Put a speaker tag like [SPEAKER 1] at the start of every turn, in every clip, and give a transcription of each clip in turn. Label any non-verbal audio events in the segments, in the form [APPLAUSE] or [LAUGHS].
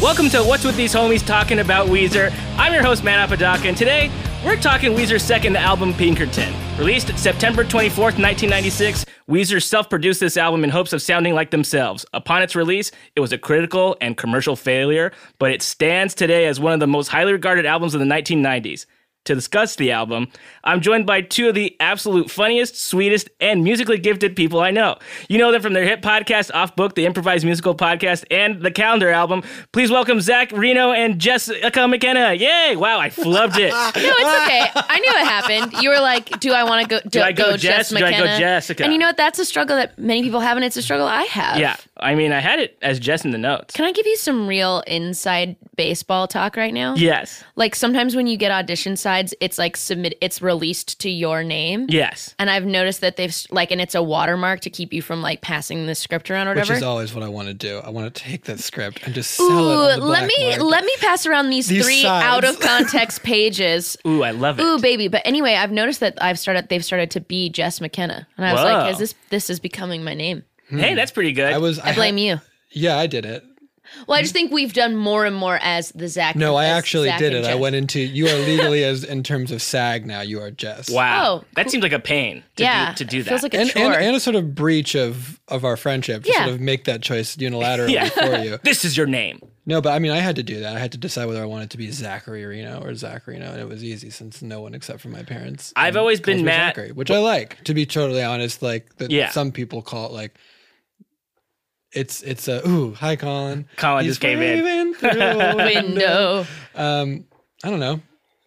[SPEAKER 1] Welcome to What's With These Homies Talking About Weezer. I'm your host, Matt Apodaca, and today we're talking Weezer's second album, Pinkerton. Released September 24th, 1996, Weezer self produced this album in hopes of sounding like themselves. Upon its release, it was a critical and commercial failure, but it stands today as one of the most highly regarded albums of the 1990s. To discuss the album, I'm joined by two of the absolute funniest, sweetest, and musically gifted people I know. You know them from their hit podcast, Off Book, the improvised musical podcast, and the calendar album. Please welcome Zach Reno and Jessica McKenna. Yay! Wow, I flubbed it.
[SPEAKER 2] [LAUGHS] No, it's okay. I knew it happened. You were like, "Do I want to go? Do,
[SPEAKER 1] I go Jess? Do I go Jessica?
[SPEAKER 2] And you know what? That's a struggle that many people have, and it's a struggle I have.
[SPEAKER 1] yeah, I mean, I had it as Jess in the notes.
[SPEAKER 2] Can I give you some real inside baseball talk right now?
[SPEAKER 1] Yes,
[SPEAKER 2] Like sometimes when you get audition sides, it's like submit. It's released to your name.
[SPEAKER 1] yes.
[SPEAKER 2] And I've noticed that they've like, and it's a watermark to keep you from like passing the script around or whatever.
[SPEAKER 3] Which is always what I want to do. I want to take that script and just sell it.
[SPEAKER 2] Ooh,
[SPEAKER 3] on the
[SPEAKER 2] let
[SPEAKER 3] black
[SPEAKER 2] me
[SPEAKER 3] market.
[SPEAKER 2] let me pass around these,
[SPEAKER 3] These
[SPEAKER 2] three
[SPEAKER 3] sides.
[SPEAKER 2] out
[SPEAKER 3] [LAUGHS]
[SPEAKER 2] of context pages.
[SPEAKER 1] Ooh, I love it.
[SPEAKER 2] Ooh, baby. But anyway, I've noticed that I've started. They've started to be Jess McKenna, and I was
[SPEAKER 1] Whoa.
[SPEAKER 2] like, "Is this this is becoming my name?"
[SPEAKER 1] hey, that's pretty good.
[SPEAKER 3] I was.
[SPEAKER 2] I blame
[SPEAKER 3] had-
[SPEAKER 2] you.
[SPEAKER 3] Yeah, I did it.
[SPEAKER 2] Well, I just think we've done more and more as the Zach.
[SPEAKER 3] No, I
[SPEAKER 2] as
[SPEAKER 3] actually
[SPEAKER 2] Zach
[SPEAKER 3] did
[SPEAKER 2] and
[SPEAKER 3] it. I
[SPEAKER 2] Jess.
[SPEAKER 3] went into you are
[SPEAKER 2] [LAUGHS]
[SPEAKER 3] legally as in terms of SAG now. You are Jess.
[SPEAKER 1] wow,
[SPEAKER 2] Oh,
[SPEAKER 1] that seems like a pain. To
[SPEAKER 2] yeah,
[SPEAKER 1] do, to do
[SPEAKER 2] it
[SPEAKER 1] that.
[SPEAKER 2] feels like a
[SPEAKER 3] And,
[SPEAKER 2] chore.
[SPEAKER 3] and and a sort of breach of of our friendship to
[SPEAKER 2] Yeah.
[SPEAKER 3] sort of make that choice
[SPEAKER 1] [LAUGHS]
[SPEAKER 3] unilaterally
[SPEAKER 1] Yeah.
[SPEAKER 3] for you.
[SPEAKER 1] this is your name.
[SPEAKER 3] No, but I mean, I had to do that. I had to decide whether I wanted to be Zachary Reno or Zach Reno, and it was easy since no one except for my parents.
[SPEAKER 1] I've
[SPEAKER 3] um,
[SPEAKER 1] always
[SPEAKER 3] calls
[SPEAKER 1] been
[SPEAKER 3] me
[SPEAKER 1] Matt-
[SPEAKER 3] Zachary, which I like. To be totally honest, like that
[SPEAKER 1] Yeah.
[SPEAKER 3] some people call it like it's it's a ooh hi Colin.
[SPEAKER 1] Colin
[SPEAKER 3] He's
[SPEAKER 1] just came in. [LAUGHS]
[SPEAKER 3] waving through a window.
[SPEAKER 2] [LAUGHS] window.
[SPEAKER 3] Um, I don't know.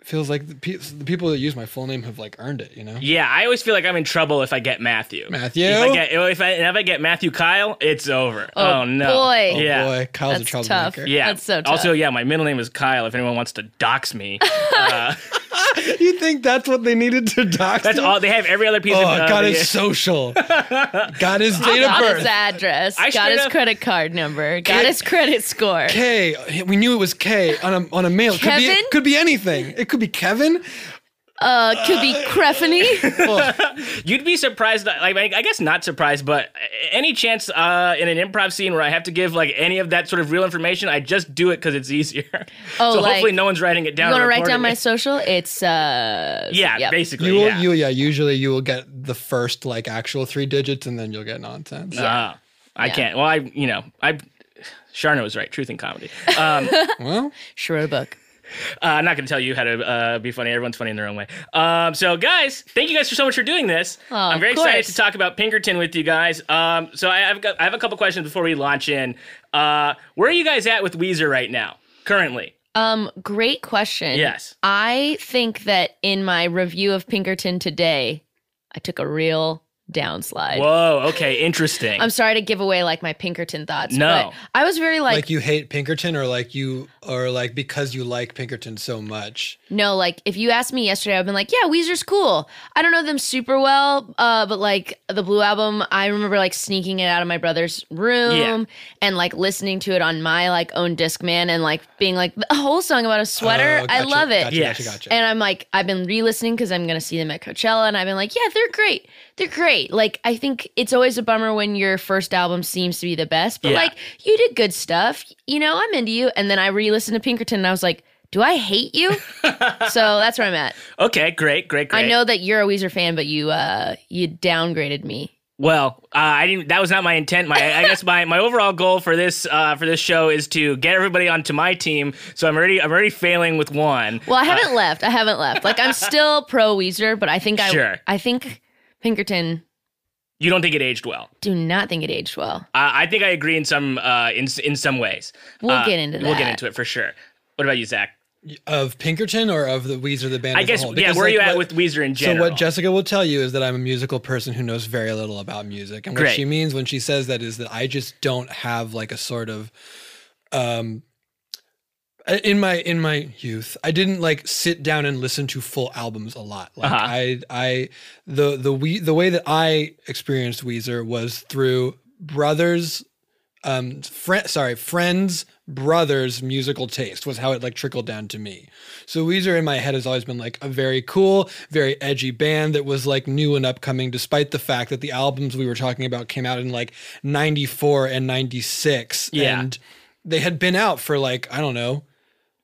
[SPEAKER 3] Feels like the, pe- the people that use my full name have like earned it. You know,
[SPEAKER 1] Yeah, I always feel like I'm in trouble if I get Matthew.
[SPEAKER 3] Matthew?
[SPEAKER 1] If I get if I, and if I get Matthew Kyle, it's over. Oh, no.
[SPEAKER 2] boy.
[SPEAKER 3] oh
[SPEAKER 1] Yeah.
[SPEAKER 3] boy, Kyle's a
[SPEAKER 2] That's tough.
[SPEAKER 3] troublemaker.
[SPEAKER 1] Yeah.
[SPEAKER 2] That's so tough.
[SPEAKER 1] Also, yeah, my middle name is Kyle. If anyone wants to dox
[SPEAKER 2] [LAUGHS]
[SPEAKER 1] me, uh,
[SPEAKER 3] You think that's what they needed to dox?
[SPEAKER 1] that's
[SPEAKER 3] you?
[SPEAKER 1] all they have. Every other piece
[SPEAKER 3] Oh,
[SPEAKER 1] of uh,
[SPEAKER 3] got
[SPEAKER 1] the-
[SPEAKER 3] his social. got his date of
[SPEAKER 2] Got his
[SPEAKER 3] birth.
[SPEAKER 2] address.
[SPEAKER 1] I
[SPEAKER 2] got
[SPEAKER 1] straight
[SPEAKER 2] his
[SPEAKER 1] up-
[SPEAKER 2] credit card number. Got his credit score.
[SPEAKER 3] K. We knew it was K on a on a mail. Could be
[SPEAKER 2] Kevin?
[SPEAKER 3] could be anything. It could be Kevin.
[SPEAKER 2] Uh, could be
[SPEAKER 1] [LAUGHS]
[SPEAKER 2] Crefany.
[SPEAKER 1] [LAUGHS] You'd be surprised. Like, I I guess not surprised, but any chance uh, in an improv scene where I have to give like any of that sort of real information, I just do it because it's easier. [LAUGHS]
[SPEAKER 2] Oh,
[SPEAKER 1] so
[SPEAKER 2] like-
[SPEAKER 1] hopefully no one's writing it down.
[SPEAKER 2] You
[SPEAKER 1] want to
[SPEAKER 2] write down my social? It's uh,
[SPEAKER 1] Yeah,
[SPEAKER 2] Yep.
[SPEAKER 1] basically.
[SPEAKER 3] You will,
[SPEAKER 1] yeah.
[SPEAKER 3] you yeah. Usually you will get the first like actual three digits, and then you'll get nonsense.
[SPEAKER 1] Ah, I
[SPEAKER 2] Yeah.
[SPEAKER 1] can't. Well, I you know I. Sharna was right. Truth in comedy. [LAUGHS] Um,
[SPEAKER 3] Well,
[SPEAKER 2] Sure book.
[SPEAKER 1] Uh, I'm not going to tell you how to uh, be funny. Everyone's funny in their own way. Um, so, guys, thank you guys for so much for doing this. I'm very
[SPEAKER 2] Oh, of course.
[SPEAKER 1] excited to talk about Pinkerton with you guys. Um, so, I, I've got, I have a couple questions before we launch in. Uh, where are you guys at with Weezer right now, currently?
[SPEAKER 2] Um, great question.
[SPEAKER 1] Yes.
[SPEAKER 2] I think that in my review of Pinkerton today, I took a real downslide.
[SPEAKER 1] Whoa, okay, interesting.
[SPEAKER 2] I'm sorry to give away like my Pinkerton thoughts.
[SPEAKER 1] No.
[SPEAKER 2] but I was very like,
[SPEAKER 3] like you hate Pinkerton, or like you, or like because you like Pinkerton so much.
[SPEAKER 2] no, like if you asked me yesterday, I've been like, yeah, Weezer's cool. I don't know them super well, uh, but like the Blue Album, I remember like sneaking it out of my brother's room
[SPEAKER 1] Yeah.
[SPEAKER 2] and like listening to it on my like own Discman and like being like the whole song about a sweater.
[SPEAKER 3] Oh,
[SPEAKER 2] I
[SPEAKER 3] gotcha,
[SPEAKER 2] love it.
[SPEAKER 3] Gotcha,
[SPEAKER 1] Yes.
[SPEAKER 3] gotcha, gotcha.
[SPEAKER 2] And I'm like, I've been re listening because I'm going to see them at Coachella. And I've been like, yeah, they're great. They're great. Like, I think it's always a bummer when your first album seems to be the best, but
[SPEAKER 1] Yeah.
[SPEAKER 2] like, you did good stuff. You know, I'm into you. And then I re listened to Pinkerton and I was like, do I hate you? so that's where I'm at.
[SPEAKER 1] okay, great, great, great.
[SPEAKER 2] I know that you're a Weezer fan, but you, uh, you downgraded me.
[SPEAKER 1] Well, uh, I didn't. That was not my intent. My, I guess my, my overall goal for this uh, for this show is to get everybody onto my team. So I'm already I'm already failing with one.
[SPEAKER 2] Well, I haven't left. I haven't left. Like, I'm still pro Weezer, but I think I,
[SPEAKER 1] Sure.
[SPEAKER 2] I think Pinkerton
[SPEAKER 1] You don't think it aged well?
[SPEAKER 2] do not think it aged well.
[SPEAKER 1] I I think I agree in some uh, in in some ways.
[SPEAKER 2] We'll
[SPEAKER 1] Uh,
[SPEAKER 2] get into that.
[SPEAKER 1] We'll get into it for sure. What about you, Zach?
[SPEAKER 3] of Pinkerton or of the Weezer the band?
[SPEAKER 1] I
[SPEAKER 3] as
[SPEAKER 1] guess
[SPEAKER 3] a whole?
[SPEAKER 1] yeah.
[SPEAKER 3] Because,
[SPEAKER 1] Where are
[SPEAKER 3] like,
[SPEAKER 1] you at
[SPEAKER 3] what-
[SPEAKER 1] with Weezer in
[SPEAKER 3] So
[SPEAKER 1] general?
[SPEAKER 3] what Jessica will tell you is that I'm a musical person who knows very little about music, and what
[SPEAKER 1] Great.
[SPEAKER 3] she means when she says that is that I just don't have like a sort of, um, in my in my youth, I didn't like sit down and listen to full albums a lot. Like
[SPEAKER 1] Uh-huh.
[SPEAKER 3] I I the the we the way that I experienced Weezer was through brothers, um, friend sorry friends brothers musical taste was how it like trickled down to me. So Weezer in my head has always been like a very cool, very edgy band that was like new and upcoming, despite the fact that the albums we were talking about came out in like 94 and 96.
[SPEAKER 1] Yeah.
[SPEAKER 3] And they had been out for like I don't know,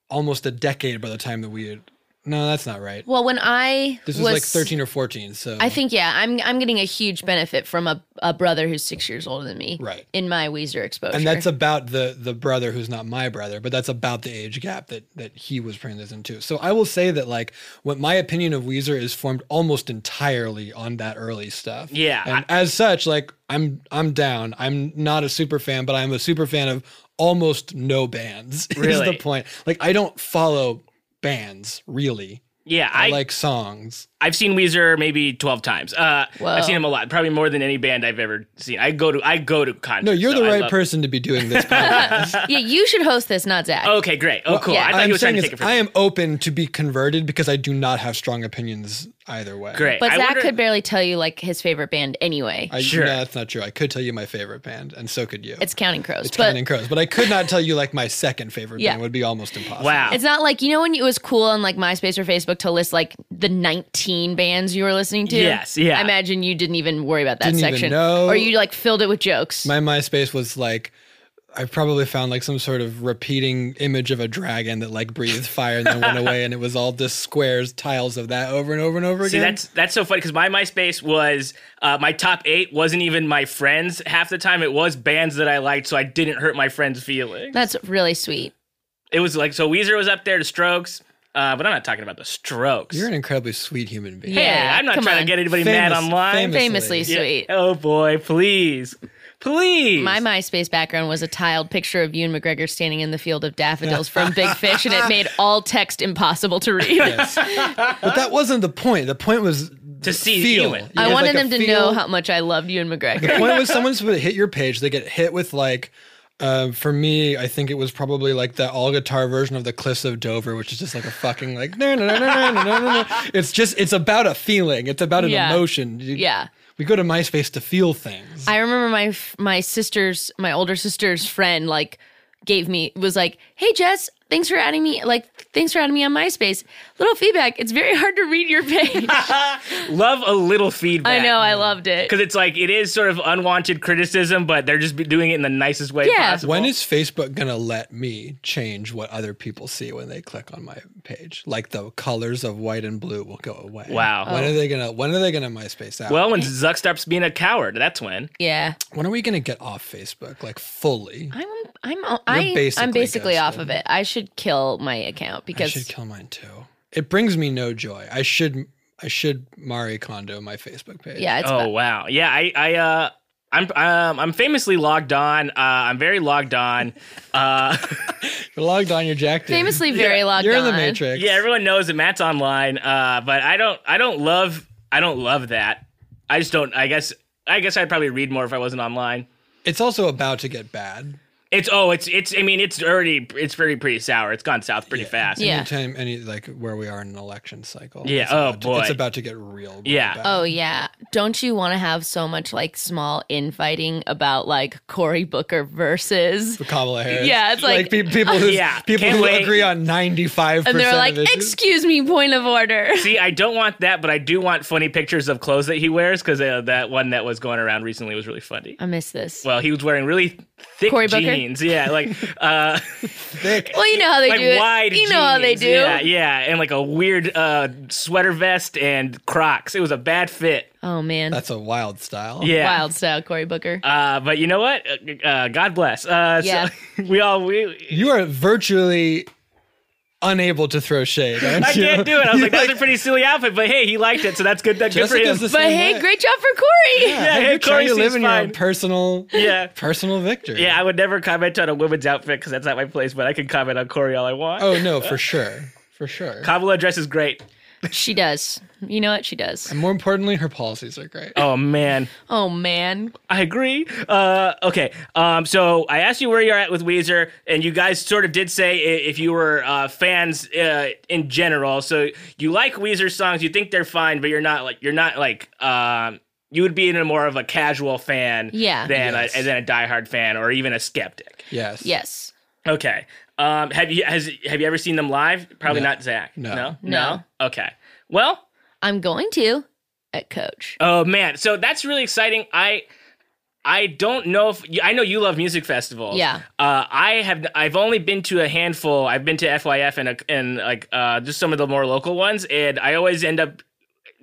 [SPEAKER 3] almost a decade by the time that we had. No, that's not right.
[SPEAKER 2] Well, when I
[SPEAKER 3] This was,
[SPEAKER 2] was
[SPEAKER 3] like 13 or 14. So
[SPEAKER 2] I think yeah, I'm I'm getting a huge benefit from a, a brother who's six years older than me.
[SPEAKER 3] Right.
[SPEAKER 2] In my Weezer exposure.
[SPEAKER 3] and that's about the the brother who's not my brother, but that's about the age gap that that he was transitioned to. So I will say that like what my opinion of Weezer is formed almost entirely on that early stuff.
[SPEAKER 1] Yeah,
[SPEAKER 3] and as such, like I'm I'm down. I'm not a super fan, but I'm a super fan of almost no bands. [LAUGHS] Is
[SPEAKER 1] Really?
[SPEAKER 3] the point? Like I don't follow bands really.
[SPEAKER 1] Yeah,
[SPEAKER 3] I
[SPEAKER 1] I,
[SPEAKER 3] like songs.
[SPEAKER 1] I've seen Weezer maybe twelve times. Uh,
[SPEAKER 2] Whoa.
[SPEAKER 1] I've seen them a lot, probably more than any band I've ever seen. I go to I go to concerts.
[SPEAKER 3] No, you're
[SPEAKER 1] so
[SPEAKER 3] the
[SPEAKER 1] I
[SPEAKER 3] right
[SPEAKER 1] love-
[SPEAKER 3] person to be
[SPEAKER 1] [LAUGHS]
[SPEAKER 3] doing this. podcast.
[SPEAKER 2] [LAUGHS] yeah, you should host this, not Zach.
[SPEAKER 1] Okay, great. Oh, cool.
[SPEAKER 2] yeah.
[SPEAKER 1] I thought
[SPEAKER 3] I'm
[SPEAKER 1] you were trying
[SPEAKER 3] saying
[SPEAKER 1] to
[SPEAKER 3] is
[SPEAKER 1] take it from.
[SPEAKER 3] I am open to be converted because I do not have strong opinions either way.
[SPEAKER 1] great.
[SPEAKER 2] but
[SPEAKER 1] I
[SPEAKER 2] Zach
[SPEAKER 1] wonder-
[SPEAKER 2] could barely tell you like his favorite band anyway.
[SPEAKER 3] I,
[SPEAKER 1] Sure.
[SPEAKER 3] No, that's not true. I could tell you my favorite band, and so could you.
[SPEAKER 2] it's Counting Crows. but
[SPEAKER 3] Counting Crows, but I could not tell you like my second favorite
[SPEAKER 2] Yeah.
[SPEAKER 3] band. Would be almost impossible.
[SPEAKER 1] Wow.
[SPEAKER 2] it's not like you know when it was cool on like MySpace or Facebook to list like the 19 bands you were listening to.
[SPEAKER 1] Yes, yeah.
[SPEAKER 2] I imagine you didn't even worry about that
[SPEAKER 3] Didn't even
[SPEAKER 2] section,
[SPEAKER 3] know.
[SPEAKER 2] or you like filled it with jokes.
[SPEAKER 3] My MySpace was like, I probably found like some sort of repeating image of a dragon that like breathed fire and then went away, and it was all just squares, tiles of that over and over and over
[SPEAKER 1] See,
[SPEAKER 3] again.
[SPEAKER 1] that's that's so funny because my MySpace was uh, my top eight wasn't even my friends half the time. It was bands that I liked, so I didn't hurt my friends' feelings.
[SPEAKER 2] That's really sweet.
[SPEAKER 1] It was like so Weezer was up there, The Strokes, uh, but I'm not talking about The Strokes.
[SPEAKER 3] You're an incredibly sweet human being.
[SPEAKER 1] hey,
[SPEAKER 2] Yeah,
[SPEAKER 1] I'm not
[SPEAKER 2] come
[SPEAKER 1] trying
[SPEAKER 2] on.
[SPEAKER 1] to get anybody mad
[SPEAKER 3] Famous-
[SPEAKER 1] online.
[SPEAKER 2] Famously
[SPEAKER 1] Yeah.
[SPEAKER 2] sweet.
[SPEAKER 1] Oh boy, please, please.
[SPEAKER 2] My MySpace background was a tiled picture of Ewan McGregor standing in the field of daffodils from
[SPEAKER 3] [LAUGHS]
[SPEAKER 2] Big Fish, and it made all text impossible to read.
[SPEAKER 3] But that wasn't the point. The point was
[SPEAKER 1] To see
[SPEAKER 3] feel.
[SPEAKER 1] Ewan.
[SPEAKER 2] [LAUGHS] I
[SPEAKER 3] You had,
[SPEAKER 2] wanted
[SPEAKER 3] like, a
[SPEAKER 2] them to
[SPEAKER 3] feel.
[SPEAKER 2] know how much I loved Ewan
[SPEAKER 3] [LAUGHS]
[SPEAKER 2] McGregor.
[SPEAKER 3] The
[SPEAKER 2] [LAUGHS]
[SPEAKER 3] point was someone's supposed to hit your page. They get hit with like, uh, for me, I think it was probably like the all guitar version of the Cliffs of Dover, which is just like a fucking like [LAUGHS] no no no no no no no. It's just it's about a feeling. It's about an
[SPEAKER 2] Yeah.
[SPEAKER 3] emotion. You-
[SPEAKER 2] Yeah.
[SPEAKER 3] We go to MySpace to feel things.
[SPEAKER 2] I remember my my sister's my older sister's friend like gave me was like, "Hey Jess, thanks for adding me like thanks for adding me on MySpace. Little feedback. It's very hard to read your
[SPEAKER 3] [LAUGHS]
[SPEAKER 2] page.
[SPEAKER 1] Love a little feedback.
[SPEAKER 2] I know. I loved it.
[SPEAKER 1] Because it's like it is sort of unwanted criticism, but they're just doing it in the nicest way
[SPEAKER 2] Yeah.
[SPEAKER 1] possible.
[SPEAKER 3] when is Facebook gonna let me change what other people see when they click on my page? Like the colors of white and blue will go away.
[SPEAKER 1] Wow.
[SPEAKER 2] Oh.
[SPEAKER 3] When are they gonna? When are they gonna MySpace out?
[SPEAKER 1] well, when Zuck stops being a coward, that's when.
[SPEAKER 2] Yeah.
[SPEAKER 3] when are we gonna get off Facebook like fully?
[SPEAKER 2] I'm I'm I, I'm
[SPEAKER 3] basically
[SPEAKER 2] basically off
[SPEAKER 3] ghosted.
[SPEAKER 2] of it. I should kill my account because
[SPEAKER 3] I should kill mine too. It brings me no joy. I should I should Mari Kondo my Facebook page.
[SPEAKER 2] yeah, it's
[SPEAKER 1] oh
[SPEAKER 2] bad.
[SPEAKER 1] wow, yeah. I I uh, I'm um, I'm famously logged on. Uh, I'm very logged
[SPEAKER 2] [LAUGHS]
[SPEAKER 1] on. Uh,
[SPEAKER 3] You're logged on, you're jacked in.
[SPEAKER 2] famously very logged
[SPEAKER 3] You're
[SPEAKER 2] on.
[SPEAKER 3] in the matrix.
[SPEAKER 1] yeah, everyone knows that Matt's online. Uh, but I don't I don't love I don't love that. I just don't. I guess I guess I'd probably read more if I wasn't online.
[SPEAKER 3] It's also about to get bad.
[SPEAKER 1] It's oh, it's it's. I mean, it's already it's pretty pretty sour. It's gone south pretty fast.
[SPEAKER 2] Yeah.
[SPEAKER 3] Anytime any like where we are in an election cycle.
[SPEAKER 1] Yeah,
[SPEAKER 3] It's
[SPEAKER 1] oh,
[SPEAKER 3] about to-
[SPEAKER 1] boy.
[SPEAKER 3] it's about to get real. real
[SPEAKER 1] Yeah.
[SPEAKER 3] bad.
[SPEAKER 2] Oh yeah. Don't you want to have so much like small infighting about like Cory Booker versus
[SPEAKER 3] The Kamala Harris.
[SPEAKER 2] Yeah, it's like-
[SPEAKER 3] pe- people who
[SPEAKER 1] [LAUGHS] Yeah,
[SPEAKER 3] people
[SPEAKER 1] can't
[SPEAKER 3] who
[SPEAKER 1] wait.
[SPEAKER 3] agree on ninety five
[SPEAKER 2] and
[SPEAKER 3] percent.
[SPEAKER 2] they're like,
[SPEAKER 3] of issues.
[SPEAKER 2] "Excuse me, point of order."
[SPEAKER 1] See, I don't want that, but I do want funny pictures of clothes that he wears because uh, that one that was going around recently was really funny.
[SPEAKER 2] I miss this. Well,
[SPEAKER 1] Well, he was wearing really thick
[SPEAKER 2] Uh, Cory Booker?
[SPEAKER 1] jeans. Yeah,
[SPEAKER 2] [LAUGHS]
[SPEAKER 1] like uh,
[SPEAKER 3] Thick.
[SPEAKER 2] you know how they
[SPEAKER 1] like
[SPEAKER 2] do it.
[SPEAKER 1] wide.
[SPEAKER 2] you know how they
[SPEAKER 1] jeans.
[SPEAKER 2] do.
[SPEAKER 1] Yeah, yeah, and like a weird uh, sweater vest and Crocs. It was a bad fit.
[SPEAKER 2] Oh man.
[SPEAKER 3] That's a wild style.
[SPEAKER 1] Yeah.
[SPEAKER 2] Wild style Cory Booker.
[SPEAKER 1] Uh, but you know what? Uh, uh, God bless. Uh, so
[SPEAKER 2] Yeah.
[SPEAKER 1] [LAUGHS] we all we.
[SPEAKER 3] You are virtually unable to throw shade. Aren't
[SPEAKER 1] I
[SPEAKER 3] you?
[SPEAKER 1] can't do it. I was
[SPEAKER 3] You,
[SPEAKER 1] like, that's a pretty silly outfit, but hey, he liked it, so that's good. That good for him.
[SPEAKER 3] Jessica's the
[SPEAKER 2] but
[SPEAKER 3] same
[SPEAKER 2] hey,
[SPEAKER 3] way.
[SPEAKER 2] great job for Cory.
[SPEAKER 1] Yeah, hey,
[SPEAKER 3] you're trying
[SPEAKER 1] Corey
[SPEAKER 3] to live
[SPEAKER 1] seems
[SPEAKER 3] in your own
[SPEAKER 1] fine.
[SPEAKER 3] personal,
[SPEAKER 1] [LAUGHS] Yeah.
[SPEAKER 3] personal victory.
[SPEAKER 1] Yeah, I would never comment on a woman's outfit because that's not my place, but I can comment on Corey all I want.
[SPEAKER 3] Oh no, for sure, for sure.
[SPEAKER 1] Kamala dress is great.
[SPEAKER 2] She does. You know what she does.
[SPEAKER 3] And more importantly, her policies are great.
[SPEAKER 1] Oh man,
[SPEAKER 2] Oh man.
[SPEAKER 1] I agree. Uh, okay, um, so I asked you where you're at with Weezer, and you guys sort of did say i- if you were uh, fans uh, in general. So you like Weezer songs, you think they're fine, but you're not like you're not like um, you would be in a more of a casual fan,
[SPEAKER 2] Yeah.
[SPEAKER 1] than
[SPEAKER 3] Yes.
[SPEAKER 1] a, and then a diehard fan or even a skeptic.
[SPEAKER 3] Yes.
[SPEAKER 2] Yes.
[SPEAKER 1] Okay. Um, have you has have you ever seen them live? Probably
[SPEAKER 3] No.
[SPEAKER 1] not Zach.
[SPEAKER 3] No.
[SPEAKER 1] no,
[SPEAKER 2] No.
[SPEAKER 1] No? Okay. Well,
[SPEAKER 2] I'm going to at coach.
[SPEAKER 1] Oh man, so that's really exciting. I I don't know if I know you love music festivals.
[SPEAKER 2] Yeah.
[SPEAKER 1] Uh, I have. I've only been to a handful. I've been to FYF and a, and like uh, just some of the more local ones, and I always end up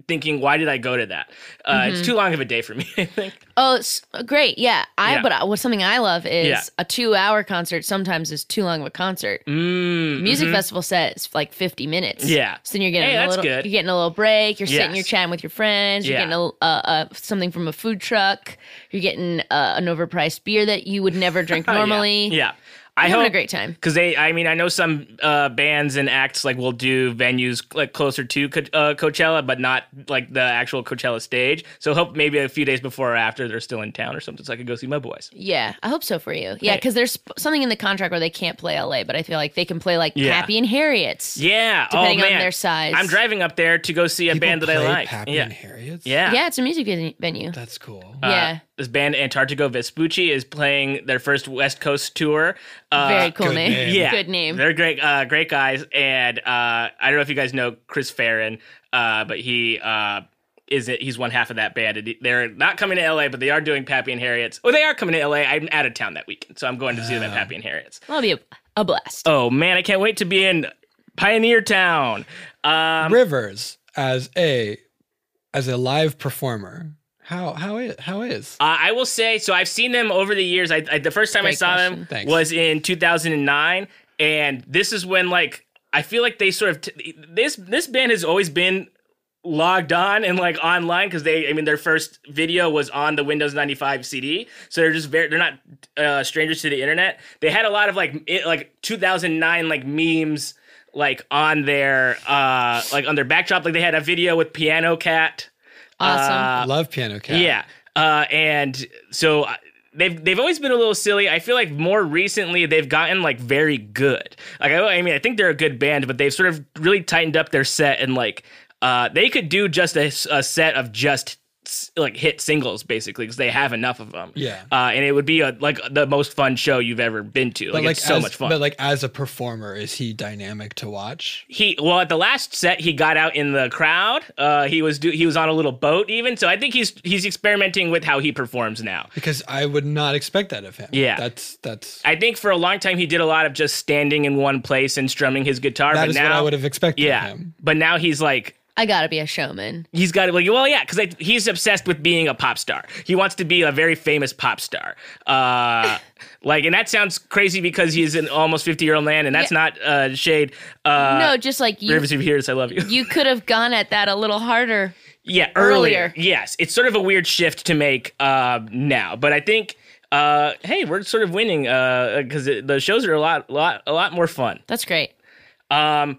[SPEAKER 1] thinking, why did I go to that? Uh,
[SPEAKER 2] Mm-hmm.
[SPEAKER 1] It's too long of a day for me. [LAUGHS] I think.
[SPEAKER 2] Oh, s- great. Yeah. I
[SPEAKER 1] Yeah.
[SPEAKER 2] but I, well, something I love is
[SPEAKER 1] Yeah.
[SPEAKER 2] a 2-hour concert sometimes is too long of a concert.
[SPEAKER 1] Mm,
[SPEAKER 2] Music
[SPEAKER 1] mhm.
[SPEAKER 2] festival set is like 50 minutes.
[SPEAKER 1] Yeah.
[SPEAKER 2] So then you're getting
[SPEAKER 1] Hey,
[SPEAKER 2] a
[SPEAKER 1] that's
[SPEAKER 2] little
[SPEAKER 1] good.
[SPEAKER 2] you're getting a little break, you're sitting,
[SPEAKER 1] Yes.
[SPEAKER 2] you're chatting with your friends, you're
[SPEAKER 1] Yeah.
[SPEAKER 2] getting a, uh, uh, something from a food truck, you're getting uh, an overpriced beer that you would never drink
[SPEAKER 1] Oh, [LAUGHS] yeah.
[SPEAKER 2] normally.
[SPEAKER 1] Yeah. I
[SPEAKER 2] You're having
[SPEAKER 1] hope
[SPEAKER 2] a great time.
[SPEAKER 1] because they. I mean, I know some uh, bands and acts like will do venues like closer to Co- uh, Coachella, but not like the actual Coachella stage. So hope maybe a few days before or after they're still in town or something, so I could go see my boys.
[SPEAKER 2] Yeah, I hope so for you. Yeah,
[SPEAKER 1] Hey.
[SPEAKER 2] because there's sp- something in the contract where they can't play LA, but I feel like they can play like
[SPEAKER 1] Yeah.
[SPEAKER 2] Happy and Harriet's.
[SPEAKER 1] Yeah.
[SPEAKER 2] Depending
[SPEAKER 1] oh
[SPEAKER 2] on
[SPEAKER 1] man,
[SPEAKER 2] their size.
[SPEAKER 1] I'm driving up there to go see a band that I like.
[SPEAKER 3] Pappy
[SPEAKER 1] yeah.
[SPEAKER 3] and Harriet's.
[SPEAKER 1] yeah.
[SPEAKER 2] Yeah, it's a music ven- venue.
[SPEAKER 3] that's cool.
[SPEAKER 1] Uh,
[SPEAKER 2] yeah.
[SPEAKER 1] This band Antarctica Vespucci is playing their first West Coast tour. Uh,
[SPEAKER 2] Very cool
[SPEAKER 3] good
[SPEAKER 2] name.
[SPEAKER 3] name.
[SPEAKER 1] Yeah,
[SPEAKER 2] Good name.
[SPEAKER 1] They're great, uh, great guys, and uh, I don't know if you guys know Chris Farron, uh, but he uh, is he's one half of that band. And he- they're not coming to L.A., but they are doing Pappy and Harriet's. Oh, they are coming to L.A. I'm out of town that weekend, so I'm going to see them at Pappy and Harriet's.
[SPEAKER 2] That'll be a, a blast.
[SPEAKER 1] Oh man, I can't wait to be in Pioneer Town. Um,
[SPEAKER 3] Rivers as a as a live performer. How how is how is?
[SPEAKER 1] Uh, I will say so. I've seen them over the years. I, I the first time I
[SPEAKER 2] Great
[SPEAKER 1] saw them
[SPEAKER 2] question.
[SPEAKER 3] Thanks.
[SPEAKER 1] was in 2009, and this is when like I feel like they sort of t- this this band has always been logged on and like online because they I mean their first video was on the Windows 95 CD, so they're just very they're not uh, strangers to the internet. They had a lot of like it, like 2009 like memes like on their uh like on their backdrop like they had a video with Piano Cat.
[SPEAKER 2] Awesome.
[SPEAKER 1] uh,
[SPEAKER 3] Love Piano Cat.
[SPEAKER 1] Yeah. Uh, and so uh, they've they've always been a little silly. I feel like more recently they've gotten like very good. Like I, I mean, I think they're a good band, but they've sort of really tightened up their set and like uh, they could do just a, s- a set of just s- like hit singles basically because they have enough of them.
[SPEAKER 3] Yeah.
[SPEAKER 1] Uh, and it would be a, like the most fun show you've ever been to. Like,
[SPEAKER 3] But like,
[SPEAKER 1] it's so
[SPEAKER 3] as,
[SPEAKER 1] much fun.
[SPEAKER 3] But like as a performer, is he dynamic to watch?
[SPEAKER 1] he well at the last set he got out in the crowd. Uh, he was do, he was on a little boat even. So I think he's he's experimenting with how he performs now.
[SPEAKER 3] Because I would not expect that of him.
[SPEAKER 1] Yeah.
[SPEAKER 3] That's that's
[SPEAKER 1] I think for a long time he did a lot of just standing in one place and strumming his guitar.
[SPEAKER 3] that
[SPEAKER 1] but
[SPEAKER 3] is
[SPEAKER 1] now,
[SPEAKER 3] what I would have expected
[SPEAKER 1] yeah,
[SPEAKER 3] of him.
[SPEAKER 1] but now he's like
[SPEAKER 2] I gotta be a showman.
[SPEAKER 1] he's got to like well yeah because he's obsessed with being a pop star. He wants to be a very famous pop star. Uh, [LAUGHS] like, and that sounds crazy because he's an almost fifty year old man, and that's
[SPEAKER 2] Yeah.
[SPEAKER 1] not uh, shade. Uh,
[SPEAKER 2] no, just like you,
[SPEAKER 1] Rivers, if you hear this, I love you. [LAUGHS]
[SPEAKER 2] you could have gone at that a little harder.
[SPEAKER 1] Yeah, earlier.
[SPEAKER 2] Earlier.
[SPEAKER 1] Yes, it's sort of a weird shift to make uh, now, but I think uh, hey, we're sort of winning because it the shows are a lot, lot, a lot more fun.
[SPEAKER 2] That's great.
[SPEAKER 1] Um,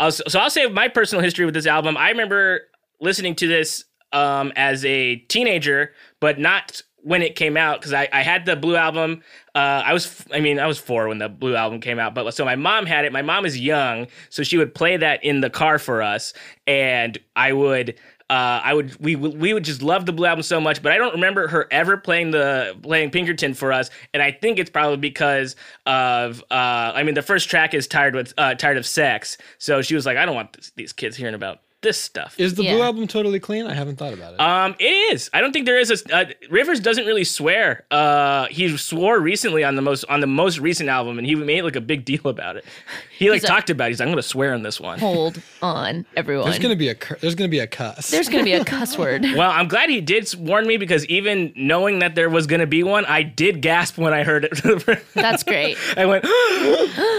[SPEAKER 1] I'll, so I'll say my personal history with this album. I remember listening to this um, as a teenager, but not when it came out because I, I had the blue album. Uh, I was f- I mean I was four when the blue album came out, but so my mom had it. My mom is young, so she would play that in the car for us, and I would. Uh, I would we would- we would just love the blue album so much, but I don't remember her ever playing the playing Pinkerton for us, and I think it's probably because of uh, I mean the first track is tired with uh, tired of sex, so she was like I don't want this, these kids hearing about this stuff.
[SPEAKER 3] Is the blue
[SPEAKER 2] Yeah.
[SPEAKER 3] album totally clean? I haven't thought about it.
[SPEAKER 1] Um, it is. I don't think there is a uh, Rivers doesn't really swear. Uh, he swore recently on the most on the most recent album, and he made like a big deal about it. [LAUGHS] He like
[SPEAKER 2] He's a-
[SPEAKER 1] talked about. It. He's like, I'm gonna swear on this one.
[SPEAKER 2] Hold on, everyone.
[SPEAKER 3] there's gonna be a cur- there's gonna be a cuss.
[SPEAKER 2] There's gonna be a cuss word.
[SPEAKER 1] Well, I'm glad he did warn me because even knowing that there was gonna be one, I did gasp when I heard it. [LAUGHS]
[SPEAKER 2] That's great.
[SPEAKER 1] I went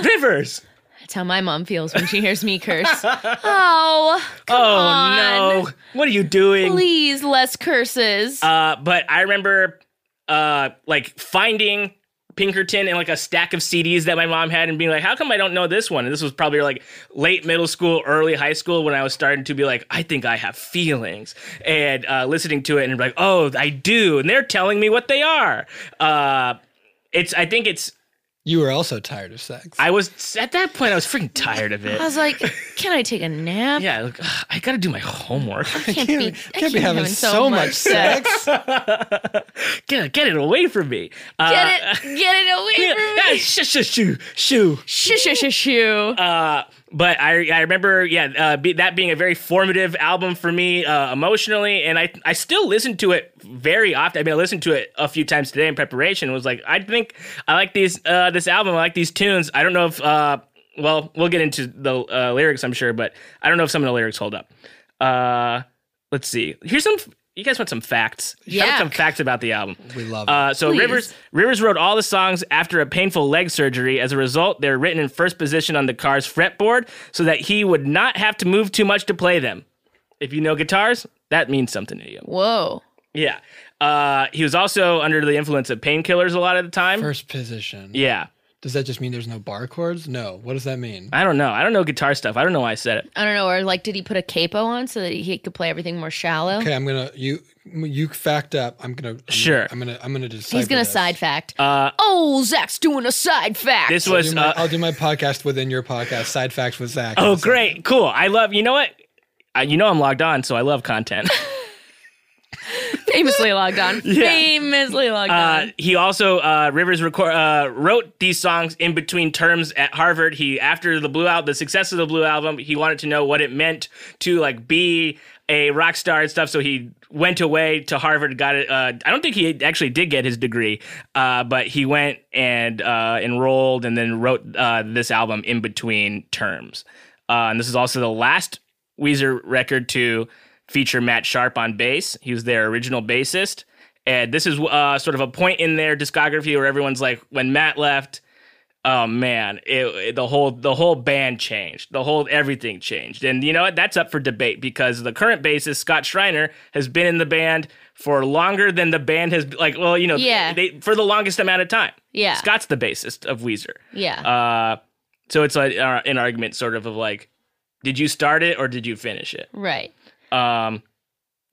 [SPEAKER 1] [GASPS] Rivers.
[SPEAKER 2] That's how my mom feels when she hears me curse.
[SPEAKER 1] [LAUGHS]
[SPEAKER 2] Oh,
[SPEAKER 1] oh
[SPEAKER 2] on.
[SPEAKER 1] no! What are you doing?
[SPEAKER 2] please, less curses.
[SPEAKER 1] Uh, but I remember uh, like finding Pinkerton in like a stack of CDs that my mom had and being like, how come I don't know this one? And this was probably like late middle school, early high school when I was starting to be like, I think I have feelings and uh, listening to it and like, oh, I do. And they're telling me what they are. Uh, it's, I think it's,
[SPEAKER 3] you were also tired of sex.
[SPEAKER 1] I was at that point, I was freaking tired of
[SPEAKER 2] I
[SPEAKER 1] it.
[SPEAKER 2] was like, can I take a nap?
[SPEAKER 1] Yeah, like, ugh, I gotta do my homework. [LAUGHS]
[SPEAKER 2] I can't,
[SPEAKER 3] can't,
[SPEAKER 2] be,
[SPEAKER 3] be,
[SPEAKER 2] I
[SPEAKER 3] can't be having, so much sex.
[SPEAKER 1] Can yeah, get it away from me. Uh,
[SPEAKER 2] Get it, get it
[SPEAKER 1] [LAUGHS]
[SPEAKER 2] away from me.
[SPEAKER 1] yeah, shoo, shoo, shoo, shoo.
[SPEAKER 2] Shoo, shoo, shoo, shoo.
[SPEAKER 1] Uh, but I, I remember, yeah, uh, be, that being a very formative album for me uh, emotionally, and I, I still listen to it very often. I mean, I listened to it a few times today in preparation. Was like, I think I like these, uh, this album. I like these tunes. I don't know if, uh, well, we'll get into the uh, lyrics, I'm sure, but I don't know if some of the lyrics hold up. Uh, let's see. Here's some. You guys want some facts? How about
[SPEAKER 2] Yeah.
[SPEAKER 1] some facts about the album.
[SPEAKER 3] We love it.
[SPEAKER 1] Uh, so
[SPEAKER 2] Please.
[SPEAKER 1] Rivers Rivers wrote all the songs after a painful leg surgery. As a result, they're written in first position on the car's fretboard so that he would not have to move too much to play them. If you know guitars, that means something to you.
[SPEAKER 2] Whoa.
[SPEAKER 1] Yeah. Uh, he was also under the influence of painkillers a lot of the time.
[SPEAKER 3] First position.
[SPEAKER 1] Yeah.
[SPEAKER 3] Does that just mean there's no bar chords? No. What does that mean?
[SPEAKER 1] I don't know. I don't know guitar stuff. I don't know why I said it.
[SPEAKER 2] I don't know. Or like, did he put a capo on so that he could play everything more shallow?
[SPEAKER 3] Okay, I'm gonna you you fact up. I'm gonna I'm-
[SPEAKER 1] Sure.
[SPEAKER 3] I'm gonna I'm gonna decide.
[SPEAKER 2] He's gonna side fact. oh, Zach's doing a side fact.
[SPEAKER 1] Uh,
[SPEAKER 2] [LAUGHS]
[SPEAKER 1] This was.
[SPEAKER 3] Do my,
[SPEAKER 1] uh,
[SPEAKER 3] I'll do my podcast within your podcast. Side facts with Zach.
[SPEAKER 1] oh, great. Cool. I love. You know what? Uh, you know I'm logged on, so I love content.
[SPEAKER 2] famously logged on.
[SPEAKER 1] [LAUGHS] Yeah.
[SPEAKER 2] Famously logged
[SPEAKER 1] Uh,
[SPEAKER 2] on.
[SPEAKER 1] he also uh, Rivers record, uh, wrote these songs in between terms at Harvard. He after the Blue Album, the success of the Blue Album, he wanted to know what it meant to like be a rock star and stuff. So he went away to Harvard, got it. Uh, I don't think he actually did get his degree, uh, but he went and uh, enrolled and then wrote uh, this album in between terms. Uh, and this is also the last Weezer record to feature Matt Sharp on bass. He was their original bassist. And this is uh, sort of a point in their discography where everyone's like, when Matt left, oh man, it, it- the whole the whole band changed, the whole everything changed. And you know what? That's up for debate because the current bassist Scott Schreiner has been in the band for longer than the band has like, well, you know,
[SPEAKER 2] Yeah.
[SPEAKER 1] they, for the longest amount of time.
[SPEAKER 2] Yeah.
[SPEAKER 1] Scott's the bassist of Weezer.
[SPEAKER 2] yeah.
[SPEAKER 1] Uh, so it's like uh, an argument, sort of, of like, did you start it or did you finish it?
[SPEAKER 2] right.
[SPEAKER 1] Um,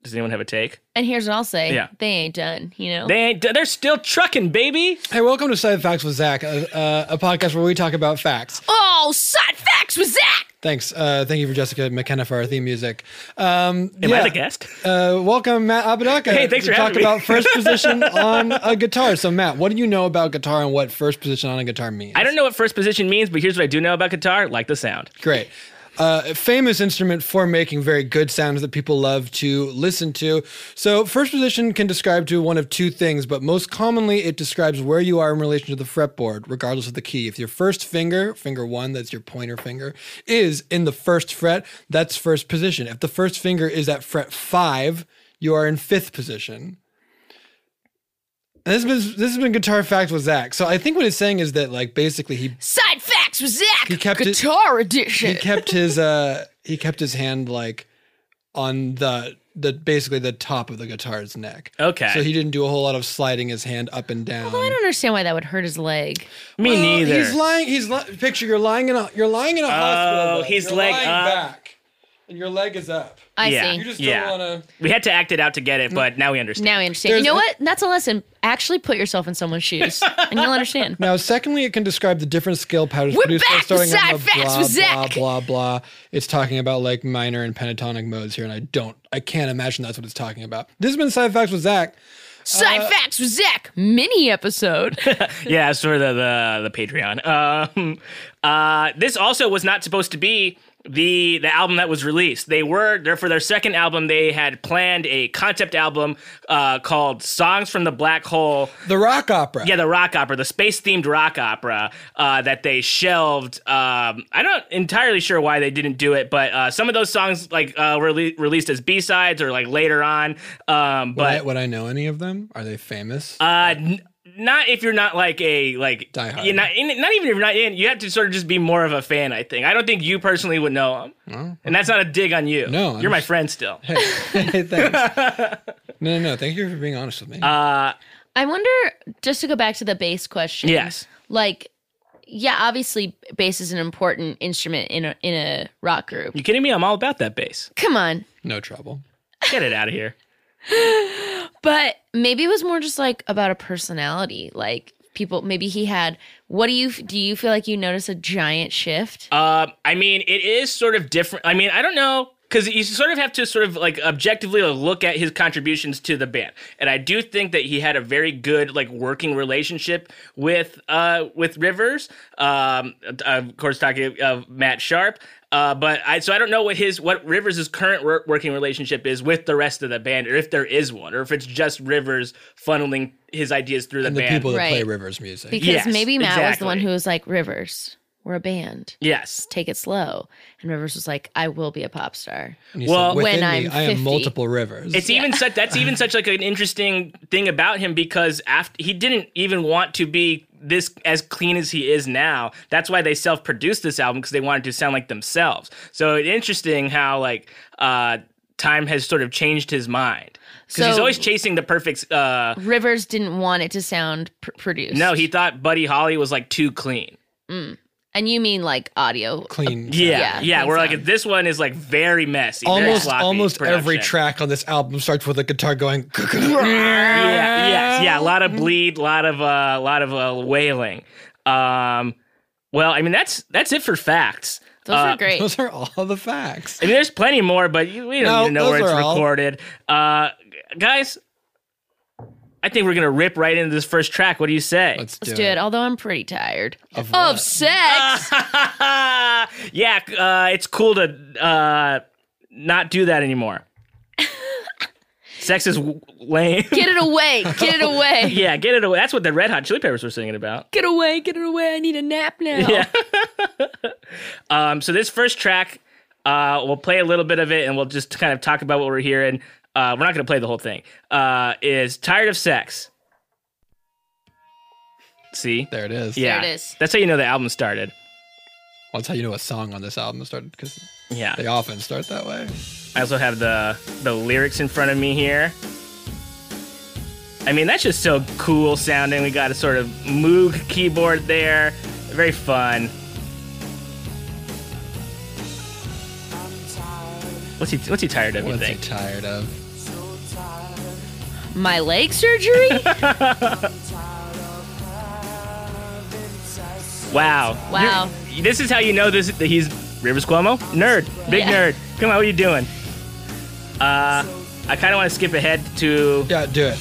[SPEAKER 1] does anyone have a take?
[SPEAKER 2] And here's what I'll say.
[SPEAKER 1] Yeah.
[SPEAKER 2] They ain't done. You know.
[SPEAKER 1] They ain't, they're still trucking, baby.
[SPEAKER 3] Hey, welcome to Side Facts with Zach, a, uh, a podcast where we talk about facts.
[SPEAKER 2] oh, side facts with Zach.
[SPEAKER 3] Thanks. Uh, thank you for Jessica McKenna for our theme music. Um,
[SPEAKER 1] Am
[SPEAKER 3] yeah.
[SPEAKER 1] I the guest?
[SPEAKER 3] Uh, welcome, Matt Apodaca.
[SPEAKER 1] Hey, thanks
[SPEAKER 3] to
[SPEAKER 1] for
[SPEAKER 3] talk
[SPEAKER 1] having me. [LAUGHS]
[SPEAKER 3] about first position on a guitar. So, Matt, what do you know about guitar and what first position on a guitar means?
[SPEAKER 1] I don't know what first position means, but here's what I do know about guitar: like the sound.
[SPEAKER 3] Great. Uh, a famous instrument for making very good sounds that people love to listen to. So, first position can describe to one of two things, but most commonly it describes where you are in relation to the fretboard, regardless of the key. If your first finger, finger one, that's your pointer finger, is in the first fret, that's first position. If the first finger is at fret five, you are in fifth position. And this has been, this has been guitar facts with Zach. So, I think what it's saying is that, like, basically he
[SPEAKER 2] Side facts with Zach.
[SPEAKER 3] kept it-
[SPEAKER 2] Guitar edition.
[SPEAKER 3] he
[SPEAKER 2] [LAUGHS]
[SPEAKER 3] kept his uh he kept his hand like on the the basically the top of the guitar's neck.
[SPEAKER 1] Okay.
[SPEAKER 3] So he didn't do a whole lot of sliding his hand up and down.
[SPEAKER 2] I don't understand why that would hurt his leg.
[SPEAKER 1] Me
[SPEAKER 3] Well,
[SPEAKER 1] neither.
[SPEAKER 3] He's lying. He's li- picture you're lying in a you're lying in a
[SPEAKER 2] Oh,
[SPEAKER 3] hospital. bed.
[SPEAKER 1] his
[SPEAKER 3] You're
[SPEAKER 1] leg
[SPEAKER 3] lying
[SPEAKER 1] up.
[SPEAKER 3] back, and your leg is up.
[SPEAKER 2] I
[SPEAKER 1] yeah,
[SPEAKER 2] see.
[SPEAKER 3] You just don't
[SPEAKER 1] yeah.
[SPEAKER 3] wanna-
[SPEAKER 1] We had to act it out to get it, but now we understand.
[SPEAKER 2] Now I understand.
[SPEAKER 3] There's
[SPEAKER 2] you know
[SPEAKER 3] a-
[SPEAKER 2] what? That's a lesson. Actually, put yourself in someone's shoes, and you'll
[SPEAKER 3] [LAUGHS]
[SPEAKER 2] understand.
[SPEAKER 3] Now, secondly, it can describe the different scale patterns
[SPEAKER 2] We're
[SPEAKER 3] produced by
[SPEAKER 2] back
[SPEAKER 3] starting
[SPEAKER 2] to
[SPEAKER 3] on
[SPEAKER 2] Side
[SPEAKER 3] the
[SPEAKER 2] Facts
[SPEAKER 3] blah,
[SPEAKER 2] with
[SPEAKER 3] blah,
[SPEAKER 2] Zach.
[SPEAKER 3] blah, blah. It's talking about like minor and pentatonic modes here, and I don't, I can't imagine that's what it's talking about. This has been Side Facts with Zach.
[SPEAKER 2] Side
[SPEAKER 3] Uh,
[SPEAKER 2] facts with Zach mini episode.
[SPEAKER 1] yeah, it's for the the, the Patreon. [LAUGHS] Um, uh, this also was not supposed to be the the album that was released. They were there for their second album. They had planned a concept album uh, called "Songs from the Black Hole."
[SPEAKER 3] The rock opera.
[SPEAKER 1] Yeah, the rock opera, the space themed rock opera uh, that they shelved. Um, I'm not entirely sure why they didn't do it, but uh, some of those songs like uh, were rele- released as B sides or like later on. Um,
[SPEAKER 3] Would
[SPEAKER 1] but
[SPEAKER 3] I, would I know any of them? Are they famous?
[SPEAKER 1] uh, n- not if you're not like a like
[SPEAKER 3] Die hard.
[SPEAKER 1] You're not, in, not even if you're not in. You have to sort of just be more of a fan. I think. I don't think you personally would know them, and that's not a dig on you.
[SPEAKER 3] No, I'm
[SPEAKER 1] you're my
[SPEAKER 3] just-
[SPEAKER 1] friend still.
[SPEAKER 3] hey, [LAUGHS] thanks. Uh, No, no, no. Thank you for being honest with me.
[SPEAKER 2] I wonder, just to go back to the bass question.
[SPEAKER 1] Yes.
[SPEAKER 2] Like, yeah, obviously, bass is an important instrument in a, in a rock group.
[SPEAKER 1] You kidding me? I'm all about that bass.
[SPEAKER 2] Come on.
[SPEAKER 3] no trouble.
[SPEAKER 1] Get it out of here.
[SPEAKER 2] But maybe it was more just like about a personality. Like, people, maybe he had, what do you, do you feel like you notice a giant shift?
[SPEAKER 1] Um, Uh, I mean, it is sort of different. I mean, I don't know. because you sort of have to sort of like objectively look at his contributions to the band, and I do think that he had a very good like working relationship with uh with Rivers, um of course talking of Matt Sharp, uh but I so I don't know what his what Rivers' current wor- working relationship is with the rest of the band, or if there is one, or if it's just Rivers funneling his ideas through the
[SPEAKER 3] and the
[SPEAKER 1] band.
[SPEAKER 3] people that play
[SPEAKER 2] Right.
[SPEAKER 3] Rivers music.
[SPEAKER 2] Because
[SPEAKER 1] Yes,
[SPEAKER 2] maybe Matt was the one
[SPEAKER 1] exactly.
[SPEAKER 2] who was like, Rivers, we're a band.
[SPEAKER 1] yes,
[SPEAKER 2] Take it slow. And Rivers was like, I will be a pop star.
[SPEAKER 3] And he
[SPEAKER 1] Well-
[SPEAKER 3] said, within
[SPEAKER 2] When I'm
[SPEAKER 3] me, I am
[SPEAKER 2] 50.
[SPEAKER 3] multiple Rivers.
[SPEAKER 1] It's even such that's even such like an interesting thing about him because after he didn't even want to be this as clean as he is now. That's why they self-produced this album because they wanted to sound like themselves. So it's interesting how like uh time has sort of changed his mind because he's
[SPEAKER 2] So-
[SPEAKER 1] always chasing the perfect. uh
[SPEAKER 2] Rivers didn't want it to sound pr- produced.
[SPEAKER 1] No, he thought Buddy Holly was like too clean.
[SPEAKER 2] And you mean like audio.
[SPEAKER 3] clean.
[SPEAKER 1] Yeah,
[SPEAKER 2] Yeah,
[SPEAKER 1] yeah.
[SPEAKER 2] think
[SPEAKER 1] we're
[SPEAKER 2] so.
[SPEAKER 1] like this one is like very messy, very
[SPEAKER 3] Almost,
[SPEAKER 1] sloppy
[SPEAKER 3] almost every
[SPEAKER 1] production.
[SPEAKER 3] track on this album starts with a guitar going. [LAUGHS]
[SPEAKER 1] yeah, yes, yeah, a lot
[SPEAKER 3] Um,
[SPEAKER 1] of bleed, a lot of uh, lot of uh, wailing. Um, well, I mean that's that's it for facts.
[SPEAKER 2] Those
[SPEAKER 1] uh,
[SPEAKER 2] were great.
[SPEAKER 3] Those are all the facts.
[SPEAKER 1] I mean, there's plenty more, but you, we don't
[SPEAKER 3] No,
[SPEAKER 1] even know
[SPEAKER 3] those
[SPEAKER 1] where it's
[SPEAKER 3] are all.
[SPEAKER 1] recorded. Uh, guys, I think we're gonna rip right into this first track. What do you say?
[SPEAKER 3] Let's do,
[SPEAKER 2] Let's do it. Although I'm pretty tired of,
[SPEAKER 3] Of what?
[SPEAKER 1] Ah! [LAUGHS]
[SPEAKER 2] sex.
[SPEAKER 1] [LAUGHS] yeah, uh, it's cool to uh, not do that
[SPEAKER 3] [LAUGHS]
[SPEAKER 1] anymore. Sex is w- lame.
[SPEAKER 2] get it away. Get it away.
[SPEAKER 1] [LAUGHS] yeah, get it away. That's what the Red Hot Chili Peppers were singing about.
[SPEAKER 2] Get away. Get it away. I need a nap now.
[SPEAKER 1] Yeah. [LAUGHS] um, so this first track, uh, we'll play a little bit of it, and we'll just kind of talk about what we're hearing. Uh, we're not going to play the whole thing. Uh, is tired of sex. See,
[SPEAKER 3] There it is.
[SPEAKER 1] yeah,
[SPEAKER 2] it is.
[SPEAKER 1] that's how you know the album started.
[SPEAKER 3] Well, that's how you know a song on this album started because
[SPEAKER 1] Yeah,
[SPEAKER 3] they often start that way.
[SPEAKER 1] I also have the the lyrics in front of me here. I mean, that's just so cool sounding. We got a sort of Moog keyboard there, very fun. What's he What's he tired of? You
[SPEAKER 3] What's he
[SPEAKER 1] think?
[SPEAKER 3] tired of?
[SPEAKER 2] My leg surgery?
[SPEAKER 1] Wow.
[SPEAKER 2] Wow.
[SPEAKER 1] You're- this is how you know this. That he's Rivers Cuomo, nerd, big
[SPEAKER 2] Yeah.
[SPEAKER 1] nerd. Come on, what are you doing? Uh, I kind of want to skip ahead to.
[SPEAKER 3] Yeah, do it.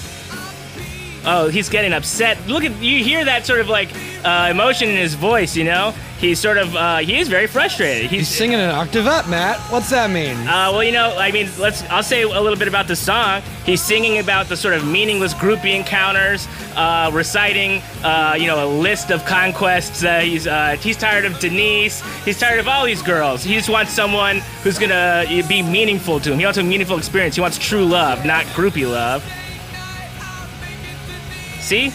[SPEAKER 1] Oh, he's getting upset. Look at you hear that sort of like uh, emotion in his voice. You know, he's sort of uh, he is very frustrated.
[SPEAKER 3] He's
[SPEAKER 1] He's
[SPEAKER 3] singing an octave up, Matt. What's that mean?
[SPEAKER 1] Uh, well, you know, I mean, let's. I'll say a little bit about the song. He's singing about the sort of meaningless groupie encounters, uh, reciting, uh, you know, a list of conquests. Uh, he's uh, he's tired of Denise. He's tired of all these girls. He just wants someone who's gonna uh, be meaningful to him. He wants a meaningful experience. He wants true love, not groupie love. See,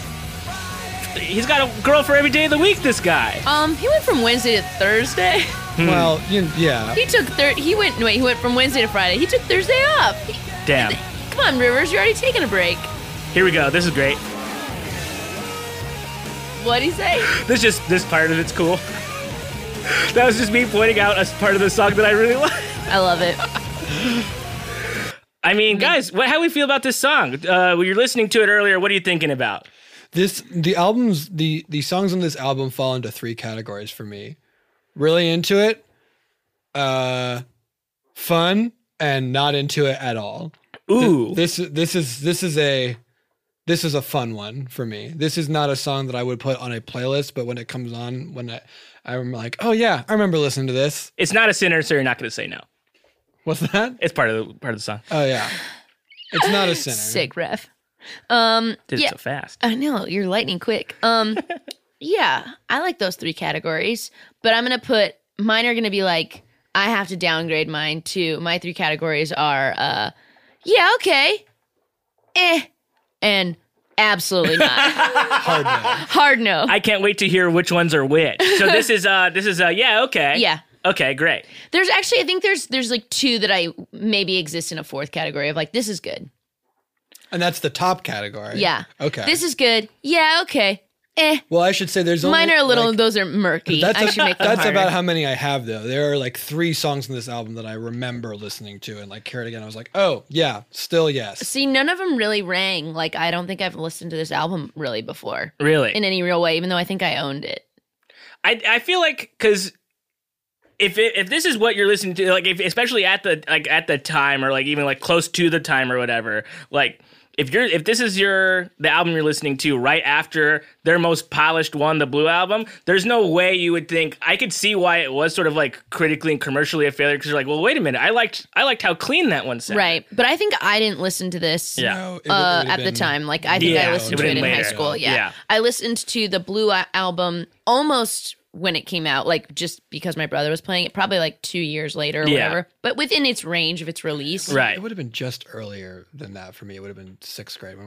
[SPEAKER 1] he's got a girl for every day of the week. This guy.
[SPEAKER 2] Um, he went from Wednesday to Thursday.
[SPEAKER 3] Well, you, yeah.
[SPEAKER 2] He took thir- he went wait, he went from Wednesday to Friday. He took Thursday off. He-
[SPEAKER 1] Damn.
[SPEAKER 2] come on, Rivers, you're already taking a break.
[SPEAKER 1] Here we go. This is great.
[SPEAKER 2] What'd he say?
[SPEAKER 1] This just this part of it's cool. That was just me pointing out a part of the song that I really [LAUGHS] like.
[SPEAKER 2] I love it.
[SPEAKER 1] I mean, guys, what, how we feel about this song? Uh, when you're listening to it earlier, what are you thinking about?
[SPEAKER 3] This the albums the the songs on this album fall into three categories for me. Really into it, uh, fun, and not into it at all.
[SPEAKER 1] Ooh,
[SPEAKER 3] This this is this is a this is a fun one for me. This is not a song that I would put on a playlist, but when it comes on, when I, I'm like, oh yeah, I remember listening to this.
[SPEAKER 1] it's not a sinner, so you're not going to say no.
[SPEAKER 3] What's that?
[SPEAKER 1] It's part of the part of the song.
[SPEAKER 3] Oh yeah, it's not a sinner.
[SPEAKER 2] Sick ref. Um
[SPEAKER 1] Did
[SPEAKER 2] yeah.
[SPEAKER 1] it so fast.
[SPEAKER 2] I know, you're lightning quick. Um yeah, I like those three categories, but I'm gonna put mine are gonna be like I have to downgrade mine to my three categories are uh yeah, okay. Eh and absolutely not.
[SPEAKER 3] [LAUGHS] Hard no.
[SPEAKER 2] Hard no.
[SPEAKER 1] I can't wait to hear which ones are which. So
[SPEAKER 2] [LAUGHS]
[SPEAKER 1] this is uh this is uh yeah okay
[SPEAKER 2] Yeah.
[SPEAKER 1] okay great
[SPEAKER 2] There's actually, I think there's there's like two that I maybe exist in a fourth category of like this is good.
[SPEAKER 3] and that's the top category.
[SPEAKER 2] Yeah.
[SPEAKER 3] Okay.
[SPEAKER 2] This is good. Yeah. Okay. Eh.
[SPEAKER 3] well, I should say there's
[SPEAKER 2] Mine
[SPEAKER 3] only,
[SPEAKER 2] are a little.
[SPEAKER 3] like,
[SPEAKER 2] those are murky.
[SPEAKER 3] That's,
[SPEAKER 2] I
[SPEAKER 3] a-
[SPEAKER 2] should make them
[SPEAKER 3] that's
[SPEAKER 2] harder.
[SPEAKER 3] about how many I have though. There are like three songs in this album that I remember listening to and like hear it again. I was like, oh yeah, still yes.
[SPEAKER 2] See, none of them really rang. Like I don't think I've listened to this album really before
[SPEAKER 1] really
[SPEAKER 2] in any real way, even though I think I owned it.
[SPEAKER 1] I I feel like because if it, if this is what you're listening to, like if, especially at the like at the time or like even like close to the time or whatever, like if you're if this is your the album you're listening to right after their most polished one, the Blue album, there's no way you would think I could see why it was sort of like critically and commercially a failure because you're like, well, wait a minute, I liked I liked how clean that one sounded.
[SPEAKER 2] Right. But I think I didn't listen to this
[SPEAKER 1] Yeah.
[SPEAKER 3] No, Oh, it would- it
[SPEAKER 2] uh,
[SPEAKER 3] would've
[SPEAKER 2] at the
[SPEAKER 3] been-
[SPEAKER 2] time. Like, I think
[SPEAKER 1] Yeah,
[SPEAKER 2] I
[SPEAKER 1] it
[SPEAKER 2] listened to
[SPEAKER 1] would've
[SPEAKER 2] it in
[SPEAKER 1] been
[SPEAKER 2] high
[SPEAKER 1] later.
[SPEAKER 2] school. Yeah.
[SPEAKER 1] Yeah.
[SPEAKER 2] I listened to the Blue Al- album almost when it came out, like just because my brother was playing it, probably like two years later or
[SPEAKER 1] Yeah.
[SPEAKER 2] whatever, but within its range of its release.
[SPEAKER 1] Right.
[SPEAKER 3] It would have been just earlier than that for me. It would have been sixth grade.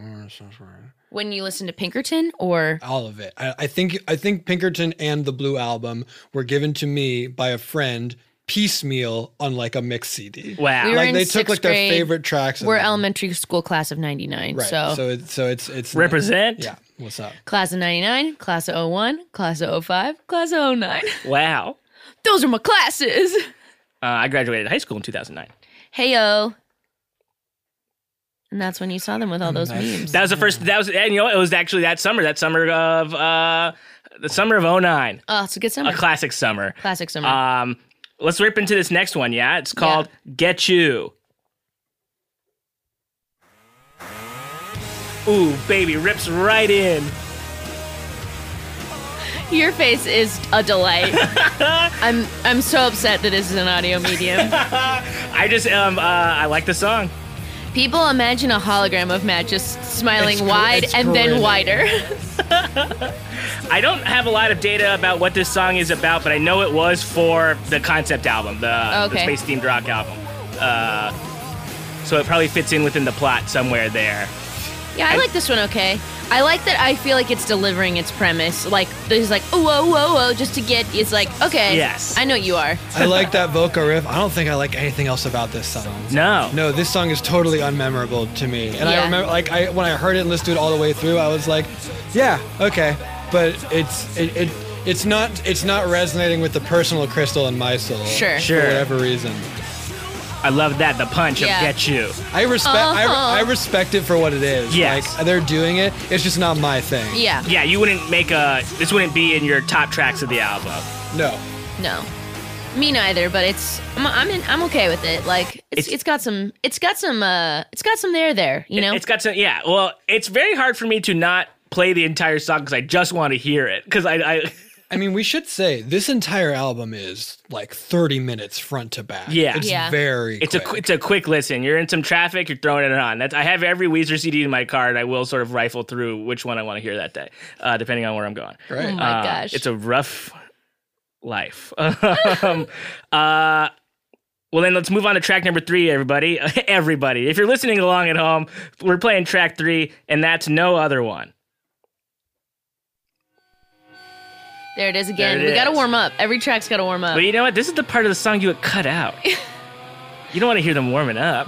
[SPEAKER 2] When you listen to Pinkerton or.
[SPEAKER 3] All of it. I, I think. I think Pinkerton and the Blue album were given to me by a friend piecemeal on like a mix CD.
[SPEAKER 1] Wow.
[SPEAKER 2] We were
[SPEAKER 3] Like
[SPEAKER 2] in
[SPEAKER 3] they took
[SPEAKER 2] sixth
[SPEAKER 3] like their
[SPEAKER 2] grade.
[SPEAKER 3] favorite tracks. and
[SPEAKER 2] We're
[SPEAKER 3] then-
[SPEAKER 2] elementary school class of 99.
[SPEAKER 3] Right.
[SPEAKER 2] So,
[SPEAKER 3] So it's so it's it's
[SPEAKER 1] Represent.
[SPEAKER 3] Yeah. What's up?
[SPEAKER 2] class of 99, class of 01, class of 05, class of 09.
[SPEAKER 1] Wow.
[SPEAKER 2] Those are my classes. [LAUGHS]
[SPEAKER 1] Uh, I graduated high school in 2009.
[SPEAKER 2] Hey, yo. And that's when you saw them with all those
[SPEAKER 3] Nice.
[SPEAKER 2] memes.
[SPEAKER 1] That was the first. That was and you know what? it was actually that summer. That summer of uh, the summer of 09.
[SPEAKER 2] Oh, it's a Ah. good summer.
[SPEAKER 1] a classic summer.
[SPEAKER 2] Classic summer.
[SPEAKER 1] Um, let's rip into this next one. Yeah, it's called "Get You." Ooh, baby, rips right in.
[SPEAKER 2] Your face is a delight. [LAUGHS] I'm I'm so upset that this is an audio [LAUGHS] medium.
[SPEAKER 1] I just um, uh, I like the song.
[SPEAKER 2] People imagine a hologram of Matt just smiling
[SPEAKER 3] It's cor-
[SPEAKER 2] wide
[SPEAKER 3] it's
[SPEAKER 2] and then
[SPEAKER 3] correct.
[SPEAKER 2] wider. [LAUGHS]
[SPEAKER 1] I don't have a lot of data about what this song is about, but I know it was for the concept album, the,
[SPEAKER 2] Okay.
[SPEAKER 1] space themed rock album. Uh, so it probably fits in within the plot somewhere there.
[SPEAKER 2] yeah, I like this one okay. I like that I feel like it's delivering its premise. Like there's like oh whoa whoa whoa just to get it's like okay.
[SPEAKER 1] Yes.
[SPEAKER 2] I know you are.
[SPEAKER 3] I like that vocal riff. I don't think I like anything else about this song.
[SPEAKER 1] No.
[SPEAKER 3] No, this song is totally unmemorable to me. And
[SPEAKER 2] Yeah.
[SPEAKER 3] I remember, like, I when I heard it and listened to it all the way through, I was like, yeah, okay, but it's it. it it's not it's not resonating with the personal crystal in my soul.
[SPEAKER 2] Sure.
[SPEAKER 1] Sure.
[SPEAKER 3] For whatever reason.
[SPEAKER 1] I love that, the punch
[SPEAKER 2] Yeah.
[SPEAKER 1] of Get You.
[SPEAKER 3] I respect
[SPEAKER 2] Uh-huh.
[SPEAKER 3] I, I respect it for what it is.
[SPEAKER 1] Yes.
[SPEAKER 3] Like they're doing it. It's just not my thing.
[SPEAKER 2] Yeah.
[SPEAKER 1] Yeah, you wouldn't make a. This wouldn't be in your top tracks of the album.
[SPEAKER 3] No.
[SPEAKER 2] No. Me neither, but it's I'm I'm, in, I'm okay with it. Like
[SPEAKER 1] It's-
[SPEAKER 2] it's, it's got some it's got some uh it's got some there there, you know?
[SPEAKER 1] It's got some. Yeah, well, it's very hard for me to not play the entire song because I just want to hear it. Because I, I,
[SPEAKER 3] I mean, we should say this entire album is like 30 minutes front to back.
[SPEAKER 1] Yeah.
[SPEAKER 3] It's
[SPEAKER 2] Yeah.
[SPEAKER 3] very
[SPEAKER 1] it's a
[SPEAKER 3] quick.
[SPEAKER 1] qu- it's a quick listen. You're in some traffic, you're throwing it on. That's I have every Weezer CD in my car, and I will sort of rifle through which one I want to hear that day, uh, depending on where I'm going.
[SPEAKER 3] Right.
[SPEAKER 2] oh my
[SPEAKER 1] Uh,
[SPEAKER 2] gosh.
[SPEAKER 1] it's a rough life. [LAUGHS] um, uh, well, then let's move on to track number three, everybody. [LAUGHS] everybody, if you're listening along at home, we're playing track three, and that's no other one.
[SPEAKER 2] There it is again.
[SPEAKER 1] There it
[SPEAKER 2] we gotta
[SPEAKER 1] is.
[SPEAKER 2] warm up. Every track's gotta warm up.
[SPEAKER 1] But you know what? This is the part of the song you would cut
[SPEAKER 2] [LAUGHS]
[SPEAKER 1] out. you don't want to hear them warming up.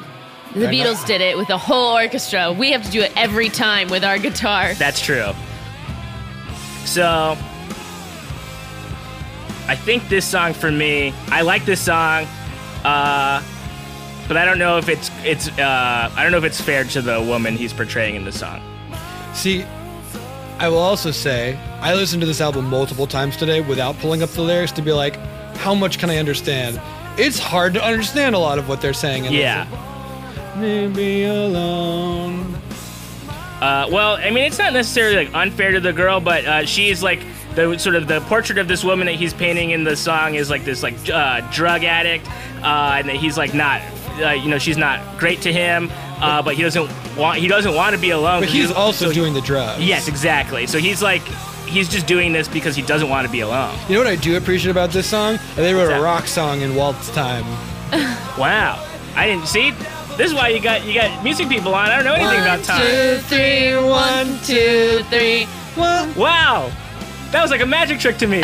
[SPEAKER 2] the
[SPEAKER 3] I know.
[SPEAKER 2] Beatles did it with the whole orchestra. We have to do it every time with our guitar.
[SPEAKER 1] That's true. So, I think this song for me, I like this song, uh, but I don't know if it's it's uh, I don't know if it's fair to the woman he's portraying in the song.
[SPEAKER 3] See, I will also say I listened to this album multiple times today without pulling up the lyrics to be like, how much can I understand? It's hard to understand a lot of what they're saying. In
[SPEAKER 1] Yeah.
[SPEAKER 3] This. Leave me alone.
[SPEAKER 1] Uh, well, I mean, it's not necessarily like unfair to the girl, but uh, she is like the sort of the portrait of this woman that he's painting in the song is like this like uh, drug addict, uh, and that he's like not, uh, you know, she's not great to him, uh, but he doesn't want he doesn't want to be alone.
[SPEAKER 3] But he's also
[SPEAKER 1] so-
[SPEAKER 3] doing the drugs.
[SPEAKER 1] yes, exactly. So he's like he's just doing this because he doesn't want to be alone.
[SPEAKER 3] You know what I do appreciate about this song? They wrote
[SPEAKER 1] that?
[SPEAKER 3] a rock song in waltz time.
[SPEAKER 1] Wow, I didn't see. This is why you got you got music people on. I don't know anything about time.
[SPEAKER 2] Two, three, one, two, three.
[SPEAKER 3] Well,
[SPEAKER 1] Wow, that was like a magic trick to me. [LAUGHS]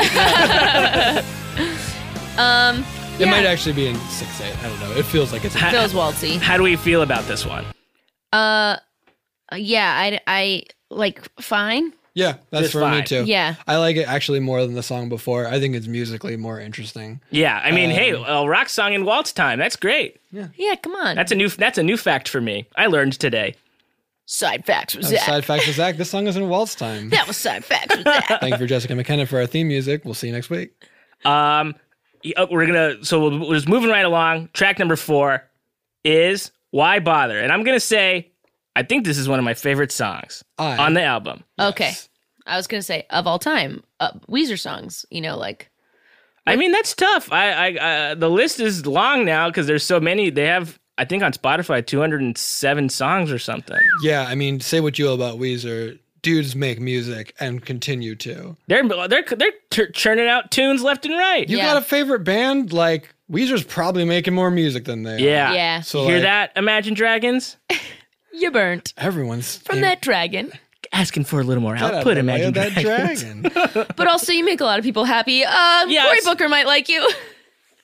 [SPEAKER 2] Um,
[SPEAKER 3] it
[SPEAKER 2] Yeah.
[SPEAKER 3] might actually be in six eight. I don't know. It feels like
[SPEAKER 1] [LAUGHS]
[SPEAKER 3] it's.
[SPEAKER 2] feels waltzy.
[SPEAKER 1] How do we feel about this one?
[SPEAKER 2] Uh, yeah, I, I like fine.
[SPEAKER 3] Yeah, that's
[SPEAKER 1] Just
[SPEAKER 3] for me
[SPEAKER 1] fine.
[SPEAKER 3] too.
[SPEAKER 2] Yeah.
[SPEAKER 3] I like it actually more than the song before. I think it's musically more interesting.
[SPEAKER 1] Yeah, I mean, hey, a rock song in waltz time. That's great.
[SPEAKER 2] Yeah, come on.
[SPEAKER 1] That's a new that's a new fact for me. I learned today.
[SPEAKER 2] side facts with
[SPEAKER 3] That was
[SPEAKER 2] Zach.
[SPEAKER 3] Oh, Side fact with Zach. This song is in waltz
[SPEAKER 1] [LAUGHS]
[SPEAKER 3] time.
[SPEAKER 2] that was side facts with Zach.
[SPEAKER 3] Thank you for Jessica McKenna for our theme music. We'll see you next week.
[SPEAKER 1] Um oh, we're gonna so we'll, we're just moving right along. Track number four is "Why Bother," and I'm gonna say I think this is one of my favorite songs
[SPEAKER 3] I-
[SPEAKER 1] on the album.
[SPEAKER 2] Okay. I was going to say, of all time, uh, Weezer songs, you know, like,
[SPEAKER 1] I mean, that's tough. I, I uh, the list is long now because there's so many. They have I think on Spotify 207 songs or something.
[SPEAKER 3] Yeah, I mean, say what you will about Weezer, dudes make music and continue to.
[SPEAKER 1] They're they're they're tur- churning out tunes left and right.
[SPEAKER 3] You
[SPEAKER 2] Yeah.
[SPEAKER 3] got a favorite band? Like Weezer's probably making more music than they. are.
[SPEAKER 1] yeah.
[SPEAKER 2] Yeah.
[SPEAKER 3] So
[SPEAKER 1] you hear
[SPEAKER 3] like,
[SPEAKER 1] that? Imagine Dragons
[SPEAKER 2] you burnt
[SPEAKER 3] Everyone's
[SPEAKER 2] from that dragon.
[SPEAKER 1] asking for a little more
[SPEAKER 3] Get out
[SPEAKER 1] output.
[SPEAKER 3] of the way
[SPEAKER 1] Imagine
[SPEAKER 3] of
[SPEAKER 1] Dragons.
[SPEAKER 3] that dragon.
[SPEAKER 2] [LAUGHS] But also, you make a lot of people happy. Um,
[SPEAKER 1] Yeah,
[SPEAKER 2] Cory
[SPEAKER 1] it's-
[SPEAKER 2] Booker might like you.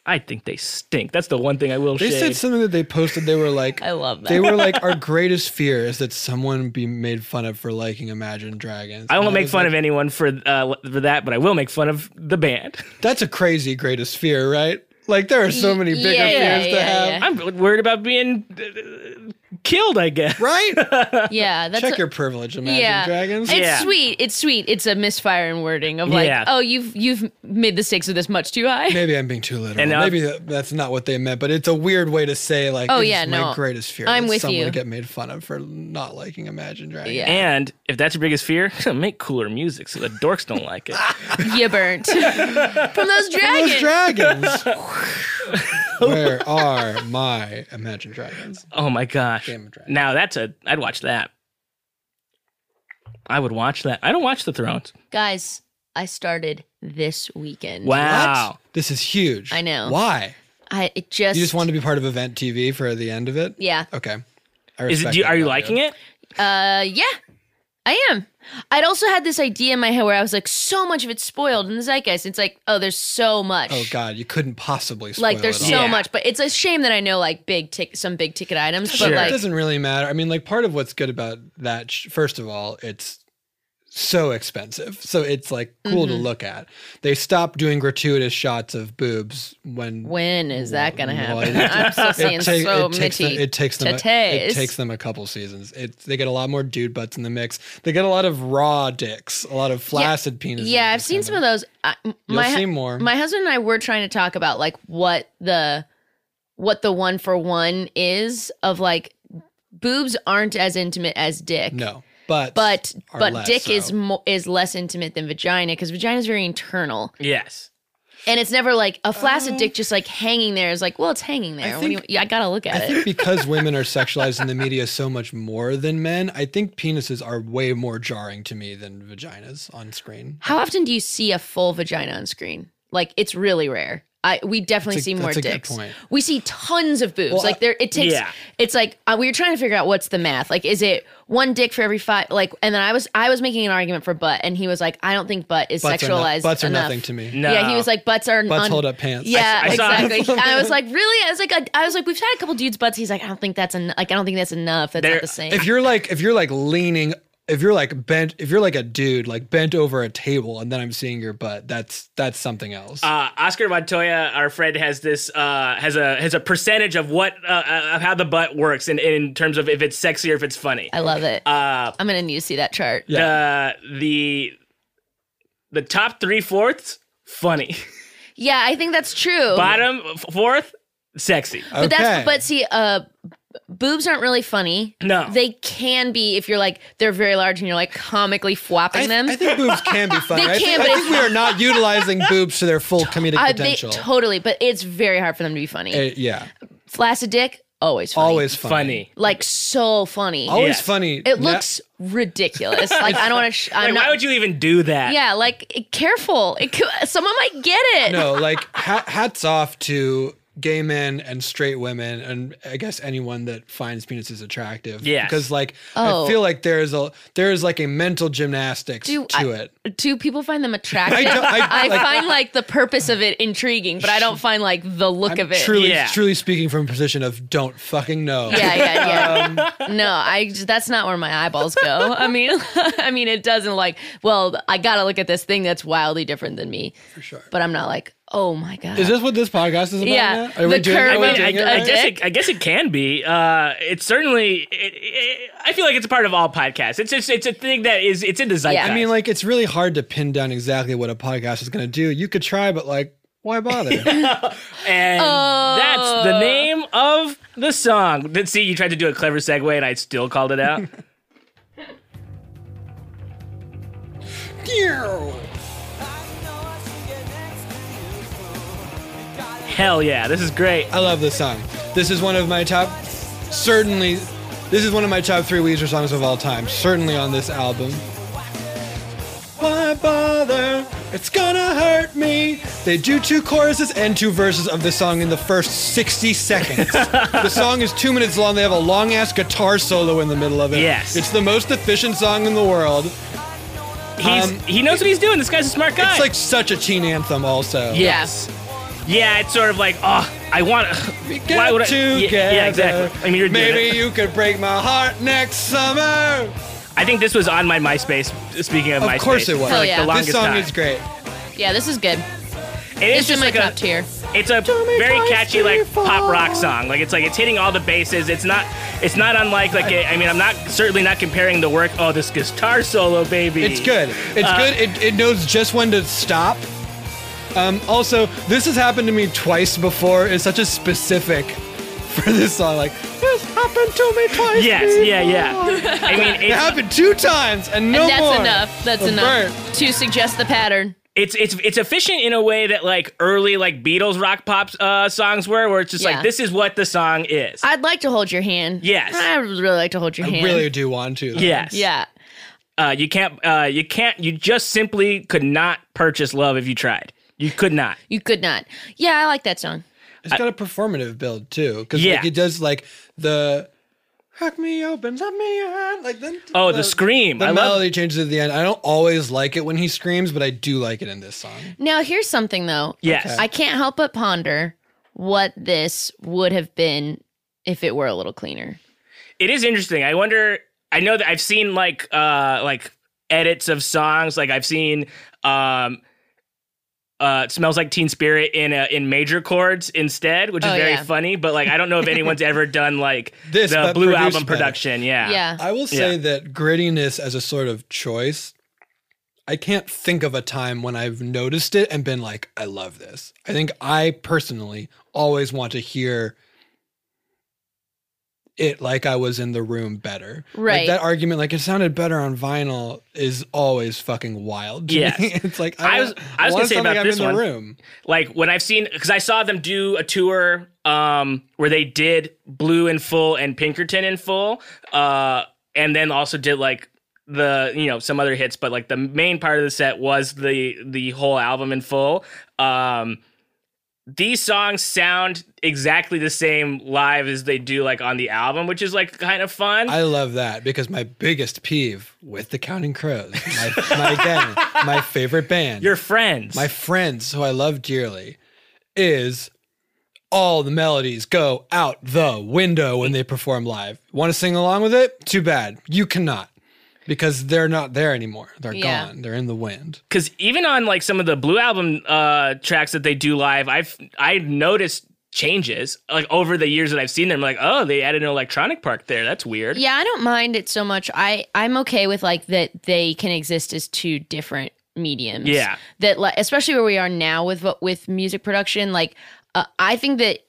[SPEAKER 1] I think they stink. That's the one thing I will
[SPEAKER 3] they
[SPEAKER 1] shade.
[SPEAKER 3] said something that they posted. They were
[SPEAKER 2] [LAUGHS]
[SPEAKER 3] like,
[SPEAKER 2] I love that.
[SPEAKER 3] they were like, our greatest fear is that someone be made fun of for liking Imagine Dragons.
[SPEAKER 1] I won't make fun of anyone for uh, for that, but I will make fun of the band.
[SPEAKER 3] That's a crazy greatest fear, right? Like there are so many bigger
[SPEAKER 2] Yeah, yeah,
[SPEAKER 3] fears to
[SPEAKER 2] yeah,
[SPEAKER 3] have.
[SPEAKER 2] yeah.
[SPEAKER 1] I'm worried about being uh, killed. I guess.
[SPEAKER 2] [LAUGHS]
[SPEAKER 3] Right?
[SPEAKER 2] [LAUGHS] yeah. That's
[SPEAKER 3] Check
[SPEAKER 2] a-
[SPEAKER 3] your privilege, Imagine
[SPEAKER 2] yeah.
[SPEAKER 3] Dragons.
[SPEAKER 2] It's
[SPEAKER 1] Yeah.
[SPEAKER 2] sweet. It's sweet. It's a misfire in wording of like,
[SPEAKER 1] Yeah.
[SPEAKER 2] oh, you've you've made the stakes of this much too high. [LAUGHS]
[SPEAKER 3] Maybe I'm being too literal.
[SPEAKER 1] And, uh,
[SPEAKER 3] Maybe that- that's not what they meant, but it's a weird way to say like,
[SPEAKER 2] Oh,
[SPEAKER 3] it's
[SPEAKER 2] yeah,
[SPEAKER 3] my
[SPEAKER 2] no.
[SPEAKER 3] greatest fear.
[SPEAKER 2] I'm
[SPEAKER 3] that
[SPEAKER 2] with
[SPEAKER 3] someone
[SPEAKER 2] you.
[SPEAKER 3] get made fun of for not liking Imagine Dragons.
[SPEAKER 2] Yeah.
[SPEAKER 1] And if that's your biggest fear, [LAUGHS] make cooler music so the dorks don't like it.
[SPEAKER 2] you burnt [LAUGHS] from those dragons.
[SPEAKER 3] Those dragons.
[SPEAKER 2] [LAUGHS]
[SPEAKER 3] Where are my Imagine Dragons?
[SPEAKER 1] Oh my gosh!
[SPEAKER 3] Game of Dragons.
[SPEAKER 1] Now that's a I'd watch that. I would watch that. I don't watch The Thrones.
[SPEAKER 2] Guys, I started this weekend.
[SPEAKER 1] Wow.
[SPEAKER 3] What? This is huge.
[SPEAKER 2] I know.
[SPEAKER 3] Why?
[SPEAKER 2] I it just
[SPEAKER 3] You just wanted to be part of event TV for the end of it?
[SPEAKER 2] Yeah.
[SPEAKER 3] Okay. I
[SPEAKER 1] Is it?
[SPEAKER 3] respect
[SPEAKER 1] Do you,
[SPEAKER 3] that
[SPEAKER 1] are you
[SPEAKER 3] about
[SPEAKER 1] liking it?
[SPEAKER 2] Uh, yeah, I am. I'd also had this idea in my head where I was like, so much of it's spoiled in the zeitgeist. It's like, oh, there's so much.
[SPEAKER 3] Oh God, you couldn't possibly spoil
[SPEAKER 2] Like, there's
[SPEAKER 3] it all.
[SPEAKER 2] so
[SPEAKER 1] Yeah.
[SPEAKER 2] much, but it's a shame that I know like big tick, some big ticket items.
[SPEAKER 1] Sure.
[SPEAKER 2] But
[SPEAKER 3] it
[SPEAKER 2] like,
[SPEAKER 3] doesn't really matter. I mean, like part of what's good about that, sh- first of all, it's so expensive. So it's like cool
[SPEAKER 2] Mm-hmm.
[SPEAKER 3] to look at. They stopped doing gratuitous shots of boobs when
[SPEAKER 2] when is that gonna
[SPEAKER 3] Well,
[SPEAKER 2] happen?
[SPEAKER 3] it-
[SPEAKER 2] [LAUGHS] I'm still
[SPEAKER 3] it,
[SPEAKER 2] seeing
[SPEAKER 3] ta-
[SPEAKER 2] so
[SPEAKER 3] it takes them,
[SPEAKER 2] many
[SPEAKER 3] it takes them a, it
[SPEAKER 2] tates.
[SPEAKER 3] takes them a couple seasons. It, they get a lot more dude butts in the mix. They get a lot of raw dicks, a lot of flaccid penises.
[SPEAKER 2] Yeah, I've seen some of those. I, m-
[SPEAKER 3] You'll
[SPEAKER 2] my, hu-
[SPEAKER 3] see more.
[SPEAKER 2] My husband and I were trying to talk about like what the what the one for one is of like boobs aren't as intimate as dick.
[SPEAKER 3] No, but
[SPEAKER 2] But
[SPEAKER 3] are
[SPEAKER 2] but
[SPEAKER 3] less
[SPEAKER 2] dick is
[SPEAKER 3] so.
[SPEAKER 2] mo- is less intimate than vagina because vagina is very internal
[SPEAKER 1] Yes.
[SPEAKER 2] and it's never like a flaccid dick just like hanging there is like well it's hanging there. what do you,
[SPEAKER 3] Oh. think-
[SPEAKER 2] yeah, I gotta look
[SPEAKER 3] I
[SPEAKER 2] at
[SPEAKER 3] think
[SPEAKER 2] it.
[SPEAKER 3] because women are sexualized in the media so much more than men, I think penises are way more jarring to me than vaginas on screen.
[SPEAKER 2] How often do you see a full vagina on screen? Like it's really rare. I we definitely
[SPEAKER 3] That's a-
[SPEAKER 2] see more
[SPEAKER 3] that's a good
[SPEAKER 2] dicks.
[SPEAKER 3] point.
[SPEAKER 2] We see tons of boobs.
[SPEAKER 3] Well,
[SPEAKER 2] like there, it takes.
[SPEAKER 1] yeah.
[SPEAKER 2] It's like uh, we were trying to figure out what's the math. Like, is it one dick for every five? Like, and then I was I was making an argument for butt, and he was like, I don't think butt is
[SPEAKER 3] Butts are not-
[SPEAKER 2] sexualized.
[SPEAKER 3] butts are
[SPEAKER 2] enough.
[SPEAKER 3] nothing to me.
[SPEAKER 1] No.
[SPEAKER 2] Yeah, he was like, butts are
[SPEAKER 3] Butts
[SPEAKER 2] un-
[SPEAKER 3] hold up pants.
[SPEAKER 2] Yeah,
[SPEAKER 1] I saw-
[SPEAKER 3] [LAUGHS]
[SPEAKER 2] exactly. I was like, really? I was like, I, I was like, we've had a couple dudes' butts. He's like, I don't think that's en- like, I don't think that's enough. That's
[SPEAKER 1] There-
[SPEAKER 2] not the same.
[SPEAKER 3] If you're like if you're like leaning if you're like bent if you're like a dude like bent over a table and then I'm seeing your butt, that's that's something else.
[SPEAKER 1] Uh, Oscar Montoya, our friend, has this uh, has a has a percentage of what uh, uh, of how the butt works in, in terms of if it's sexy or if it's funny.
[SPEAKER 2] I love it.
[SPEAKER 1] Uh,
[SPEAKER 2] I'm gonna need to see that chart.
[SPEAKER 1] the the the top three fourths funny,
[SPEAKER 2] Yeah, I think that's true.
[SPEAKER 1] bottom f- fourth sexy.
[SPEAKER 2] But
[SPEAKER 3] Okay.
[SPEAKER 2] that's but see, uh, b- boobs aren't really funny.
[SPEAKER 1] No.
[SPEAKER 2] they can be if you're like they're very large and you're like comically flopping
[SPEAKER 3] I,
[SPEAKER 2] them.
[SPEAKER 3] I think boobs
[SPEAKER 2] [LAUGHS]
[SPEAKER 3] can be funny.
[SPEAKER 2] They
[SPEAKER 3] I think-
[SPEAKER 2] can,
[SPEAKER 3] I
[SPEAKER 2] but
[SPEAKER 3] think we are not utilizing boobs to
[SPEAKER 2] [LAUGHS]
[SPEAKER 3] their full comedic
[SPEAKER 2] I- Uh, they-
[SPEAKER 3] potential.
[SPEAKER 2] totally, but it's very hard for them to be funny.
[SPEAKER 3] Uh, yeah,
[SPEAKER 2] Flaccid dick, always funny.
[SPEAKER 3] always Oh, funny.
[SPEAKER 1] Funny.
[SPEAKER 2] like so funny.
[SPEAKER 3] Always
[SPEAKER 1] Yes.
[SPEAKER 3] funny.
[SPEAKER 2] it
[SPEAKER 3] Na-
[SPEAKER 2] looks ridiculous. Like I don't want to. Sh- I'm
[SPEAKER 1] Like,
[SPEAKER 2] not.
[SPEAKER 1] why would you even do that?
[SPEAKER 2] yeah, like careful. It could, someone might get it.
[SPEAKER 3] no, like ha- hats off to gay men and straight women, and I guess anyone that finds penises attractive.
[SPEAKER 1] Yes.
[SPEAKER 3] because like
[SPEAKER 2] Oh.
[SPEAKER 3] I feel like there is a there is like a mental gymnastics
[SPEAKER 2] Do
[SPEAKER 3] to
[SPEAKER 2] I-
[SPEAKER 3] it.
[SPEAKER 2] Do people find
[SPEAKER 3] [LAUGHS]
[SPEAKER 2] them attractive?
[SPEAKER 3] I
[SPEAKER 2] I,
[SPEAKER 3] don't- I- like-
[SPEAKER 2] find like the purpose of it intriguing, but I don't find like the look of it.
[SPEAKER 3] Truly,
[SPEAKER 1] Yeah.
[SPEAKER 3] truly speaking from a position of don't fucking know.
[SPEAKER 2] Yeah, yeah, yeah. no, I that's not where my eyeballs go. [LAUGHS] I mean, I mean, it doesn't like. Well, I gotta look at this thing that's wildly different than me. For
[SPEAKER 3] sure.
[SPEAKER 2] But I'm not like, oh my god.
[SPEAKER 3] Is this what this podcast is about?
[SPEAKER 2] Yeah.
[SPEAKER 3] now? Are we
[SPEAKER 2] The
[SPEAKER 3] doing, are
[SPEAKER 1] I
[SPEAKER 3] we
[SPEAKER 2] curve
[SPEAKER 1] mean,
[SPEAKER 2] of
[SPEAKER 3] doing it
[SPEAKER 1] I, I
[SPEAKER 3] right?
[SPEAKER 1] guess
[SPEAKER 2] dick?
[SPEAKER 1] it, I guess it can be. Uh, it's certainly. It, it, I feel like it's a part of all podcasts. It's just it's a thing that is it's in the zeitgeist.
[SPEAKER 2] Yeah.
[SPEAKER 3] I mean, like, it's really hard to pin down exactly what a podcast is going to do. You could try, but like, Why bother?
[SPEAKER 1] And that's
[SPEAKER 2] Oh.
[SPEAKER 1] the name of the song. Did see you tried to do a clever segue and I still called it
[SPEAKER 2] [LAUGHS]
[SPEAKER 1] out. Hell yeah, this is great.
[SPEAKER 3] I love this song. This is one of my top, certainly, this is one of my top three Weezer songs of all time. Certainly on this album. Why bother? It's gonna hurt me. They do two choruses and two verses of the song in the first
[SPEAKER 1] [LAUGHS]
[SPEAKER 3] 60 seconds. the song is two minutes long. They have a long ass guitar solo in the middle of it.
[SPEAKER 1] Yes.
[SPEAKER 3] It's the most efficient song in the world.
[SPEAKER 1] He's
[SPEAKER 3] Um,
[SPEAKER 1] he knows what he's doing. This guy's a smart guy.
[SPEAKER 3] It's like such a teen anthem, also.
[SPEAKER 1] yes. Yeah, it's sort of like, oh, I want [SIGHS]
[SPEAKER 3] We
[SPEAKER 1] to.
[SPEAKER 3] get
[SPEAKER 1] Why would I?
[SPEAKER 3] together.
[SPEAKER 1] Yeah, yeah, exactly. I mean, you're doing
[SPEAKER 3] Maybe
[SPEAKER 1] it.
[SPEAKER 3] you could break my heart next summer.
[SPEAKER 1] I think this was on my MySpace. Speaking of,
[SPEAKER 3] Of
[SPEAKER 1] MySpace,
[SPEAKER 3] course it was.
[SPEAKER 1] for, like,
[SPEAKER 2] Hell Oh, yeah.
[SPEAKER 1] the
[SPEAKER 2] This
[SPEAKER 1] longest
[SPEAKER 3] This song
[SPEAKER 1] time.
[SPEAKER 3] is great.
[SPEAKER 2] Yeah, this is good.
[SPEAKER 1] It is
[SPEAKER 2] It's,
[SPEAKER 1] just
[SPEAKER 2] in my
[SPEAKER 1] like
[SPEAKER 2] top
[SPEAKER 1] a,
[SPEAKER 2] tier.
[SPEAKER 1] It's a
[SPEAKER 3] me
[SPEAKER 1] very
[SPEAKER 3] twice,
[SPEAKER 1] catchy like
[SPEAKER 3] three,
[SPEAKER 1] pop
[SPEAKER 3] four.
[SPEAKER 1] rock song. Like it's like it's hitting all the bases. It's not it's not unlike like a, I mean I'm not certainly not comparing the work. Oh, this guitar solo, baby.
[SPEAKER 3] It's good. It's
[SPEAKER 1] Uh,
[SPEAKER 3] good. It, it knows just when to stop. Um, also, this has happened to me twice before. It's such a specific [LAUGHS] for this song. Like, this happened to me twice.
[SPEAKER 1] Yes. Yeah.
[SPEAKER 3] before."
[SPEAKER 1] Yeah. I mean
[SPEAKER 3] [LAUGHS] It
[SPEAKER 1] it's
[SPEAKER 3] happened two times and no
[SPEAKER 2] and that's
[SPEAKER 3] more.
[SPEAKER 2] enough. That's
[SPEAKER 3] A
[SPEAKER 2] enough
[SPEAKER 3] burn.
[SPEAKER 2] to suggest the pattern.
[SPEAKER 1] it's it's it's efficient in a way that like early like Beatles rock pop uh, songs were, where it's just
[SPEAKER 2] Yeah.
[SPEAKER 1] like this is what the song is.
[SPEAKER 2] I'd like to hold your hand.
[SPEAKER 1] Yes.
[SPEAKER 2] I would really like to hold your
[SPEAKER 3] I
[SPEAKER 2] hand.
[SPEAKER 3] really do want to. though.
[SPEAKER 1] yes.
[SPEAKER 2] Yeah.
[SPEAKER 1] Uh, you can't. Uh, you can't. You just simply could not purchase love if you tried. You could not.
[SPEAKER 2] You could not. Yeah, I like that song.
[SPEAKER 3] It's got a performative build too, because
[SPEAKER 1] Yeah.
[SPEAKER 3] like it does like the crack me open, let me out, like then.
[SPEAKER 1] Oh, the scream.
[SPEAKER 3] The
[SPEAKER 1] I love.
[SPEAKER 3] melody changes at the end. I don't always like it when he screams, but I do like it in this song.
[SPEAKER 2] Now, here's something though.
[SPEAKER 1] Yes.
[SPEAKER 2] I can't help but ponder what this would have been if it were a little cleaner.
[SPEAKER 1] it is interesting. I wonder. I know that I've seen like uh like edits of songs. Like I've seen um uh it smells like Teen Spirit in uh, in major chords instead, which is
[SPEAKER 2] Oh,
[SPEAKER 1] very
[SPEAKER 2] yeah.
[SPEAKER 1] funny. But like I don't know if anyone's ever done like
[SPEAKER 3] [LAUGHS] This,
[SPEAKER 1] the
[SPEAKER 3] but
[SPEAKER 1] Blue
[SPEAKER 3] produced
[SPEAKER 1] Album
[SPEAKER 3] better.
[SPEAKER 1] production. Yeah.
[SPEAKER 2] Yeah.
[SPEAKER 3] I will say
[SPEAKER 1] Yeah.
[SPEAKER 3] that grittiness as a sort of choice, I can't think of a time when I've noticed it and been like, I love this. I think I personally always want to hear it like I was in the room better. Like,
[SPEAKER 2] Right.
[SPEAKER 3] that argument, like it sounded better on vinyl, is always fucking wild. to
[SPEAKER 1] Yes.
[SPEAKER 3] me. [LAUGHS] it's like
[SPEAKER 1] I
[SPEAKER 3] I,
[SPEAKER 1] was-
[SPEAKER 3] want-
[SPEAKER 1] I was gonna
[SPEAKER 3] want
[SPEAKER 1] say
[SPEAKER 3] something
[SPEAKER 1] about
[SPEAKER 3] I'm
[SPEAKER 1] this
[SPEAKER 3] in
[SPEAKER 1] one.
[SPEAKER 3] the room.
[SPEAKER 1] Like when I've seen because I saw them do a tour um where they did Blue in full and Pinkerton in full, uh, and then also did like the you know some other hits, but like the main part of the set was the the whole album in full. Um, these songs sound exactly the same live as they do like on the album, which is like kind of fun.
[SPEAKER 3] I love that because my biggest peeve with the Counting Crows, my, my again, my favorite band.
[SPEAKER 1] Your friends,
[SPEAKER 3] my friends who I love dearly is all the melodies go out the window when they perform live. Want to sing along with it? Too bad. You cannot because they're not there anymore. They're
[SPEAKER 2] Yeah.
[SPEAKER 3] gone. They're in the wind.
[SPEAKER 1] because even on like some of the blue album uh tracks that they do live i've i noticed changes like over the years that i've seen them like oh they added an electronic part there that's weird
[SPEAKER 2] Yeah, I don't mind it so much. I I'm okay with like that they can exist as two different mediums.
[SPEAKER 1] Yeah.
[SPEAKER 2] That like especially where we are now with vo- with music production, like uh, I think that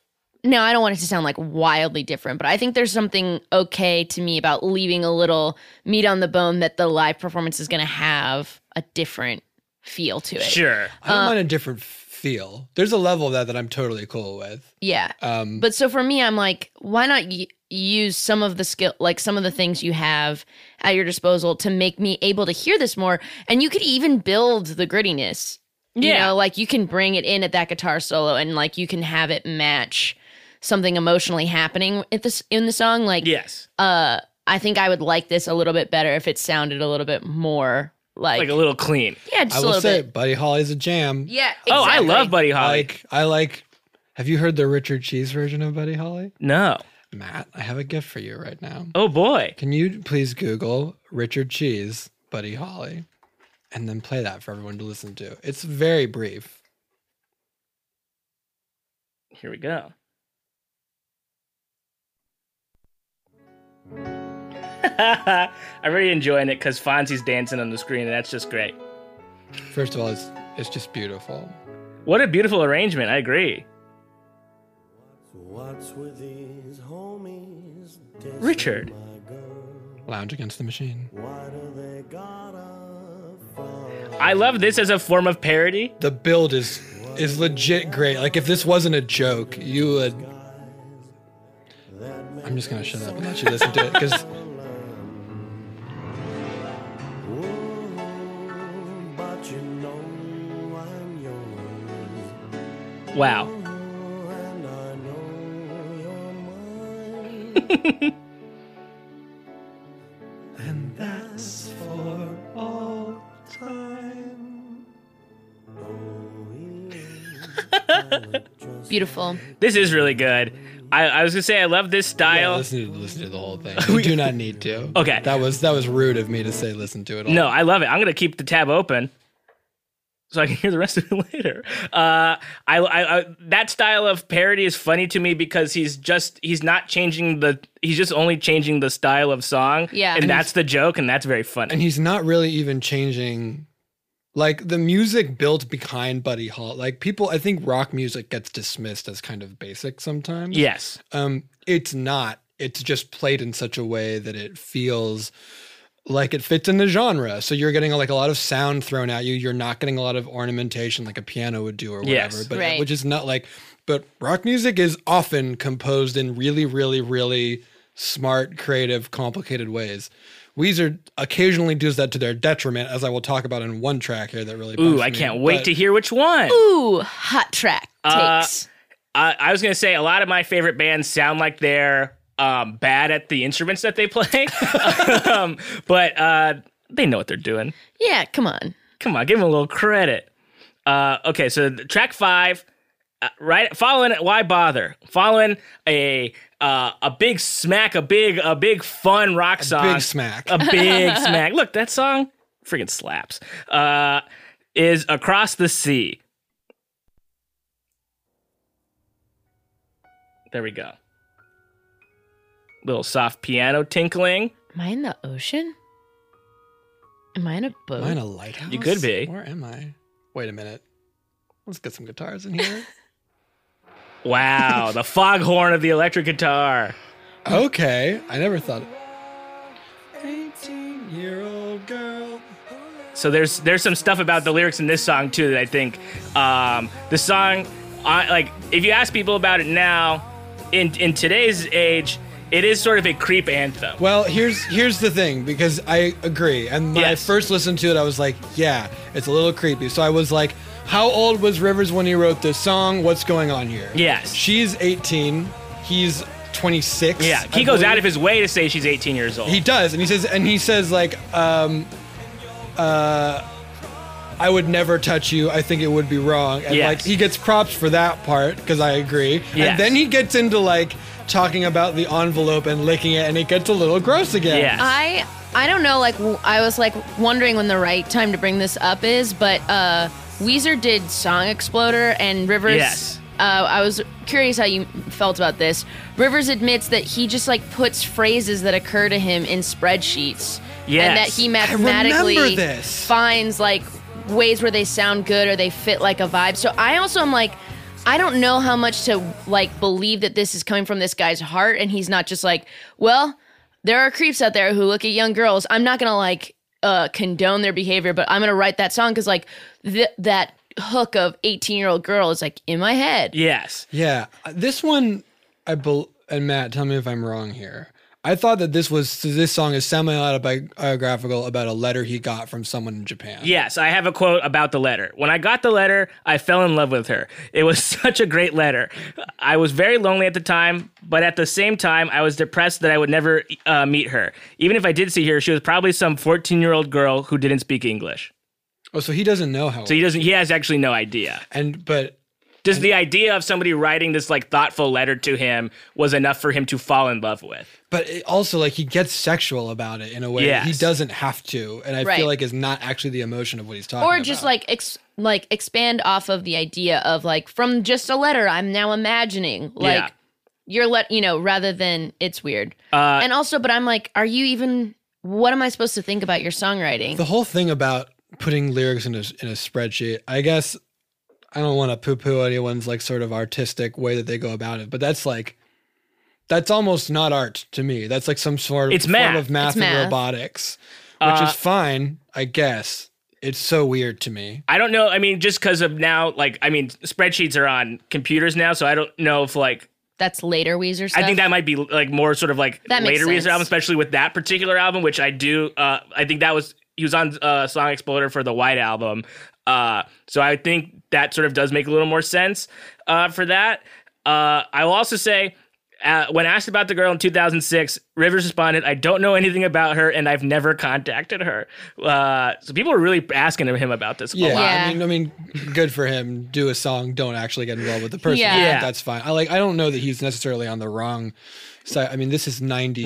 [SPEAKER 2] no, I don't want it to sound like wildly different, but I think there's something okay to me about leaving a little meat on the bone that the live performance is going to have a different feel to it.
[SPEAKER 1] sure
[SPEAKER 3] I
[SPEAKER 2] Uh,
[SPEAKER 3] don't mind a different feel. There's a level of that that I'm totally cool with.
[SPEAKER 2] Yeah.
[SPEAKER 3] Um,
[SPEAKER 2] But so for me, I'm like, why not y- use some of the skill, like some of the things you have at your disposal to make me able to hear this more? And you could even build the grittiness. You
[SPEAKER 1] Yeah.
[SPEAKER 2] know, like you can bring it in at that guitar solo and like you can have it match something emotionally happening at this in the song. Like,
[SPEAKER 1] yes
[SPEAKER 2] uh, I think I would like this a little bit better if it sounded a little bit more like,
[SPEAKER 1] like a little clean
[SPEAKER 2] yeah, just
[SPEAKER 3] I
[SPEAKER 2] a
[SPEAKER 3] will
[SPEAKER 2] little
[SPEAKER 3] say,
[SPEAKER 2] bit.
[SPEAKER 3] Buddy Holly's a jam.
[SPEAKER 2] Yeah.
[SPEAKER 1] oh i
[SPEAKER 2] exactly.
[SPEAKER 1] love buddy
[SPEAKER 3] I
[SPEAKER 1] holly
[SPEAKER 3] like, I like, have you heard the Richard Cheese version of Buddy Holly?
[SPEAKER 1] no
[SPEAKER 3] Matt, I have a gift for you right now.
[SPEAKER 1] oh boy
[SPEAKER 3] Can you please Google Richard Cheese, Buddy Holly, and then play that for everyone to listen to? It's very brief.
[SPEAKER 1] here we go [LAUGHS] i'm really enjoying it because fonzie's dancing on the screen and that's just great
[SPEAKER 3] First of all, it's it's just beautiful.
[SPEAKER 1] What a beautiful arrangement. I agree.
[SPEAKER 4] What's with these homies? dissing
[SPEAKER 1] Richard.
[SPEAKER 4] my girl?
[SPEAKER 3] Lounge against the machine.
[SPEAKER 4] Why do they gotta fight?
[SPEAKER 1] I love this as a form of parody.
[SPEAKER 3] The build is is legit great. Like if this wasn't a joke, you would. I'm just gonna shut up and let you listen to it because
[SPEAKER 4] Ooh, But you know I'm yours,
[SPEAKER 1] Wow.
[SPEAKER 4] and I know you're mine. and that's for all time. Oh,
[SPEAKER 2] Beautiful.
[SPEAKER 1] This is really good. I, I was going to say, I love this
[SPEAKER 3] yeah,
[SPEAKER 1] style.
[SPEAKER 3] listen to listen to the
[SPEAKER 1] [LAUGHS]
[SPEAKER 3] whole thing. We do not need to.
[SPEAKER 1] Okay.
[SPEAKER 3] That was that was rude of me to say listen to it. All.
[SPEAKER 1] No, I love it. I'm gonna keep the tab open so I can [LAUGHS] hear the rest of it later. Uh, I, I, I that style of parody is funny to me because he's just he's not changing the he's just only changing the style of song.
[SPEAKER 2] Yeah.
[SPEAKER 1] and,
[SPEAKER 2] And
[SPEAKER 1] that's the joke, and that's very funny.
[SPEAKER 3] and he's not really even changing like the music built behind buddy hall like people i think rock music gets dismissed as kind of basic sometimes
[SPEAKER 1] yes,
[SPEAKER 3] um it's not it's just played in such a way that it feels like it fits in the genre so you're getting like a lot of sound thrown at you you're not getting a lot of ornamentation like a piano would do or whatever
[SPEAKER 1] Yes.
[SPEAKER 3] but uh,
[SPEAKER 2] Right.
[SPEAKER 3] which is not like but rock music is often composed in really really really smart creative complicated ways Weezer occasionally does that to their detriment, as I will talk about in one track here that really.
[SPEAKER 1] ooh,
[SPEAKER 3] bumps
[SPEAKER 1] I
[SPEAKER 3] me,
[SPEAKER 1] can't wait
[SPEAKER 3] but-
[SPEAKER 1] to hear which one.
[SPEAKER 2] Ooh, hot track
[SPEAKER 1] Uh,
[SPEAKER 2] takes.
[SPEAKER 1] I, I was gonna say a lot of my favorite bands sound like they're um, bad at the instruments that they play, [LAUGHS] um, but uh, they know what they're doing.
[SPEAKER 2] yeah, come on.
[SPEAKER 1] Come on, give him a little credit. Uh, okay, so the- track five, uh, right? Following why bother? Following a uh, a big smack, a big a big fun rock song,
[SPEAKER 3] Big smack.
[SPEAKER 1] a big smack. Look, that song freaking slaps. Uh, is across the sea. There we go. Little soft piano tinkling.
[SPEAKER 2] Am I in the ocean? Am I in a boat?
[SPEAKER 3] Am I in a lighthouse?
[SPEAKER 1] You could be.
[SPEAKER 3] Where am I? Wait a minute. Let's get some guitars in
[SPEAKER 1] [LAUGHS]
[SPEAKER 3] here.
[SPEAKER 1] Wow, the foghorn of the electric guitar.
[SPEAKER 3] okay, I never thought. Eighteen-year-old girl.
[SPEAKER 1] So there's there's some stuff about the lyrics in this song too that I think um, the song, I, like if you ask people about it now, in in today's age, it is sort of a creep anthem.
[SPEAKER 3] Well, here's here's the thing because I agree. And when
[SPEAKER 1] Yes.
[SPEAKER 3] I first listened to it, I was like, yeah, it's a little creepy. So I was like, how old was Rivers when he wrote this song? What's going on here?
[SPEAKER 1] Yes.
[SPEAKER 3] She's 18. He's 26.
[SPEAKER 1] yeah,
[SPEAKER 3] I
[SPEAKER 1] he goes out
[SPEAKER 3] believe.
[SPEAKER 1] of his way to say she's 18 years old.
[SPEAKER 3] He does, and he says, and he says like, um, uh, I would never touch you. I think it would be wrong. And
[SPEAKER 1] Yes.
[SPEAKER 3] like, he gets props for that part because I agree.
[SPEAKER 1] Yes.
[SPEAKER 3] And then he gets into like talking about the envelope and licking it, and it gets a little gross again.
[SPEAKER 1] Yeah.
[SPEAKER 2] I I don't know. Like w- I was like wondering when the right time to bring this up is, but uh, Weezer did "Song Exploder" and Rivers.
[SPEAKER 1] Yes.
[SPEAKER 2] Uh, I was curious how you felt about this. Rivers admits that he just like puts phrases that occur to him in spreadsheets,
[SPEAKER 1] Yes.
[SPEAKER 2] and that he
[SPEAKER 3] remember
[SPEAKER 2] mathematically
[SPEAKER 3] this.
[SPEAKER 2] finds like ways where they sound good or they fit like a vibe. So I also am like. I don't know how much to like believe that this is coming from this guy's heart and he's not just like, well, there are creeps out there who look at young girls. I'm not gonna like uh, condone their behavior, but I'm gonna write that song because like th- that hook of 18 year old girl is like in my head.
[SPEAKER 1] yes.
[SPEAKER 3] Yeah, this one, I bel and Matt, tell me if I'm wrong here. I thought that this was this song is semi autobiographical about a letter he got from someone in Japan.
[SPEAKER 1] Yes, I have a quote about the letter. When I got the letter, I fell in love with her. It was [LAUGHS] such a great letter. I was very lonely at the time, but at the same time, I was depressed that I would never uh, meet her. Even if I did see her, she was probably some 14 year old girl who didn't speak English.
[SPEAKER 3] Oh, so he doesn't know how.
[SPEAKER 1] So he doesn't. He has actually no idea.
[SPEAKER 3] and but
[SPEAKER 1] Just the idea of somebody writing this like thoughtful letter to him was enough for him to fall in love with.
[SPEAKER 3] but it also like he gets sexual about it in a way that he
[SPEAKER 1] Yes.
[SPEAKER 3] doesn't have to and i
[SPEAKER 2] Right.
[SPEAKER 3] feel like is not actually the emotion of what he's talking
[SPEAKER 2] Or
[SPEAKER 3] about
[SPEAKER 2] just like ex- like expand off of the idea of like from just a letter, I'm now imagining like
[SPEAKER 1] Yeah.
[SPEAKER 2] you're let you know rather than it's weird.
[SPEAKER 1] Uh,
[SPEAKER 2] and also, but I'm like, are you even? What am I supposed to think about your songwriting?
[SPEAKER 3] the whole thing about putting lyrics in a, in a spreadsheet i guess I don't want to poo poo anyone's like sort of artistic way that they go about it, but that's like that's almost not art to me. That's like some sort of
[SPEAKER 1] It's
[SPEAKER 3] form
[SPEAKER 1] math.
[SPEAKER 3] of math
[SPEAKER 2] It's
[SPEAKER 3] and
[SPEAKER 2] math.
[SPEAKER 3] robotics, which
[SPEAKER 1] Uh,
[SPEAKER 3] is fine, I guess. It's so weird to me.
[SPEAKER 1] I don't know. I mean, just because of now, like, I mean, spreadsheets are on computers now, so I don't know if like
[SPEAKER 2] That's later Weezer stuff.
[SPEAKER 1] I think that might be like more sort of like
[SPEAKER 2] That makes
[SPEAKER 1] later Weezer
[SPEAKER 2] sense.
[SPEAKER 1] album, especially with that particular album, which I do. Uh, I think that was he was on uh, Song Exploder for the White album, uh, so I think that sort of does make a little more sense uh, for that. Uh, I will also say. Uh, when asked about the girl in 2006, Rivers responded, "I don't know anything about her, and I've never contacted her." Uh, so people were really asking him about this. a
[SPEAKER 3] Yeah,
[SPEAKER 1] lot.
[SPEAKER 2] Yeah.
[SPEAKER 3] I mean, I mean, good for him. Do a song. Don't actually get involved with the person.
[SPEAKER 2] Yeah.
[SPEAKER 3] I think
[SPEAKER 1] Yeah.
[SPEAKER 3] that's fine. I like. I don't know that he's necessarily on the wrong side. I mean, this is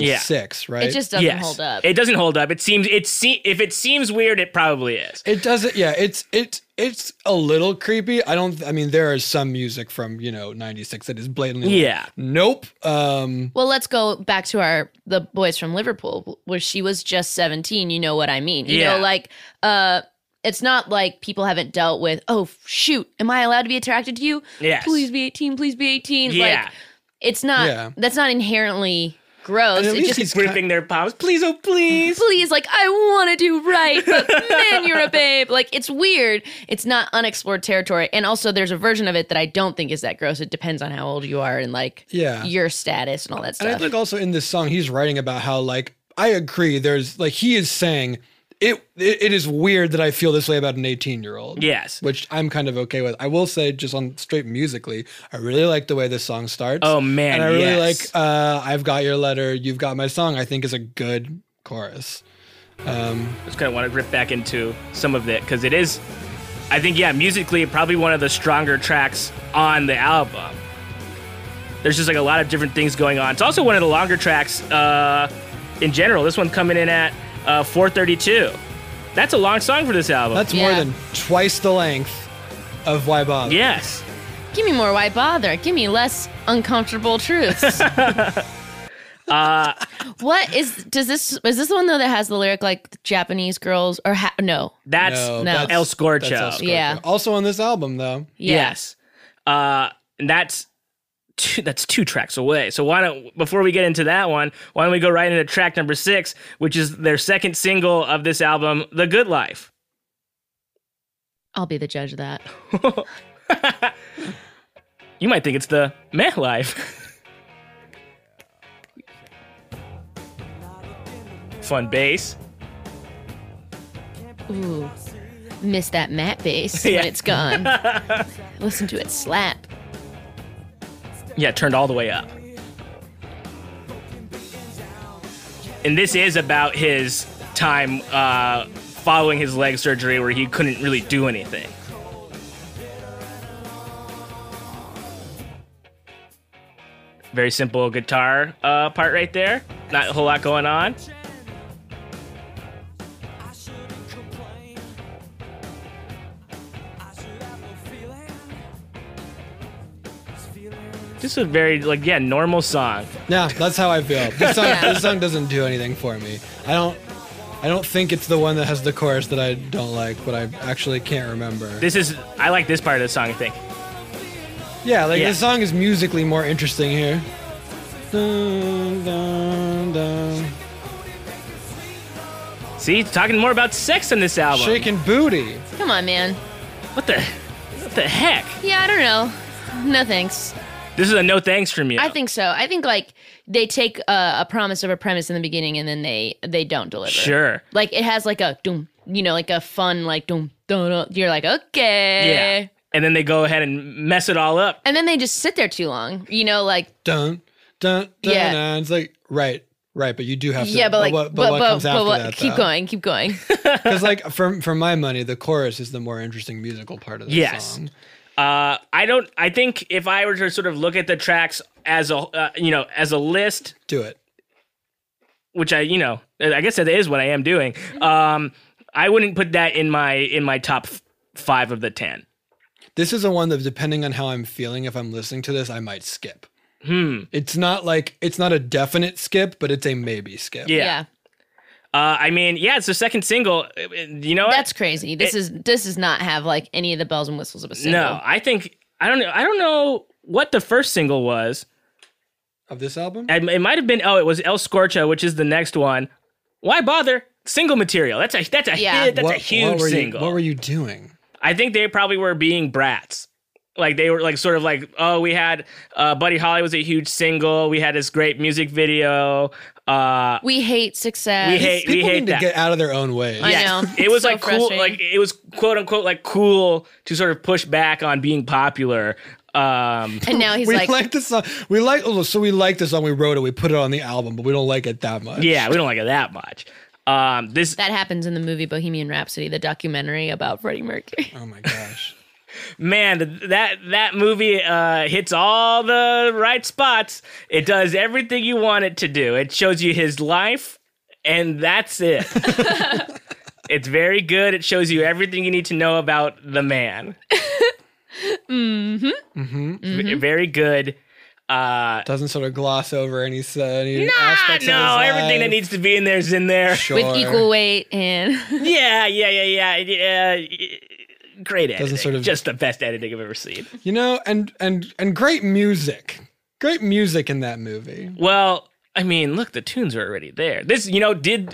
[SPEAKER 3] '96, right?
[SPEAKER 2] it just doesn't hold up.
[SPEAKER 1] It doesn't hold up. It seems it se- if it seems weird, it probably is.
[SPEAKER 3] It doesn't. Yeah, it's it's it's a little creepy. I don't. I mean, there is some music from you know '96 that is blatantly. like,
[SPEAKER 1] Yeah.
[SPEAKER 3] nope. Um.
[SPEAKER 2] well, let's go back to our the boys from Liverpool, where she was just seventeen. You know what I mean? You
[SPEAKER 1] Yeah.
[SPEAKER 2] know, like uh, it's not like people haven't dealt with. Oh shoot, am I allowed to be attracted to you?
[SPEAKER 1] Yes.
[SPEAKER 2] Please be eighteen. Please be eighteen.
[SPEAKER 1] Yeah.
[SPEAKER 2] Like it's not.
[SPEAKER 3] Yeah.
[SPEAKER 2] That's not inherently gross.
[SPEAKER 3] And at
[SPEAKER 2] It
[SPEAKER 3] least
[SPEAKER 2] just
[SPEAKER 3] he's kind-
[SPEAKER 1] Gripping their palms. Please, oh please.
[SPEAKER 2] please like i want to do right
[SPEAKER 3] [LAUGHS]
[SPEAKER 2] but man you're a babe like it's weird it's not unexplored territory and also there's a version of it that i don't think is that gross it depends on how old you are and like
[SPEAKER 3] Yeah.
[SPEAKER 2] your status and all that
[SPEAKER 3] And I
[SPEAKER 2] stuff
[SPEAKER 3] think also in this song, he's writing about how like I agree. There's like he is saying it. It, it is weird that I feel this way about an 18 year old.
[SPEAKER 1] Yes.
[SPEAKER 3] Which I'm kind of okay with. I will say, just on straight musically, I really like the way this song starts.
[SPEAKER 1] Oh, man,
[SPEAKER 3] And I really
[SPEAKER 1] yes.
[SPEAKER 3] like uh, "I've Got Your Letter, You've Got My Song." I think is a good chorus.
[SPEAKER 1] Just kind of want to grip back into some of it because it is, I think, yeah, musically probably one of the stronger tracks on the album. There's just like a lot of different things going on. It's also one of the longer tracks uh, in general. This one coming in at uh, 4:32. That's a long song for this album.
[SPEAKER 3] That's more
[SPEAKER 2] Yeah.
[SPEAKER 3] than twice the length of "Why Bother."
[SPEAKER 1] yes.
[SPEAKER 2] give me more why bother give me less uncomfortable
[SPEAKER 3] [LAUGHS]
[SPEAKER 2] truths
[SPEAKER 3] Uh,
[SPEAKER 2] what is does this is this the one though that has the lyric like japanese girls or ha- no
[SPEAKER 1] That's
[SPEAKER 3] No,
[SPEAKER 2] No.
[SPEAKER 1] El
[SPEAKER 3] that's-
[SPEAKER 1] Scorcho.
[SPEAKER 3] that's El Scorcho.
[SPEAKER 2] Yeah.
[SPEAKER 3] Also on this album, though.
[SPEAKER 1] Yes. Uh, and that's two, that's two tracks away. So why don't before we get into that one, why don't we go right into track number six, which is their second single of this album, "The Good Life."
[SPEAKER 2] i'll be the judge of that
[SPEAKER 1] You might think it's the meh life. [LAUGHS] Fun bass.
[SPEAKER 2] Ooh, miss that matte bass
[SPEAKER 3] [LAUGHS]
[SPEAKER 1] Yeah.
[SPEAKER 2] when it's gone. Listen to it slap.
[SPEAKER 1] Yeah, turned all the way up. And this is about his time uh, following his leg surgery where he couldn't really do anything. Very simple guitar uh, part right there. Not a whole lot going on. Just a very like yeah normal song.
[SPEAKER 3] Yeah, that's how I feel. This song,
[SPEAKER 2] Yeah.
[SPEAKER 3] this song doesn't do anything for me. I don't. I don't think it's the one that has the chorus that I don't like, but I actually can't remember.
[SPEAKER 1] This is I like this part of the song. I think.
[SPEAKER 3] yeah, like
[SPEAKER 1] yeah.
[SPEAKER 3] this song is musically more interesting here. Dun, dun, dun.
[SPEAKER 1] See, he's talking more about sex in this album.
[SPEAKER 3] Shaking booty.
[SPEAKER 2] Come on, man.
[SPEAKER 1] What the what the heck?
[SPEAKER 2] Yeah, I don't know. No thanks.
[SPEAKER 1] This is a no thanks from you.
[SPEAKER 2] I think so. I think like they take a, a promise of a premise in the beginning and then they they don't deliver.
[SPEAKER 1] Sure.
[SPEAKER 2] Like it has like a doom, you know, like a fun like doom, dun, dun. You're like okay.
[SPEAKER 1] Yeah. And then they go ahead and mess it all up.
[SPEAKER 2] And then they just sit there too long, you know, like
[SPEAKER 3] Dun dun dun.
[SPEAKER 2] Yeah.
[SPEAKER 3] dun. It's like right, right, but you do have to.
[SPEAKER 2] yeah, but like
[SPEAKER 3] what, but, what comes after that?
[SPEAKER 2] keep going, keep going.
[SPEAKER 3] Because like for for my money, the chorus is the more interesting musical part of the
[SPEAKER 1] Yes.
[SPEAKER 3] song.
[SPEAKER 1] Uh, I don't. I think if I were to sort of look at the tracks as a uh, you know as a list,
[SPEAKER 3] Do it.
[SPEAKER 1] which I you know I guess that is what I am doing.
[SPEAKER 2] Mm-hmm.
[SPEAKER 1] Um, I wouldn't put that in my in my top f- five of the ten.
[SPEAKER 3] This is a one that, depending on how I'm feeling, if I'm listening to this, I might skip. Hmm. It's not like it's not a definite skip, but it's a maybe skip.
[SPEAKER 1] [LAUGHS] Yeah.
[SPEAKER 2] yeah.
[SPEAKER 1] Uh, I mean, yeah, it's the second single. Uh, You know what?
[SPEAKER 2] That's crazy. This is this does not have like any of the bells and whistles of a single.
[SPEAKER 1] no. I think I don't know. I don't know what the first single was.
[SPEAKER 3] of this album.
[SPEAKER 1] It, it might have been. Oh, it was El Scorcho, which is the next one. Why bother? Single material. That's a that's a
[SPEAKER 2] Yeah.
[SPEAKER 1] hit. That's a
[SPEAKER 3] what
[SPEAKER 1] huge
[SPEAKER 3] were you-
[SPEAKER 1] single.
[SPEAKER 3] what were you doing?
[SPEAKER 1] I think they probably were being brats. Like they were like sort of like, oh, we had uh, Buddy Holly was a huge single. We had this great music video. Uh,
[SPEAKER 2] We hate success.
[SPEAKER 1] we hate we
[SPEAKER 3] People
[SPEAKER 1] hate
[SPEAKER 3] need to
[SPEAKER 1] that.
[SPEAKER 3] get out of their own way.
[SPEAKER 2] I know.
[SPEAKER 1] It was
[SPEAKER 2] So
[SPEAKER 1] like cool,
[SPEAKER 2] frustrating.
[SPEAKER 1] like it was quote unquote like cool to sort of push back on being popular. Um,
[SPEAKER 2] and now he's
[SPEAKER 3] [LAUGHS] we
[SPEAKER 2] like,
[SPEAKER 3] like, this song. We like oh, so we like the song. We wrote it. We put it on the album, but we don't like it that much.
[SPEAKER 1] yeah, we don't like it that much. Um, this
[SPEAKER 2] that happens in the movie Bohemian Rhapsody, the documentary about Freddie Mercury.
[SPEAKER 3] Oh my gosh.
[SPEAKER 1] man, th- that that movie uh, hits all the right spots. It does everything you want it to do. It shows you his life, and that's [LAUGHS] it. it's very good. It shows you everything you need to know about the man. mm-hmm. Mm-hmm. Very good. Uh,
[SPEAKER 3] Doesn't sort of gloss over any s- any
[SPEAKER 1] Ah,
[SPEAKER 3] aspects. of
[SPEAKER 1] no,
[SPEAKER 3] his
[SPEAKER 1] everything that
[SPEAKER 3] life.
[SPEAKER 1] needs to be in there is in there.
[SPEAKER 3] Sure.
[SPEAKER 2] With equal weight and [LAUGHS]
[SPEAKER 1] Yeah, yeah, yeah, yeah, yeah. y- Great editing.
[SPEAKER 3] sort of-
[SPEAKER 1] Just the best editing I've ever seen.
[SPEAKER 3] You know, and and and great music. Great music in that movie.
[SPEAKER 1] Well, I mean, look, the tunes are already there. This, you know, did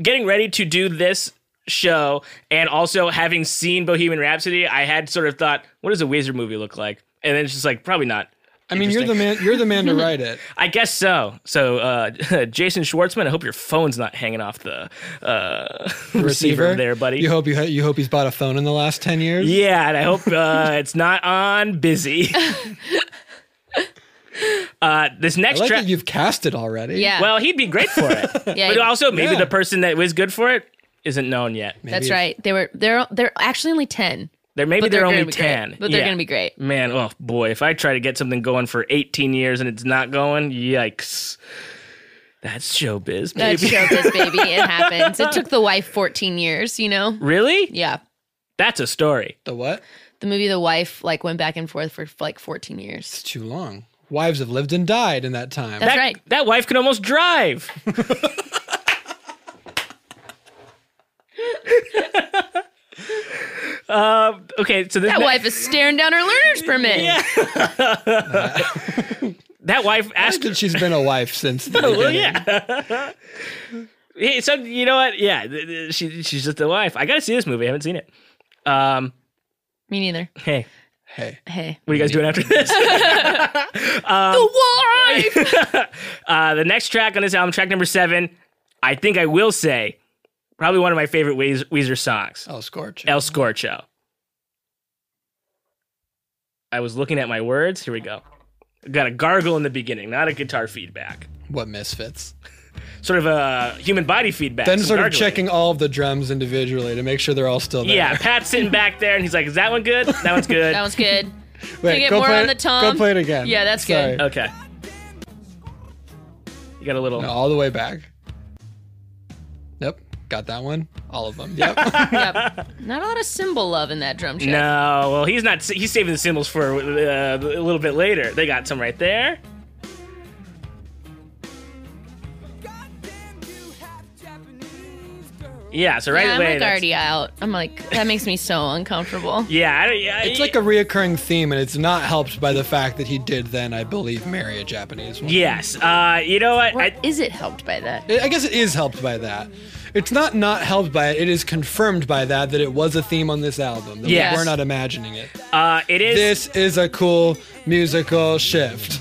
[SPEAKER 1] getting ready to do this show and also having seen Bohemian Rhapsody, I had sort of thought, what does a Weezer movie look like? And then it's just like, probably not.
[SPEAKER 3] I mean, you're the man. You're the
[SPEAKER 1] [LAUGHS]
[SPEAKER 3] man to write it.
[SPEAKER 1] I guess so. So, uh, [LAUGHS] Jason Schwartzman, I hope your phone's not hanging off the uh, [LAUGHS] receiver.
[SPEAKER 3] Receiver
[SPEAKER 1] there, buddy.
[SPEAKER 3] You hope you ha- you hope he's bought a phone in the last ten years.
[SPEAKER 1] Yeah, and I hope uh, [LAUGHS] it's not on busy.
[SPEAKER 3] [LAUGHS]
[SPEAKER 1] uh, this
[SPEAKER 3] I
[SPEAKER 1] next
[SPEAKER 3] like
[SPEAKER 1] track.
[SPEAKER 3] that you've cast it already.
[SPEAKER 2] yeah,
[SPEAKER 1] well, he'd be great for
[SPEAKER 3] [LAUGHS]
[SPEAKER 1] it.
[SPEAKER 2] Yeah,
[SPEAKER 1] but
[SPEAKER 2] he-
[SPEAKER 1] also, maybe
[SPEAKER 3] yeah.
[SPEAKER 1] the person that was good for it isn't known yet.
[SPEAKER 2] that's
[SPEAKER 3] maybe.
[SPEAKER 2] right. They were they're they're actually only ten,
[SPEAKER 1] They're maybe
[SPEAKER 2] but
[SPEAKER 1] they're,
[SPEAKER 2] they're, gonna
[SPEAKER 1] only
[SPEAKER 2] be
[SPEAKER 1] ten.
[SPEAKER 2] Great. But they're
[SPEAKER 1] Yeah.
[SPEAKER 2] gonna
[SPEAKER 1] [LAUGHS]
[SPEAKER 2] be great.
[SPEAKER 1] Man, oh boy, if I try to get something going for 18 years and it's not going, yikes. That's showbiz, baby.
[SPEAKER 2] That's showbiz, baby. It happens. It took the wife 14 years, you know?
[SPEAKER 1] [LAUGHS] really?
[SPEAKER 2] Yeah.
[SPEAKER 1] That's a story.
[SPEAKER 3] The what?
[SPEAKER 2] The movie The Wife like went back and forth for like 14 years.
[SPEAKER 3] It's too long. Wives have lived and died in that time.
[SPEAKER 2] That's
[SPEAKER 1] that,
[SPEAKER 2] right.
[SPEAKER 1] That wife can almost
[SPEAKER 2] [LAUGHS]
[SPEAKER 1] drive. [LAUGHS] Um, okay, so this
[SPEAKER 2] That
[SPEAKER 1] ne-
[SPEAKER 2] wife is staring down
[SPEAKER 1] [LAUGHS]
[SPEAKER 2] her learner's permit. Yeah.
[SPEAKER 1] that wife
[SPEAKER 3] I
[SPEAKER 1] asked.
[SPEAKER 3] think she's been a wife since
[SPEAKER 1] [LAUGHS]
[SPEAKER 3] the
[SPEAKER 1] Oh,
[SPEAKER 3] [LAUGHS]
[SPEAKER 1] Well,
[SPEAKER 3] beginning.
[SPEAKER 1] yeah. [LAUGHS] Hey, so you know what? Yeah, th- th- she, she's just a wife. I gotta see this movie. I haven't seen it. Um,
[SPEAKER 2] Me neither.
[SPEAKER 1] hey,
[SPEAKER 3] Hey,
[SPEAKER 2] Hey.
[SPEAKER 1] what are you guys doing after this? [LAUGHS] Um,
[SPEAKER 2] the wife!
[SPEAKER 1] uh, the next track on this album, track number seven, I think I will say, probably one of my favorite Weez- Weezer songs.
[SPEAKER 3] El Scorch.
[SPEAKER 1] El Scorcho. I was looking at my words. Here we go. Got a gargle in the beginning, not a guitar feedback.
[SPEAKER 3] what misfits?
[SPEAKER 1] Sort of a human body feedback.
[SPEAKER 3] Then
[SPEAKER 1] some
[SPEAKER 3] sort of
[SPEAKER 1] gargling.
[SPEAKER 3] checking all of the drums individually to make sure they're all still there. [LAUGHS]
[SPEAKER 1] Yeah, Pat's sitting back there and he's like, Is that one good? That one's good.
[SPEAKER 2] That one's good.
[SPEAKER 3] Wait,
[SPEAKER 2] Can you get
[SPEAKER 3] go
[SPEAKER 2] more
[SPEAKER 3] play
[SPEAKER 2] on
[SPEAKER 3] it-
[SPEAKER 2] the tom?
[SPEAKER 3] Go play it again.
[SPEAKER 2] Yeah, that's good.
[SPEAKER 3] Sorry.
[SPEAKER 1] okay. You got a little.
[SPEAKER 3] No, all the way back. Yep, got that one. All of them.
[SPEAKER 1] [LAUGHS]
[SPEAKER 3] Yep.
[SPEAKER 2] Yep. Not a lot of cymbal love in that drum check.
[SPEAKER 1] No, well, he's not. He's saving the symbols for uh, a little bit later. They got some right there. Yeah, so right
[SPEAKER 2] yeah, I'm
[SPEAKER 1] away.
[SPEAKER 2] like
[SPEAKER 1] that's-
[SPEAKER 2] already out. I'm like, that makes me so uncomfortable.
[SPEAKER 1] [LAUGHS] yeah, I don't, yeah,
[SPEAKER 3] it's like a reoccurring theme, and it's not helped by the fact that he did then, I believe, marry a Japanese woman.
[SPEAKER 1] Yes. Uh, you know what?
[SPEAKER 2] Or
[SPEAKER 1] I,
[SPEAKER 2] is it helped by that?
[SPEAKER 3] I I guess it is helped by that. It's not not helped by it. It is confirmed by that that it was a theme on this album. That
[SPEAKER 1] Yes.
[SPEAKER 3] we were not imagining it.
[SPEAKER 1] uh, it is.
[SPEAKER 3] This is a cool musical shift.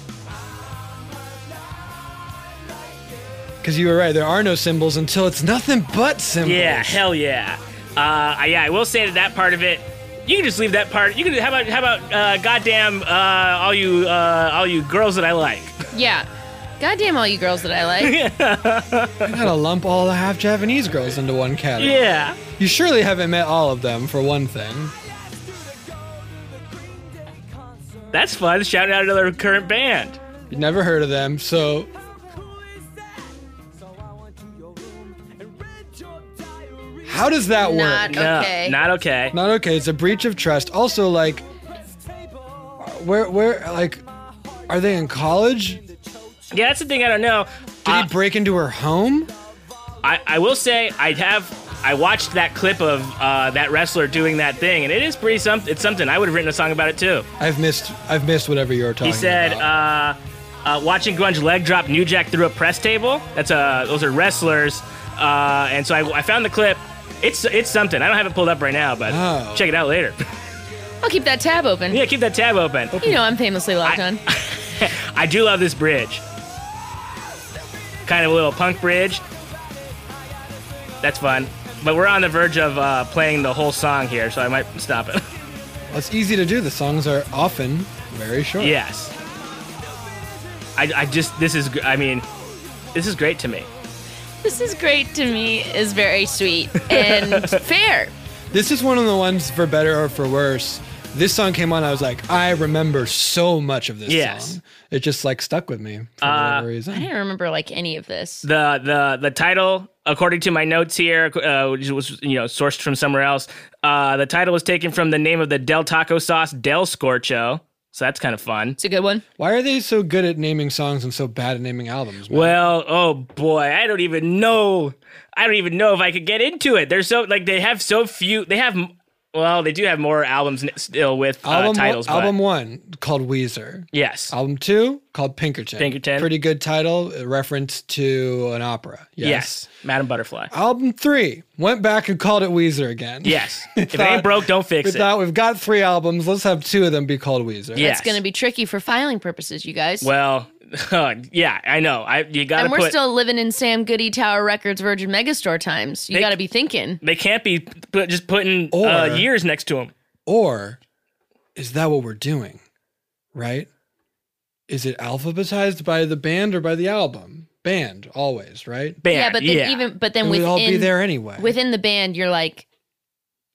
[SPEAKER 3] Because you were right, there are no symbols until it's nothing but symbols.
[SPEAKER 1] Yeah, hell yeah. Uh, yeah, I will say that that part of it. You can just leave that part. You can how about how about uh, goddamn uh, all you uh, all you girls that I like.
[SPEAKER 2] Yeah. Goddamn all you girls that
[SPEAKER 1] [LAUGHS]
[SPEAKER 2] I like.
[SPEAKER 3] You gotta lump all the half Japanese girls into one category.
[SPEAKER 1] Yeah.
[SPEAKER 3] You surely haven't met all of them, for one thing.
[SPEAKER 1] That's fun. Shouting out another current band.
[SPEAKER 3] You've never heard of them, so how does that
[SPEAKER 2] Not
[SPEAKER 3] work?
[SPEAKER 1] No,
[SPEAKER 2] okay.
[SPEAKER 1] not okay.
[SPEAKER 3] Not okay. It's a breach of trust. Also, like, where, where, like, are they in college?
[SPEAKER 1] Yeah, that's the thing I don't know.
[SPEAKER 3] Did
[SPEAKER 1] Uh,
[SPEAKER 3] he break into her home?
[SPEAKER 1] I, I will say I have I watched that clip of uh, that wrestler doing that thing, and it is pretty some. It's something I would have written a song about it too.
[SPEAKER 3] I've missed I've missed whatever you're talking
[SPEAKER 1] He said,
[SPEAKER 3] about.
[SPEAKER 1] uh, uh, "Watching grunge leg drop New Jack through a press table." That's uh those are wrestlers, uh, and so I, I found the clip. It's it's something. I don't have it pulled up right now, but
[SPEAKER 3] Oh.
[SPEAKER 1] check it out later. [LAUGHS]
[SPEAKER 2] I'll keep that tab open.
[SPEAKER 1] yeah, keep that tab open.
[SPEAKER 2] You know I'm famously locked
[SPEAKER 1] I-
[SPEAKER 2] on.
[SPEAKER 1] I do love this bridge. Kind of a little punk bridge. That's fun. But we're on the verge of uh, playing the whole song here, so I might stop it. [LAUGHS]
[SPEAKER 3] Well, it's easy to do. The songs are often very short.
[SPEAKER 1] yes. I, I just, this is, gr- I mean, this is great to me.
[SPEAKER 2] This is great to me is very sweet
[SPEAKER 1] [LAUGHS]
[SPEAKER 2] and fair.
[SPEAKER 3] This is one of the ones for better or for worse. This song came on, I was like, I remember so much of this
[SPEAKER 1] Yes. Uh,
[SPEAKER 3] song. It just like stuck with me for whatever
[SPEAKER 2] I
[SPEAKER 3] reason.
[SPEAKER 2] didn't remember like any of this.
[SPEAKER 1] The, the, the title, according to my notes here, uh, which was, you know, sourced from somewhere else, uh, the title was taken from the name of the Del Taco Sauce, Del Scorcho. So that's kind of fun.
[SPEAKER 2] It's a good one.
[SPEAKER 3] Why are they so good at naming songs and so bad at naming albums? man?
[SPEAKER 1] Well, oh boy, I don't even know. I don't even know if I could get into it. They're so like they have so few. They have m- well, they do have more albums n- still with uh,
[SPEAKER 3] album,
[SPEAKER 1] titles. but-
[SPEAKER 3] album one called Weezer.
[SPEAKER 1] yes,
[SPEAKER 3] Album two called Pinkerton.
[SPEAKER 1] Pinkerton.
[SPEAKER 3] Pretty good title, a reference to an opera. Yes.
[SPEAKER 1] yes, Madam
[SPEAKER 3] [LAUGHS]
[SPEAKER 1] Butterfly.
[SPEAKER 3] Album three went back and called it Weezer again.
[SPEAKER 1] Yes, if it
[SPEAKER 3] thought-
[SPEAKER 1] ain't broke, don't
[SPEAKER 3] [LAUGHS] We
[SPEAKER 1] fix it.
[SPEAKER 3] thought we've got three albums. Let's have two of them be called Weezer.
[SPEAKER 1] Yes.
[SPEAKER 2] It's going to be tricky for filing purposes, you guys.
[SPEAKER 1] Well, [LAUGHS] uh, yeah, I know. I you gotta
[SPEAKER 2] and we're
[SPEAKER 1] put.
[SPEAKER 2] still living in Sam Goody Tower Records Virgin Megastore times. You
[SPEAKER 1] They-
[SPEAKER 2] got to be thinking.
[SPEAKER 1] they can't be put, just putting
[SPEAKER 3] Or-
[SPEAKER 1] uh, years next to them.
[SPEAKER 3] Or is that what we're doing? Right? Is it alphabetized by the band or by the album? Band always, right?
[SPEAKER 1] Band,
[SPEAKER 2] yeah, but then even but then
[SPEAKER 3] And we'd
[SPEAKER 2] within
[SPEAKER 3] all be there anyway.
[SPEAKER 2] within the band, you're like,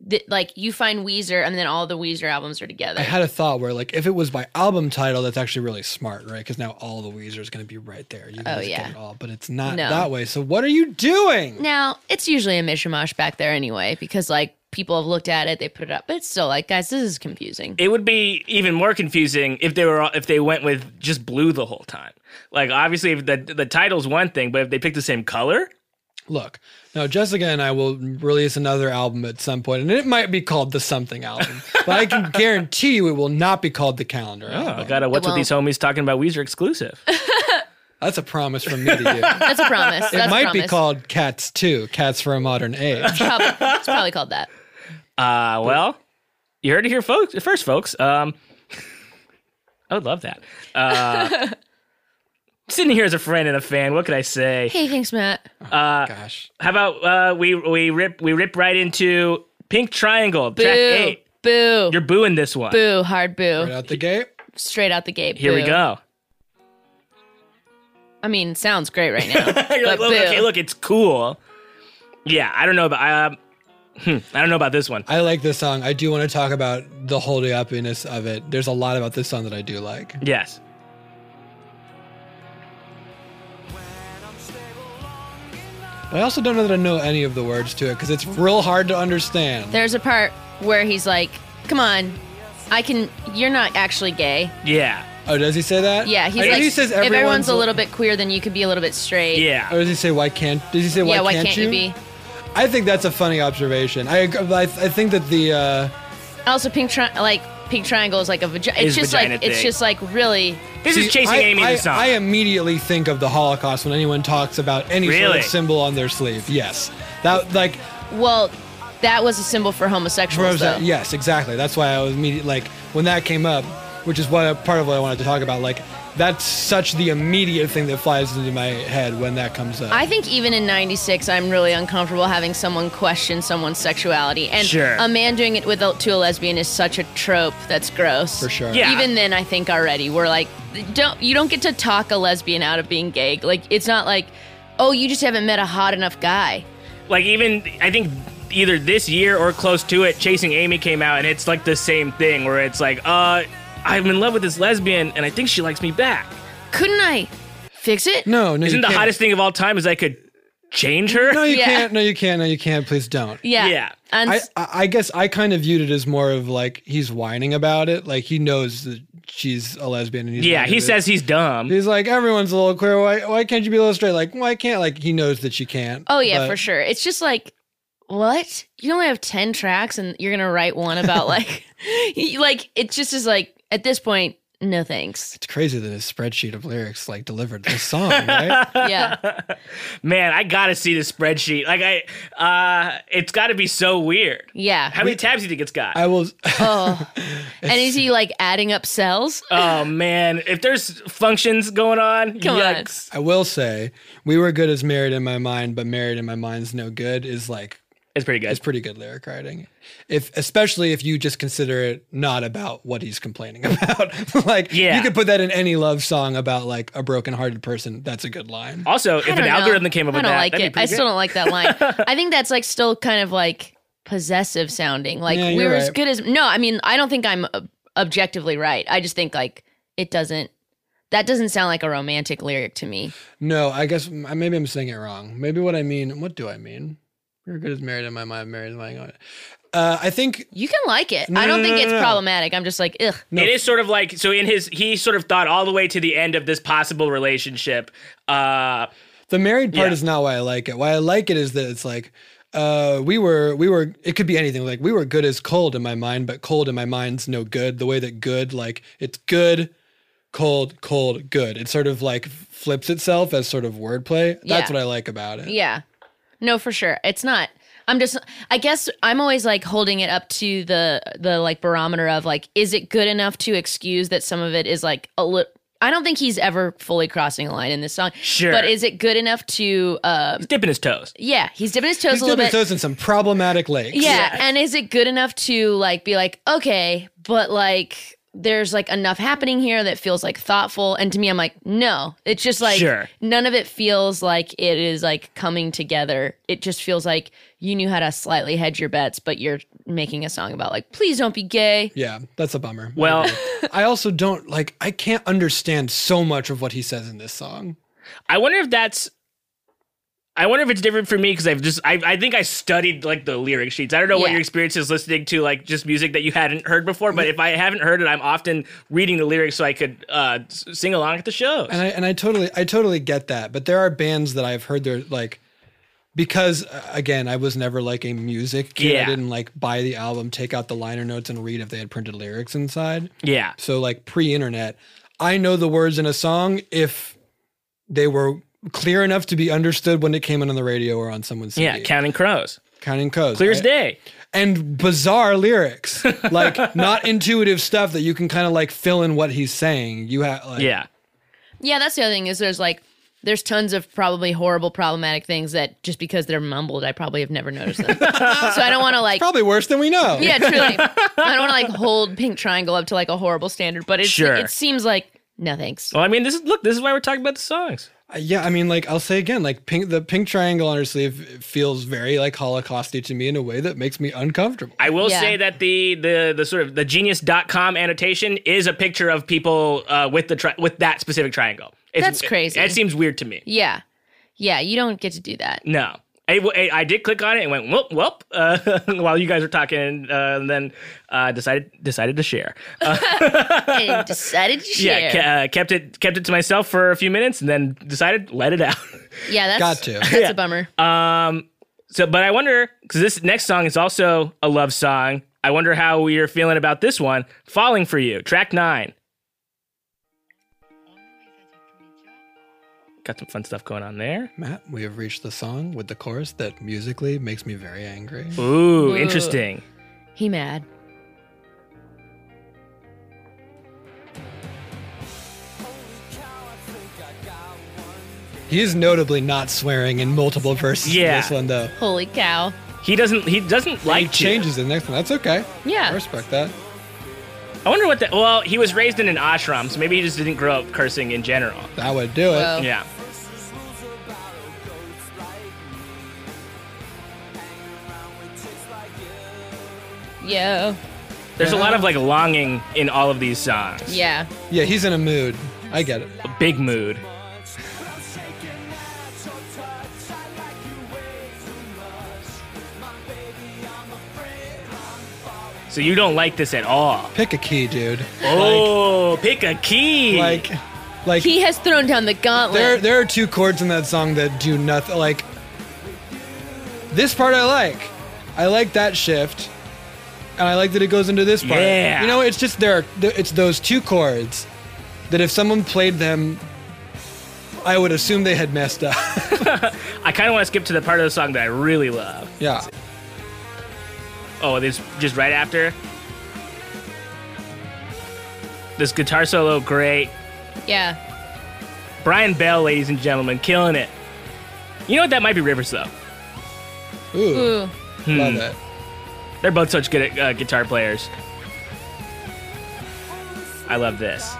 [SPEAKER 2] th- like you find Weezer, and then all the Weezer albums are together.
[SPEAKER 3] I had a thought where, like, if it was by album title, that's actually really smart, right? Because now all the Weezer is going to be right there. You can
[SPEAKER 2] Oh,
[SPEAKER 3] just
[SPEAKER 2] yeah.
[SPEAKER 3] get it all, but it's not
[SPEAKER 2] No.
[SPEAKER 3] that way. So what are you doing?
[SPEAKER 2] now it's usually a mishmash back there anyway, because like people have looked at it, they put it up, but it's still like, guys, this is confusing.
[SPEAKER 1] it would be even more confusing if they were if they went with just blue the whole time. Like obviously if the the title's one thing, but if they pick the same color,
[SPEAKER 3] Look, now Jessica and I will release another album at some point, and it might be called the Something Album, but I
[SPEAKER 2] [LAUGHS]
[SPEAKER 3] can guarantee you it will not be called the Calendar.
[SPEAKER 1] I
[SPEAKER 3] album.
[SPEAKER 1] got a what's
[SPEAKER 2] It
[SPEAKER 1] with these homies talking about Weezer
[SPEAKER 2] [LAUGHS]
[SPEAKER 1] exclusive.
[SPEAKER 3] That's a promise from me to you.
[SPEAKER 2] That's
[SPEAKER 1] [LAUGHS]
[SPEAKER 2] a promise. That's
[SPEAKER 3] it
[SPEAKER 2] a
[SPEAKER 3] might be
[SPEAKER 2] promise.
[SPEAKER 3] called Cats Too, Cats for a Modern Age.
[SPEAKER 2] Probably, it's probably called that.
[SPEAKER 1] Uh, well, you heard it here, folks. First, folks. Um, [LAUGHS] I would love that. Uh, [LAUGHS] sitting here as a friend and a fan, what could I say?
[SPEAKER 2] Hey, thanks, Matt.
[SPEAKER 3] Gosh,
[SPEAKER 1] How about uh, we we rip we rip right into Pink Triangle
[SPEAKER 2] Boo,
[SPEAKER 1] track eight.
[SPEAKER 2] boo,
[SPEAKER 1] You're booing this one.
[SPEAKER 2] boo, hard
[SPEAKER 3] right
[SPEAKER 2] boo,
[SPEAKER 3] out the gate.
[SPEAKER 2] straight out the gate.
[SPEAKER 1] Here we
[SPEAKER 2] boo.
[SPEAKER 1] go. [LAUGHS]
[SPEAKER 2] I mean, sounds great right now.
[SPEAKER 1] [LAUGHS] You're like,
[SPEAKER 2] but
[SPEAKER 1] look,
[SPEAKER 2] boo.
[SPEAKER 1] okay, look, it's cool. Yeah, I don't know about um, hmm, I don't know about this one.
[SPEAKER 3] I like this song. I do want to talk about the holy uppiness of it. There's a lot about this song that I do like.
[SPEAKER 1] Yes.
[SPEAKER 3] But I also don't know that I know any of the words to it because it's real hard to understand.
[SPEAKER 2] There's a part where he's like, "Come on, I can. You're not actually gay."
[SPEAKER 1] Yeah.
[SPEAKER 3] oh, does he say that?
[SPEAKER 2] Yeah, he's
[SPEAKER 3] I
[SPEAKER 1] Like,
[SPEAKER 3] know
[SPEAKER 2] like,
[SPEAKER 3] he says
[SPEAKER 2] "If everyone's
[SPEAKER 3] everyone's
[SPEAKER 2] a little bit queer, then you could be a little bit straight."
[SPEAKER 3] Or
[SPEAKER 1] Yeah.
[SPEAKER 3] does he say why can't? Does he say why,
[SPEAKER 2] yeah. Why can't, you? be?
[SPEAKER 3] I think that's a funny observation. I ag- I, I think that the uh,
[SPEAKER 2] Also, pink tri- like pink triangle is like a vagina. It's
[SPEAKER 1] Is
[SPEAKER 2] just
[SPEAKER 1] vagina
[SPEAKER 2] like it's
[SPEAKER 1] thing.
[SPEAKER 2] just like really.
[SPEAKER 1] This
[SPEAKER 3] see,
[SPEAKER 1] is chasing
[SPEAKER 3] I,
[SPEAKER 1] Amy
[SPEAKER 3] I,
[SPEAKER 1] the song.
[SPEAKER 3] I immediately think of the Holocaust when anyone talks about any sort
[SPEAKER 1] Really?
[SPEAKER 3] of symbol on their sleeve. Yes, that like
[SPEAKER 2] Well, that was a symbol for homosexuals.
[SPEAKER 3] throws
[SPEAKER 2] Though.
[SPEAKER 3] that- yes, exactly. That's why I was immediately like when that came up, which is what part of what I wanted to talk about. Like that's such the immediate thing that flies into my head when that comes up.
[SPEAKER 2] I think even in '96, I'm really uncomfortable having someone question someone's sexuality, and
[SPEAKER 1] Sure.
[SPEAKER 2] a man doing it with a, to a lesbian is such a trope that's gross.
[SPEAKER 3] for sure.
[SPEAKER 1] Yeah.
[SPEAKER 2] Even then, I think already we're like, don't you don't get to talk a lesbian out of being gay. Like it's not like, oh, you just haven't met a hot enough guy.
[SPEAKER 1] like even I think either this year or close to it, Chasing Amy came out, and it's like the same thing where it's like, uh, I'm in love with this lesbian, and I think she likes me back.
[SPEAKER 2] Couldn't I fix it?
[SPEAKER 3] No, no.
[SPEAKER 1] Isn't
[SPEAKER 3] you
[SPEAKER 1] the
[SPEAKER 3] can't.
[SPEAKER 1] hottest thing of all time is I could change her?
[SPEAKER 3] No, you
[SPEAKER 2] Yeah.
[SPEAKER 3] can't. No, you can't. No, you can't. Please don't.
[SPEAKER 2] Yeah.
[SPEAKER 1] Yeah.
[SPEAKER 2] And
[SPEAKER 3] I, I I guess I kind of viewed it as more of like he's whining about it. Like he knows that she's a lesbian. And he's
[SPEAKER 1] yeah,
[SPEAKER 3] not
[SPEAKER 1] he
[SPEAKER 3] into it.
[SPEAKER 1] says he's dumb.
[SPEAKER 3] he's like everyone's a little queer. Why why can't you be a little straight? Like why can't like he knows that she can't.
[SPEAKER 2] oh yeah,
[SPEAKER 3] but-
[SPEAKER 2] for sure. It's just like what? You only have 10 tracks and you're going to write
[SPEAKER 1] [LAUGHS]
[SPEAKER 2] one about like you- like it just is like at this point no thanks.
[SPEAKER 3] It's crazy that his spreadsheet of lyrics like delivered this song,
[SPEAKER 1] [LAUGHS]
[SPEAKER 3] right?
[SPEAKER 2] Yeah.
[SPEAKER 1] Man, I gotta see the spreadsheet. Like I, uh, it's got to be so weird. How
[SPEAKER 2] Yeah.
[SPEAKER 1] many tabs do you think it's got?
[SPEAKER 3] I will.
[SPEAKER 1] [LAUGHS]
[SPEAKER 2] Oh. and is he like adding up cells?
[SPEAKER 1] oh man, if there's functions going on,
[SPEAKER 2] Come on.
[SPEAKER 1] yikes.
[SPEAKER 3] [LAUGHS] I will say we were good as married in my mind, but married in my mind's no good is like
[SPEAKER 1] It's pretty good.
[SPEAKER 3] it's pretty good lyric writing. If especially if you just consider it not about what he's complaining [LAUGHS] about. like
[SPEAKER 1] Yeah.
[SPEAKER 3] you could put that in any love song about like a broken-hearted person. That's a good line.
[SPEAKER 1] also,
[SPEAKER 2] I
[SPEAKER 1] if an
[SPEAKER 2] don't know.
[SPEAKER 1] algorithm came up
[SPEAKER 2] I
[SPEAKER 1] with
[SPEAKER 2] don't
[SPEAKER 1] that,
[SPEAKER 2] like
[SPEAKER 1] that'd be
[SPEAKER 2] it.
[SPEAKER 1] pretty
[SPEAKER 2] I
[SPEAKER 1] good.
[SPEAKER 2] still don't like that line.
[SPEAKER 1] [LAUGHS]
[SPEAKER 2] I think that's like still kind of like possessive sounding. Like
[SPEAKER 3] Yeah,
[SPEAKER 2] we're
[SPEAKER 3] you're
[SPEAKER 2] as
[SPEAKER 3] right.
[SPEAKER 2] good as no. I mean, I don't think I'm ob- objectively right. I just think like it doesn't. That doesn't sound like a romantic lyric to me.
[SPEAKER 3] No, I guess m- maybe I'm saying it wrong. Maybe what I mean, what do I mean? We were good as married in my mind, married in my mind. Uh, I think
[SPEAKER 2] You can like it.
[SPEAKER 3] No,
[SPEAKER 2] I don't
[SPEAKER 3] no, no,
[SPEAKER 2] think
[SPEAKER 3] no,
[SPEAKER 2] it's
[SPEAKER 3] no.
[SPEAKER 2] problematic. I'm just like ugh.
[SPEAKER 3] No.
[SPEAKER 1] It is sort of like so in his he sort of thought all the way to the end of this possible relationship. Uh
[SPEAKER 3] the married part
[SPEAKER 1] Yeah.
[SPEAKER 3] is not why I like it. Why I like it is that it's like uh, we were we were it could be anything like we were good as cold in my mind, but cold in my mind's no good. The way that good like it's good, cold, cold, good. It sort of like flips itself as sort of wordplay. That's
[SPEAKER 2] Yeah.
[SPEAKER 3] what I like about it.
[SPEAKER 2] Yeah. No, for sure. It's not. I'm just I guess I'm always like holding it up to the the like barometer of like is it good enough to excuse that some of it is like a little I don't think he's ever fully crossing a line in this song.
[SPEAKER 1] Sure.
[SPEAKER 2] But is it good enough to um
[SPEAKER 1] dipping his toes.
[SPEAKER 2] yeah, he's dipping his toes
[SPEAKER 3] He's
[SPEAKER 2] a little
[SPEAKER 3] dipping
[SPEAKER 2] bit.
[SPEAKER 3] his toes in some problematic lakes.
[SPEAKER 2] Yeah.
[SPEAKER 1] Yeah.
[SPEAKER 2] And is it good enough to like be like, okay, but like there's like enough happening here that feels like thoughtful. And to me, I'm like, no. It's just like
[SPEAKER 1] Sure.
[SPEAKER 2] none of it feels like it is like coming together. It just feels like you knew how to slightly hedge your bets, but you're making a song about like, please don't be gay.
[SPEAKER 3] Yeah, that's a bummer.
[SPEAKER 1] Well,
[SPEAKER 3] I also don't like I can't understand so much of what he says in this song.
[SPEAKER 1] I wonder if that's I wonder if it's different for me because I've just I, I think I studied like the lyric sheets. I don't know what
[SPEAKER 2] Yeah.
[SPEAKER 1] your experience is listening to like just music that you hadn't heard before, but if I haven't heard it, I'm often reading the lyrics so I could uh s- sing along at the shows.
[SPEAKER 3] And I and I totally I totally get that, but there are bands that I've heard they're like because uh, again, I was never like a music kid.
[SPEAKER 1] Yeah.
[SPEAKER 3] I didn't like buy the album, take out the liner notes and read if they had printed lyrics inside.
[SPEAKER 1] yeah.
[SPEAKER 3] So like pre-internet, I know the words in a song if they were clear enough to be understood when it came in on the radio or on someone's CD.
[SPEAKER 1] Yeah, counting crows.
[SPEAKER 3] Counting Crows.
[SPEAKER 1] Clear as
[SPEAKER 3] I-
[SPEAKER 1] day.
[SPEAKER 3] and bizarre lyrics,
[SPEAKER 1] [LAUGHS]
[SPEAKER 3] like not intuitive stuff that you can kind of like fill in what he's saying. You have, like,
[SPEAKER 1] Yeah.
[SPEAKER 2] Yeah, that's the other thing is there's like there's tons of probably horrible problematic things that just because they're mumbled, I probably have never noticed them. so I don't want to like
[SPEAKER 3] probably worse than we know.
[SPEAKER 1] [LAUGHS]
[SPEAKER 2] Yeah, truly. I don't want to like hold Pink Triangle up to like a horrible standard, but it's,
[SPEAKER 1] Sure.
[SPEAKER 2] it seems like no thanks.
[SPEAKER 1] Well, I mean, this is look, this is why we're talking about the songs.
[SPEAKER 3] Uh, yeah. I mean, like I'll say again, like pink, the pink triangle on her sleeve feels very like Holocausty to me in a way that makes me uncomfortable.
[SPEAKER 1] I will
[SPEAKER 2] Yeah.
[SPEAKER 1] say that the the the sort of the genius.com annotation is a picture of people uh, with the tri- with that specific triangle. It's-
[SPEAKER 2] That's crazy.
[SPEAKER 1] It, seems weird to me.
[SPEAKER 2] Yeah. Yeah, you don't get to do
[SPEAKER 1] [LAUGHS]
[SPEAKER 2] that.
[SPEAKER 1] No. I, I- I did click on it and went whoop whoop [LAUGHS] uh, while you guys were talking, uh, and then uh, decided decided to share. Uh,
[SPEAKER 2] And decided to share.
[SPEAKER 1] yeah,
[SPEAKER 2] Yeah,
[SPEAKER 1] ke- uh, kept it kept it to myself for a few minutes, and then decided let it out. [LAUGHS]
[SPEAKER 2] that's
[SPEAKER 3] Got to.
[SPEAKER 2] That's a bummer.
[SPEAKER 1] Uh, Um, So, but I wonder because this next song is also a love song. I wonder how we are feeling about this one, "Falling for You," track nine. Got some fun stuff going on there.
[SPEAKER 3] Matt, we have reached the song with the chorus that musically makes me very angry.
[SPEAKER 1] Ooh, interesting.
[SPEAKER 2] he mad.
[SPEAKER 3] He is notably not swearing in multiple verses. in
[SPEAKER 1] Yeah.
[SPEAKER 3] this one though.
[SPEAKER 2] Holy cow.
[SPEAKER 1] He doesn't. He doesn't
[SPEAKER 3] He
[SPEAKER 1] like changes.
[SPEAKER 3] changes in the next one. That's okay.
[SPEAKER 2] Yeah.
[SPEAKER 3] I respect that.
[SPEAKER 1] I wonder what that. Well, he was raised in an ashram, so maybe he just didn't grow up cursing in general.
[SPEAKER 3] That would do it.
[SPEAKER 2] Whoa.
[SPEAKER 1] Yeah.
[SPEAKER 2] Yo.
[SPEAKER 1] There's a lot of like longing in all of these songs.
[SPEAKER 2] Yeah.
[SPEAKER 3] Yeah, he's in a mood. I get it.
[SPEAKER 1] A big mood. So you don't like this at all.
[SPEAKER 3] Pick a key, dude.
[SPEAKER 1] Oh, pick a key.
[SPEAKER 3] Like, like
[SPEAKER 2] He has thrown down the gauntlet.
[SPEAKER 3] there there are two chords in that song that do nothing. Like this part I like. I like that shift, and I like that it goes into this part.
[SPEAKER 1] Yeah.
[SPEAKER 3] You know, it's just there. are- th- It's those two chords that if someone played them, I would assume they had messed up. [LAUGHS]
[SPEAKER 1] I kind of want to skip to the part of the song that I really love.
[SPEAKER 3] yeah.
[SPEAKER 1] Oh, this just right after. This guitar solo, great.
[SPEAKER 2] yeah.
[SPEAKER 1] Brian Bell, ladies and gentlemen, killing it. You know what? That might be Rivers though.
[SPEAKER 3] Ooh,
[SPEAKER 2] Ooh.
[SPEAKER 1] Hmm.
[SPEAKER 3] love it.
[SPEAKER 1] They're both such good uh, guitar players. I love this.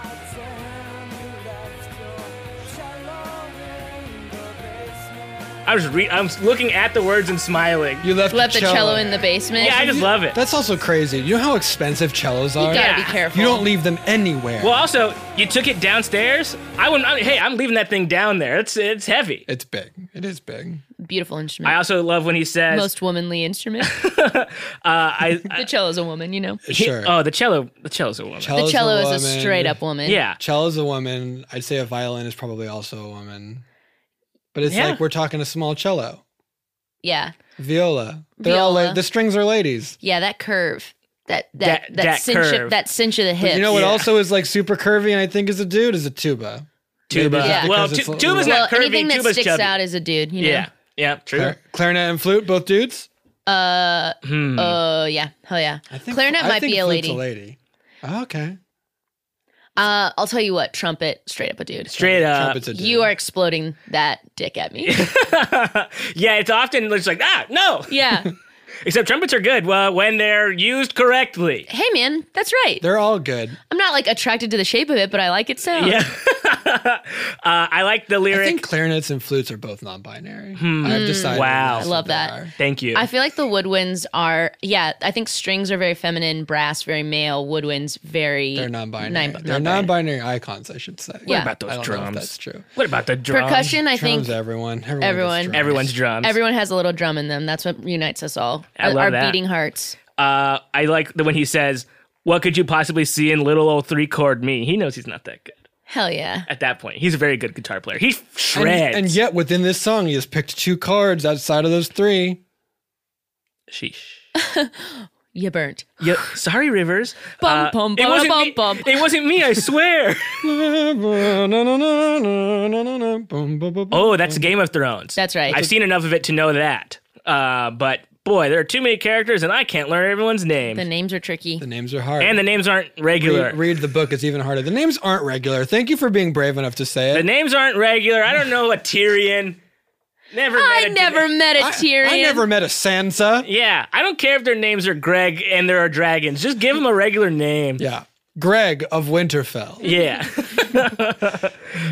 [SPEAKER 1] I was re- I'm looking at the words and smiling.
[SPEAKER 3] You left,
[SPEAKER 2] Left the cello in the basement.
[SPEAKER 1] Yeah, I just love it.
[SPEAKER 3] That's also crazy. You know how expensive cellos
[SPEAKER 2] You
[SPEAKER 3] are.
[SPEAKER 2] gotta
[SPEAKER 1] Yeah.
[SPEAKER 2] be careful.
[SPEAKER 3] You don't leave them anywhere.
[SPEAKER 1] Well, also, you took it downstairs. I wouldn't. I, hey, I'm leaving that thing down there. It's it's heavy.
[SPEAKER 3] It's big. It is big.
[SPEAKER 2] Beautiful
[SPEAKER 1] I
[SPEAKER 2] instrument.
[SPEAKER 1] also love when he says,
[SPEAKER 2] Most
[SPEAKER 1] [LAUGHS]
[SPEAKER 2] womanly instrument.
[SPEAKER 1] uh, "I." I
[SPEAKER 2] the cello's a woman, you know.
[SPEAKER 1] he-
[SPEAKER 3] Sure.
[SPEAKER 1] Oh, the cello. The cello's a woman.
[SPEAKER 2] The
[SPEAKER 3] Cello's
[SPEAKER 2] cello is a
[SPEAKER 3] woman.
[SPEAKER 2] straight up woman.
[SPEAKER 1] yeah.
[SPEAKER 3] Cello's a woman. I'd say a violin is probably also a woman. But it's
[SPEAKER 1] Yeah.
[SPEAKER 3] like we're talking a small cello.
[SPEAKER 2] Yeah.
[SPEAKER 3] Viola. They're all
[SPEAKER 2] Viola.
[SPEAKER 3] like the strings are ladies.
[SPEAKER 2] Yeah, that curve. That that
[SPEAKER 1] That-
[SPEAKER 2] that,
[SPEAKER 1] that
[SPEAKER 2] cinch
[SPEAKER 1] curve.
[SPEAKER 2] of, that cinch of the
[SPEAKER 3] But
[SPEAKER 2] hip.
[SPEAKER 3] you know what
[SPEAKER 1] Yeah.
[SPEAKER 3] also is like super curvy and I think is a dude is a tuba.
[SPEAKER 1] Tuba.
[SPEAKER 3] Maybe just
[SPEAKER 2] Yeah.
[SPEAKER 1] Well,
[SPEAKER 3] because
[SPEAKER 1] tu-
[SPEAKER 3] it's a-
[SPEAKER 1] tuba's
[SPEAKER 3] Well,
[SPEAKER 1] not curvy.
[SPEAKER 2] anything that
[SPEAKER 1] tuba's
[SPEAKER 2] sticks
[SPEAKER 1] chubby.
[SPEAKER 2] out is a dude, you know.
[SPEAKER 1] Yeah. Yeah. True.
[SPEAKER 3] Clar- clarinet and flute, both dudes?
[SPEAKER 2] Uh
[SPEAKER 1] Hmm.
[SPEAKER 2] oh yeah. Hell yeah.
[SPEAKER 3] I think
[SPEAKER 2] Clarinet
[SPEAKER 3] I
[SPEAKER 2] might
[SPEAKER 3] think
[SPEAKER 2] be a
[SPEAKER 3] flute's
[SPEAKER 2] lady.
[SPEAKER 3] Oh, okay.
[SPEAKER 2] Uh I'll tell you what, trumpet, straight up a dude.
[SPEAKER 1] Straight up.
[SPEAKER 3] [LAUGHS] Trumpet's a dude.
[SPEAKER 2] You are exploding that dick at me.
[SPEAKER 1] yeah, it's often just like ah no.
[SPEAKER 2] [LAUGHS] yeah.
[SPEAKER 1] Except trumpets are good well, when they're used correctly.
[SPEAKER 2] Hey man, that's right.
[SPEAKER 3] They're all good.
[SPEAKER 2] I'm not like attracted to the shape of it, but I like it sound.
[SPEAKER 1] Yeah. [LAUGHS] uh, I like the lyric.
[SPEAKER 3] I think clarinets and flutes are both non-binary. I've decided.
[SPEAKER 1] Hmm. Wow.
[SPEAKER 3] that's
[SPEAKER 1] I
[SPEAKER 2] love
[SPEAKER 3] what they
[SPEAKER 2] that.
[SPEAKER 3] are.
[SPEAKER 1] Thank you.
[SPEAKER 2] I feel like the woodwinds are yeah, I think strings are very feminine, brass very male, woodwinds very
[SPEAKER 3] They're non-binary.
[SPEAKER 2] nin-
[SPEAKER 3] They're non-binary icons, I should say.
[SPEAKER 2] Yeah.
[SPEAKER 1] about
[SPEAKER 3] I
[SPEAKER 1] those
[SPEAKER 3] don't know if
[SPEAKER 1] drums.
[SPEAKER 3] that's true.
[SPEAKER 1] What about the drums?
[SPEAKER 2] Percussion, I
[SPEAKER 3] Drums,
[SPEAKER 2] think
[SPEAKER 3] everyone. Everyone. gets
[SPEAKER 2] everyone.
[SPEAKER 3] drums.
[SPEAKER 1] Everyone's drums.
[SPEAKER 2] Everyone has a little drum in them. That's what unites us all.
[SPEAKER 1] I love
[SPEAKER 2] Our
[SPEAKER 1] that.
[SPEAKER 2] beating hearts.
[SPEAKER 1] Uh, I like the when he says, "What could you possibly see in little old three chord me?" He knows he's not that good
[SPEAKER 2] Hell yeah.
[SPEAKER 1] at that point. He's a very good guitar player. He
[SPEAKER 3] And,
[SPEAKER 1] shreds.
[SPEAKER 3] and yet, within this song, you just picked two cards outside of those three.
[SPEAKER 1] sheesh.
[SPEAKER 2] You burnt.
[SPEAKER 1] Yeah, sorry, Rivers. Uh,
[SPEAKER 2] Bum, bum,
[SPEAKER 1] it
[SPEAKER 2] bum,
[SPEAKER 1] wasn't
[SPEAKER 2] bum,
[SPEAKER 1] me.
[SPEAKER 2] bum.
[SPEAKER 1] It wasn't me. I
[SPEAKER 2] [LAUGHS]
[SPEAKER 1] swear.
[SPEAKER 3] Oh,
[SPEAKER 1] oh, that's Game of Thrones.
[SPEAKER 2] That's right.
[SPEAKER 1] I've seen enough of it to know that. Uh, but boy, there are too many characters, and I can't learn everyone's name.
[SPEAKER 2] The names are tricky.
[SPEAKER 3] the names are hard.
[SPEAKER 1] and the names aren't regular.
[SPEAKER 3] read, read the book; it's even harder. The names aren't regular. Thank you for being brave enough to say
[SPEAKER 1] the
[SPEAKER 3] it.
[SPEAKER 1] names aren't regular. I don't know a Tyrion. Never. met
[SPEAKER 2] I
[SPEAKER 1] a
[SPEAKER 2] never
[SPEAKER 1] Tyrion.
[SPEAKER 2] met a Tyrion.
[SPEAKER 3] I, I never met a Sansa.
[SPEAKER 1] Yeah, I don't care if their names are Greg and there are dragons. Just give them a regular name.
[SPEAKER 3] Yeah, Greg of Winterfell,
[SPEAKER 1] Yeah.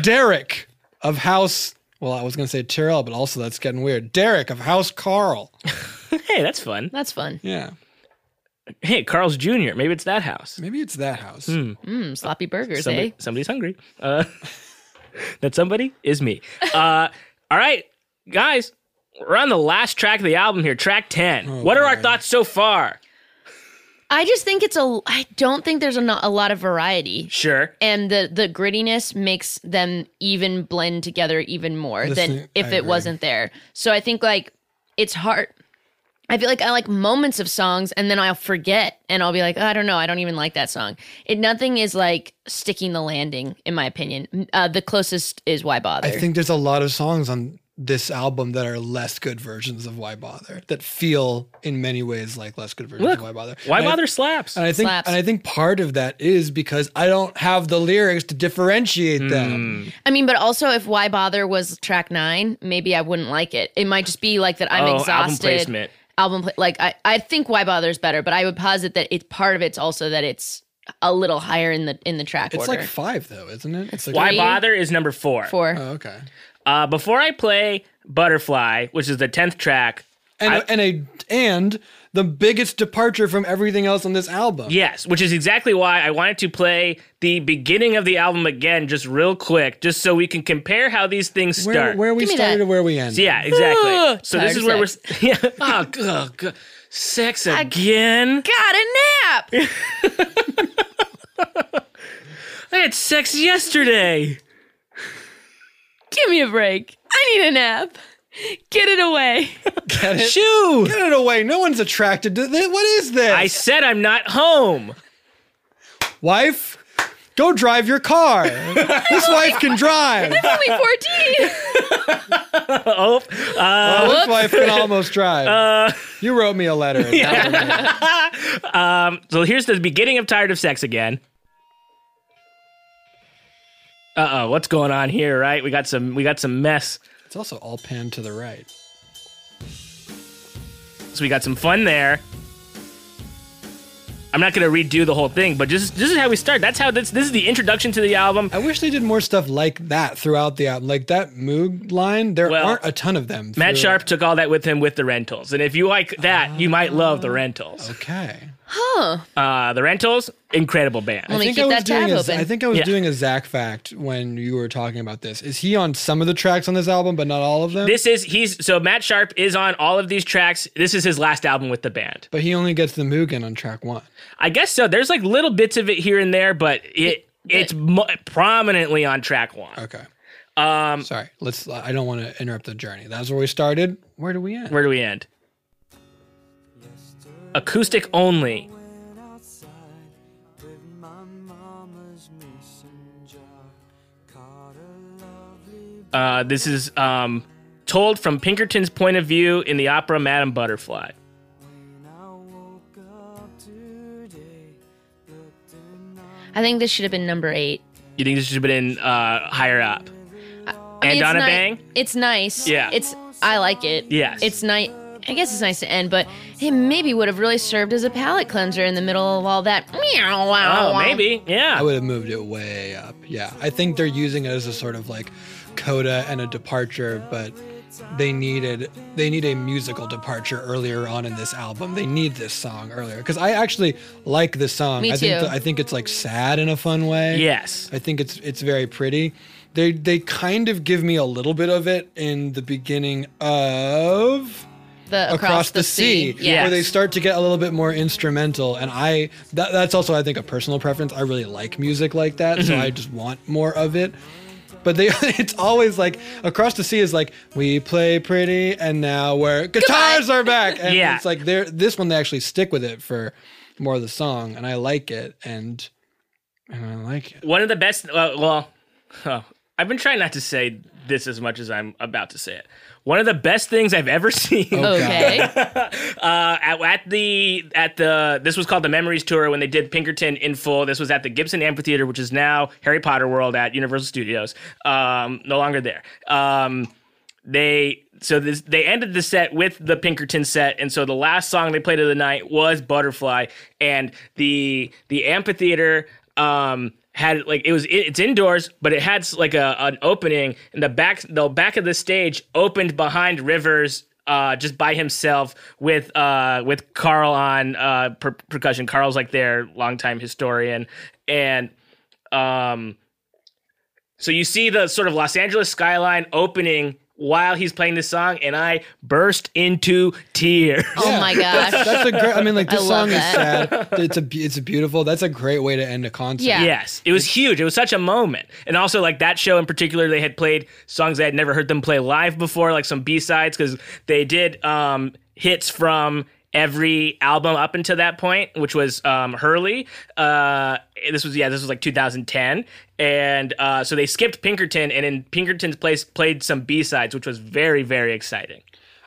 [SPEAKER 1] [LAUGHS]
[SPEAKER 3] Derek of House. Well, I was going to say Tyrell, but also that's getting weird. Derek of
[SPEAKER 1] [LAUGHS]
[SPEAKER 3] House Carl.
[SPEAKER 1] hey, that's fun.
[SPEAKER 2] That's fun.
[SPEAKER 3] Yeah,
[SPEAKER 1] Hey, Carl's Jr. Maybe it's that house.
[SPEAKER 3] maybe it's that house.
[SPEAKER 2] Mm, sloppy burgers, eh?
[SPEAKER 1] Somebody, somebody's hungry. Uh, [LAUGHS] that somebody is me. Uh, [LAUGHS] all right, guys, we're on the last track of the album here, track 10. what are our
[SPEAKER 3] boy.
[SPEAKER 1] thoughts so far?
[SPEAKER 2] I just think it's a. I don't think there's a, no- a lot of variety,
[SPEAKER 1] Sure.
[SPEAKER 2] and the the grittiness makes them even blend together even more
[SPEAKER 3] Listen,
[SPEAKER 2] than if
[SPEAKER 3] I
[SPEAKER 2] it
[SPEAKER 3] agree.
[SPEAKER 2] wasn't there. So I think like it's hard. I feel like I like moments of songs, and then I'll forget, and I'll be like, "Oh, I don't know, I don't even like that song. It nothing is like sticking the landing, in my opinion. Uh, the closest is why bother.
[SPEAKER 3] I think there's a lot of songs on this album that are less good versions of Why Bother that feel in many ways like less good versions
[SPEAKER 1] Look,
[SPEAKER 3] of Why Bother. Uh,
[SPEAKER 1] Why
[SPEAKER 3] And I-
[SPEAKER 1] bother slaps?
[SPEAKER 3] And I think
[SPEAKER 2] Slaps.
[SPEAKER 3] and I think part of that is because I don't have the lyrics to differentiate
[SPEAKER 1] Hmm,
[SPEAKER 3] them.
[SPEAKER 2] I mean, but also if Why Bother was track nine, maybe I wouldn't like it. It might just be like that I'm
[SPEAKER 1] Oh, album
[SPEAKER 2] exhausted.
[SPEAKER 1] placement.
[SPEAKER 2] Album pla- like I, I think Why Bother is better, but I would posit that it's part of it's also that it's a little higher in the in the track
[SPEAKER 3] It's
[SPEAKER 2] order.
[SPEAKER 3] like five though, isn't it? It's like
[SPEAKER 1] Why
[SPEAKER 2] three.
[SPEAKER 1] bother is number four.
[SPEAKER 2] Four.
[SPEAKER 3] Oh, okay.
[SPEAKER 1] Uh, before I play Butterfly, which is the 10th track,
[SPEAKER 3] And and a and the biggest departure from everything else on this album.
[SPEAKER 1] Yes, which is exactly why I wanted to play the beginning of the album again, just real quick, just so we can compare how these things
[SPEAKER 3] where
[SPEAKER 1] start.
[SPEAKER 3] where we
[SPEAKER 2] Give me
[SPEAKER 3] started
[SPEAKER 2] that.
[SPEAKER 3] to where we
[SPEAKER 1] [LAUGHS]
[SPEAKER 3] end.
[SPEAKER 1] yeah, exactly. so
[SPEAKER 2] Tired
[SPEAKER 1] this is where
[SPEAKER 2] of
[SPEAKER 1] we're. Yeah. Oh, God, God. Sex again?
[SPEAKER 2] Got a nap.
[SPEAKER 1] I had sex yesterday.
[SPEAKER 2] Give me a break. I need a nap. Get it away.
[SPEAKER 3] Get it?
[SPEAKER 1] Shoo!
[SPEAKER 3] Get it away. No one's attracted to this. What is this?
[SPEAKER 1] I said I'm not home.
[SPEAKER 3] wife, go drive your car.
[SPEAKER 2] [LAUGHS]
[SPEAKER 3] this wife can drive.
[SPEAKER 2] I'm
[SPEAKER 1] [LAUGHS]
[SPEAKER 2] only 14.
[SPEAKER 1] Oh,
[SPEAKER 3] Well, this
[SPEAKER 2] Uh, Whoops. Uh.
[SPEAKER 3] wife can almost drive. you wrote me
[SPEAKER 2] [LAUGHS]
[SPEAKER 3] a letter.
[SPEAKER 1] so here's the beginning of Tired of Sex again. Uh oh, what's going on here, right? We got some we got some mess.
[SPEAKER 3] It's also all panned to the right.
[SPEAKER 1] So we got some fun there. I'm not gonna redo the whole thing, but just this is how we start. That's how this this is the introduction to the album.
[SPEAKER 3] I wish they did more stuff like that throughout the album. Like that Moog line, there
[SPEAKER 1] Well,
[SPEAKER 3] aren't a ton of them.
[SPEAKER 1] Matt
[SPEAKER 3] through-
[SPEAKER 1] Sharp took all that with him with the rentals. And if you like that, you might love the rentals.
[SPEAKER 3] Okay.
[SPEAKER 2] Huh.
[SPEAKER 1] Uh, the rentals, incredible band.
[SPEAKER 2] Let me keep
[SPEAKER 3] I was
[SPEAKER 2] that
[SPEAKER 3] doing
[SPEAKER 2] tab
[SPEAKER 3] a-
[SPEAKER 2] open.
[SPEAKER 3] I think I was
[SPEAKER 1] Yeah.
[SPEAKER 3] doing a Zach fact when you were talking about this. Is he on some of the tracks on this album, but not all of them?
[SPEAKER 1] This is he's so Matt Sharp is on all of these tracks. This is his last album with the band.
[SPEAKER 3] but he only gets the Moog in on track one.
[SPEAKER 1] I guess so. There's like little bits of it here and there, but it it's mo- prominently on track one.
[SPEAKER 3] Okay. Um, Sorry. Let's. I don't want to interrupt the journey. That's where we started. Where do we end?
[SPEAKER 1] Where do we end? Acoustic only.
[SPEAKER 4] outside with my mama's mason jar. Caught a lovely
[SPEAKER 1] Uh, this is um, told from Pinkerton's point of view in the opera Madame Butterfly.
[SPEAKER 4] when I woke up today. Looked in on
[SPEAKER 2] I think this should have been number eight.
[SPEAKER 1] You think this should have been uh, higher up?
[SPEAKER 2] I mean,
[SPEAKER 1] and
[SPEAKER 2] it's
[SPEAKER 1] on a
[SPEAKER 2] ni-
[SPEAKER 1] bang?
[SPEAKER 2] It's nice.
[SPEAKER 1] Yeah.
[SPEAKER 2] It's I like it.
[SPEAKER 1] Yes.
[SPEAKER 2] It's nice. I guess it's nice to end, but it maybe would have really served as a palate cleanser in the middle of all that. Meow, wow,
[SPEAKER 1] Oh,
[SPEAKER 2] wow.
[SPEAKER 1] maybe.
[SPEAKER 3] I
[SPEAKER 1] Yeah.
[SPEAKER 3] would have moved it way up. Yeah. I think they're using it as a sort of like coda and a departure, but they needed they need a musical departure earlier on in this album. They need this song earlier cuz I actually like this song.
[SPEAKER 2] Me
[SPEAKER 3] I think
[SPEAKER 2] too.
[SPEAKER 3] I think it's like sad in a fun way.
[SPEAKER 1] Yes.
[SPEAKER 3] I think it's it's very pretty. They they kind of give me a little bit of it in the beginning of
[SPEAKER 2] The across,
[SPEAKER 3] across, the, sea,
[SPEAKER 2] Yeah.
[SPEAKER 3] where they
[SPEAKER 1] Yes.
[SPEAKER 3] start to get a little bit more instrumental and i that, that's also i think a personal preference i really like music like that so i just want more of it but they [LAUGHS] it's always like across the sea is like we play pretty and now we're guitars are back and
[SPEAKER 1] Yeah.
[SPEAKER 3] it's like they're this one they actually stick with it for more of the song and i like it and and i like it
[SPEAKER 1] One of the best. Uh, well, huh. I've been trying not to say this as much as I'm about to say it. One of the best things I've ever [LAUGHS] seen.
[SPEAKER 3] Oh,
[SPEAKER 2] Okay.
[SPEAKER 1] [LAUGHS] uh, at, at the at the this was called the Memories Tour when they did Pinkerton in full. This was at the Gibson Amphitheater, which is now Harry Potter World at Universal Studios. Um, no longer there. Um, they so this they ended the set with the Pinkerton set, and so the last song they played of the night was Butterfly, and the the amphitheater um had like it was it, it's indoors but it had like a an opening and the back the back of the stage opened behind rivers uh, just by himself with uh, with Carl on uh, per- percussion. Carl's like their longtime historian, and um, so you see the sort of Los Angeles skyline opening while he's playing this song, and I burst into tears.
[SPEAKER 2] oh my
[SPEAKER 3] That's-
[SPEAKER 2] gosh.
[SPEAKER 3] that's a great i mean like this
[SPEAKER 2] love
[SPEAKER 3] song is
[SPEAKER 2] that.
[SPEAKER 3] sad it's a be- it's a beautiful that's a great way to end a concert
[SPEAKER 2] Yeah.
[SPEAKER 1] Yes, it was huge. It was such a moment. And also, like that show in particular, they had played songs I had never heard them play live before, like some B sides, because they did um, hits from every album up until that point, which was um, Hurley. Uh, this was yeah, this was like 2010, and uh, so they skipped Pinkerton, and in Pinkerton's place played some B sides, which was very very exciting.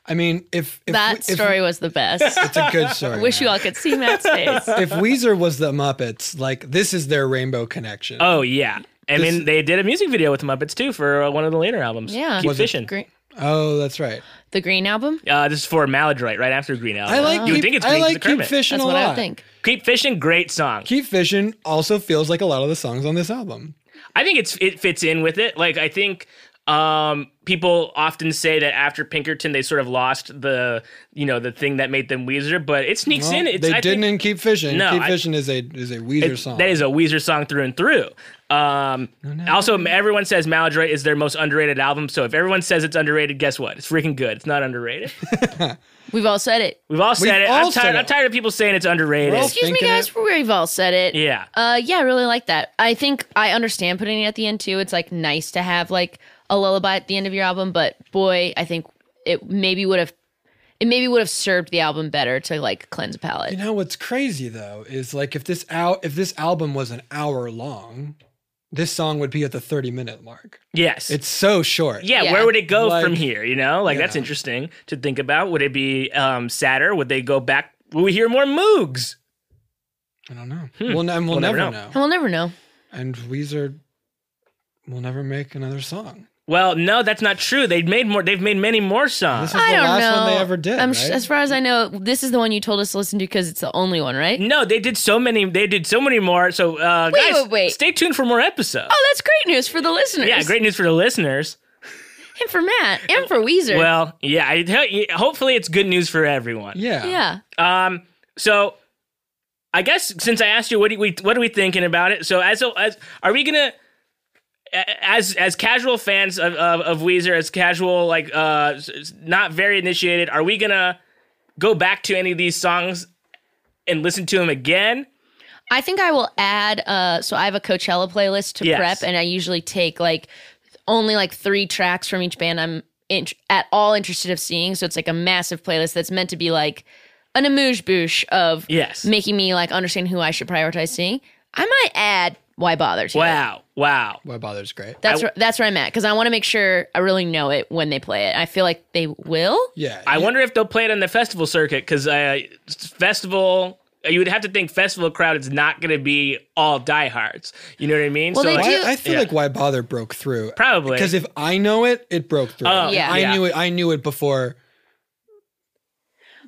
[SPEAKER 3] i mean if, if
[SPEAKER 2] that
[SPEAKER 3] if-
[SPEAKER 2] story was the
[SPEAKER 3] [LAUGHS]
[SPEAKER 2] best.
[SPEAKER 3] it's a good story
[SPEAKER 2] Wish
[SPEAKER 3] man.
[SPEAKER 2] you all could see
[SPEAKER 3] [LAUGHS]
[SPEAKER 2] Matt's face.
[SPEAKER 3] if Weezer was the Muppets, like this is their rainbow connection.
[SPEAKER 1] Oh yeah. I
[SPEAKER 3] This-
[SPEAKER 1] mean, they did a music video with the Muppets too for uh, one of the later albums.
[SPEAKER 2] Yeah.
[SPEAKER 1] Keep
[SPEAKER 2] Was it
[SPEAKER 1] fishing.
[SPEAKER 2] Green,
[SPEAKER 3] Oh, that's right.
[SPEAKER 2] the Green album?
[SPEAKER 1] Uh, this is for Maladroit, right after Green Album.
[SPEAKER 3] I like
[SPEAKER 1] you
[SPEAKER 3] keep,
[SPEAKER 1] would think it's
[SPEAKER 3] I
[SPEAKER 1] Green 'cause
[SPEAKER 3] like
[SPEAKER 1] of
[SPEAKER 3] keep
[SPEAKER 1] Kermit.
[SPEAKER 3] fishing
[SPEAKER 2] Oh. That's
[SPEAKER 3] a
[SPEAKER 2] what
[SPEAKER 3] lot.
[SPEAKER 2] I would think.
[SPEAKER 1] Keep fishing, great song.
[SPEAKER 3] Keep fishing also feels like a lot of the songs on this album.
[SPEAKER 1] I think it's it fits in with it. Like I think Um, people often say that after Pinkerton, they sort of lost the you know the thing that made them Weezer, but it sneaks
[SPEAKER 3] Well,
[SPEAKER 1] in. It's,
[SPEAKER 3] they
[SPEAKER 1] I
[SPEAKER 3] didn't
[SPEAKER 1] Think,
[SPEAKER 3] in Keep Fishing.
[SPEAKER 1] No,
[SPEAKER 3] Keep
[SPEAKER 1] I-
[SPEAKER 3] Fishing is a is a Weezer
[SPEAKER 1] it-
[SPEAKER 3] song.
[SPEAKER 1] that is a Weezer song through and through. Um, also, everyone says Maladroit is their most underrated album. So if everyone says it's underrated, guess what? It's freaking good. It's not underrated.
[SPEAKER 2] We've all said it.
[SPEAKER 1] We've all said
[SPEAKER 3] We've
[SPEAKER 1] it.
[SPEAKER 3] all
[SPEAKER 1] I'm,
[SPEAKER 3] said
[SPEAKER 1] tired,
[SPEAKER 3] it.
[SPEAKER 1] I'm tired of people saying it's underrated.
[SPEAKER 3] We're all-
[SPEAKER 2] Excuse me,
[SPEAKER 3] thinking
[SPEAKER 2] guys.
[SPEAKER 3] it.
[SPEAKER 2] We've all said it.
[SPEAKER 1] yeah.
[SPEAKER 2] Uh, yeah, I really like that. I think I understand putting it at the end too. It's like nice to have like a lullaby at the end of your album, but boy, I think it maybe would have it maybe would have served the album better to like cleanse a palate.
[SPEAKER 3] You know what's crazy though is like if this out if this album was an hour long, this song would be at the 30 minute mark.
[SPEAKER 1] Yes.
[SPEAKER 3] It's so short.
[SPEAKER 1] yeah,
[SPEAKER 2] Yeah.
[SPEAKER 1] where would it go
[SPEAKER 3] Like-
[SPEAKER 1] from here? You know, like that's
[SPEAKER 3] Yeah.
[SPEAKER 1] interesting to think about. Would it be um, sadder? Would they go back? Will we hear more Moogs?
[SPEAKER 3] I don't know.
[SPEAKER 1] Hmm.
[SPEAKER 3] We'll, ne- and we'll, never, know.
[SPEAKER 2] And we'll never know.
[SPEAKER 3] And Weezer will never make another song.
[SPEAKER 1] Well, no, that's not true. They've made more. They've made many more songs.
[SPEAKER 3] This is
[SPEAKER 2] I
[SPEAKER 3] the
[SPEAKER 2] don't
[SPEAKER 3] last
[SPEAKER 2] know.
[SPEAKER 3] one they ever did.
[SPEAKER 2] I'm
[SPEAKER 3] right?
[SPEAKER 2] sh- as far as I know, this is the one you told us to listen to because it's the only one,
[SPEAKER 3] Mm.
[SPEAKER 2] right?
[SPEAKER 1] No, they did so many. They did so many more. So, uh,
[SPEAKER 2] Wait,
[SPEAKER 1] guys,
[SPEAKER 2] wait, wait.
[SPEAKER 1] stay tuned for more episodes.
[SPEAKER 2] Oh, that's great news for the listeners.
[SPEAKER 1] yeah, great news for the listeners.
[SPEAKER 2] And for Matt and for Weezer.
[SPEAKER 1] Well, yeah, I tell you, hopefully it's good news for everyone.
[SPEAKER 3] yeah.
[SPEAKER 2] yeah.
[SPEAKER 1] Um, so I guess since I asked you, what do we what are we thinking about it? So as as are we gonna a- as as casual fans of of, of Weezer, as casual like uh s- s- not very initiated, are we gonna go back to any of these songs and listen to them again?
[SPEAKER 2] I think I will add. Uh, so I have a Coachella playlist to
[SPEAKER 1] Yes.
[SPEAKER 2] prep, and I usually take like only like three tracks from each band I'm in- at all interested of seeing. So it's like a massive playlist that's meant to be like an amuse bouche of
[SPEAKER 1] Yes.
[SPEAKER 2] making me like understand who I should prioritize seeing. I might add why bother to it.
[SPEAKER 1] Wow, wow.
[SPEAKER 3] Why bother's great.
[SPEAKER 2] That's where, that's where I'm at because I want to make sure I really know it when they play it. I feel like they will.
[SPEAKER 3] yeah.
[SPEAKER 1] I wonder if they'll play it on the festival circuit because uh, festival. You would have to think festival crowd is not going to be all diehards. You know what I mean?
[SPEAKER 2] Well, they
[SPEAKER 1] like,
[SPEAKER 2] do-
[SPEAKER 3] Why, I feel
[SPEAKER 1] Yeah.
[SPEAKER 3] like why bother broke through.
[SPEAKER 1] Probably.
[SPEAKER 3] Because if I know it, it broke through.
[SPEAKER 1] Oh,
[SPEAKER 2] Yeah.
[SPEAKER 3] I
[SPEAKER 1] yeah.
[SPEAKER 3] knew it. I knew it before.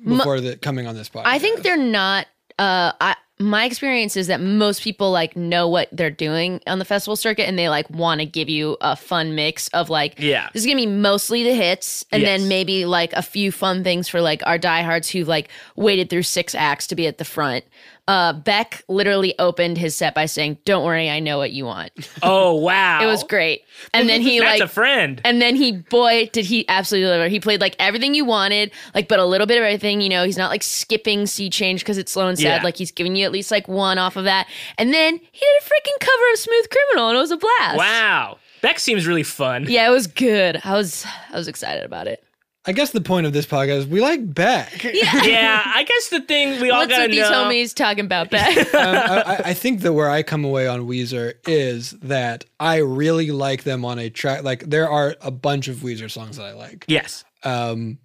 [SPEAKER 3] Before the coming on this podcast,
[SPEAKER 2] I think they're not. Uh, I my experience is that most people like know what they're doing on the festival circuit, and they like want to give you a fun mix of like,
[SPEAKER 1] Yeah.
[SPEAKER 2] this is gonna be mostly the hits, and
[SPEAKER 1] Yes.
[SPEAKER 2] then maybe like a few fun things for like our diehards who've like waited through six acts to be at the front. Uh, Beck literally opened his set by saying, "Don't worry, I know what you want."
[SPEAKER 1] Oh wow!
[SPEAKER 2] It was great, and then he
[SPEAKER 1] That's
[SPEAKER 2] like
[SPEAKER 1] a friend.
[SPEAKER 2] and then he, boy, did he absolutely deliver. He played like everything you wanted, like, but a little bit of everything. You know, he's not like skipping C change because it's slow and sad.
[SPEAKER 1] Yeah.
[SPEAKER 2] Like, he's giving you at least like one off of that. And then he did a freaking cover of Smooth Criminal and it was a blast.
[SPEAKER 1] wow, Beck seems really fun.
[SPEAKER 2] Yeah, it was good. I was, I was excited about it.
[SPEAKER 3] I guess the point of this podcast is we
[SPEAKER 1] [LAUGHS]
[SPEAKER 3] like Beck. um,
[SPEAKER 1] [LAUGHS] Yeah, I guess the thing we all
[SPEAKER 2] What's
[SPEAKER 1] gotta
[SPEAKER 2] with these
[SPEAKER 1] know.
[SPEAKER 2] homies talking about [LAUGHS] that?
[SPEAKER 3] Um, I, I- I think that where I come away on Weezer is that I really like them on a track. Like there are a bunch of Weezer songs that I like.
[SPEAKER 1] Yes,
[SPEAKER 3] Um,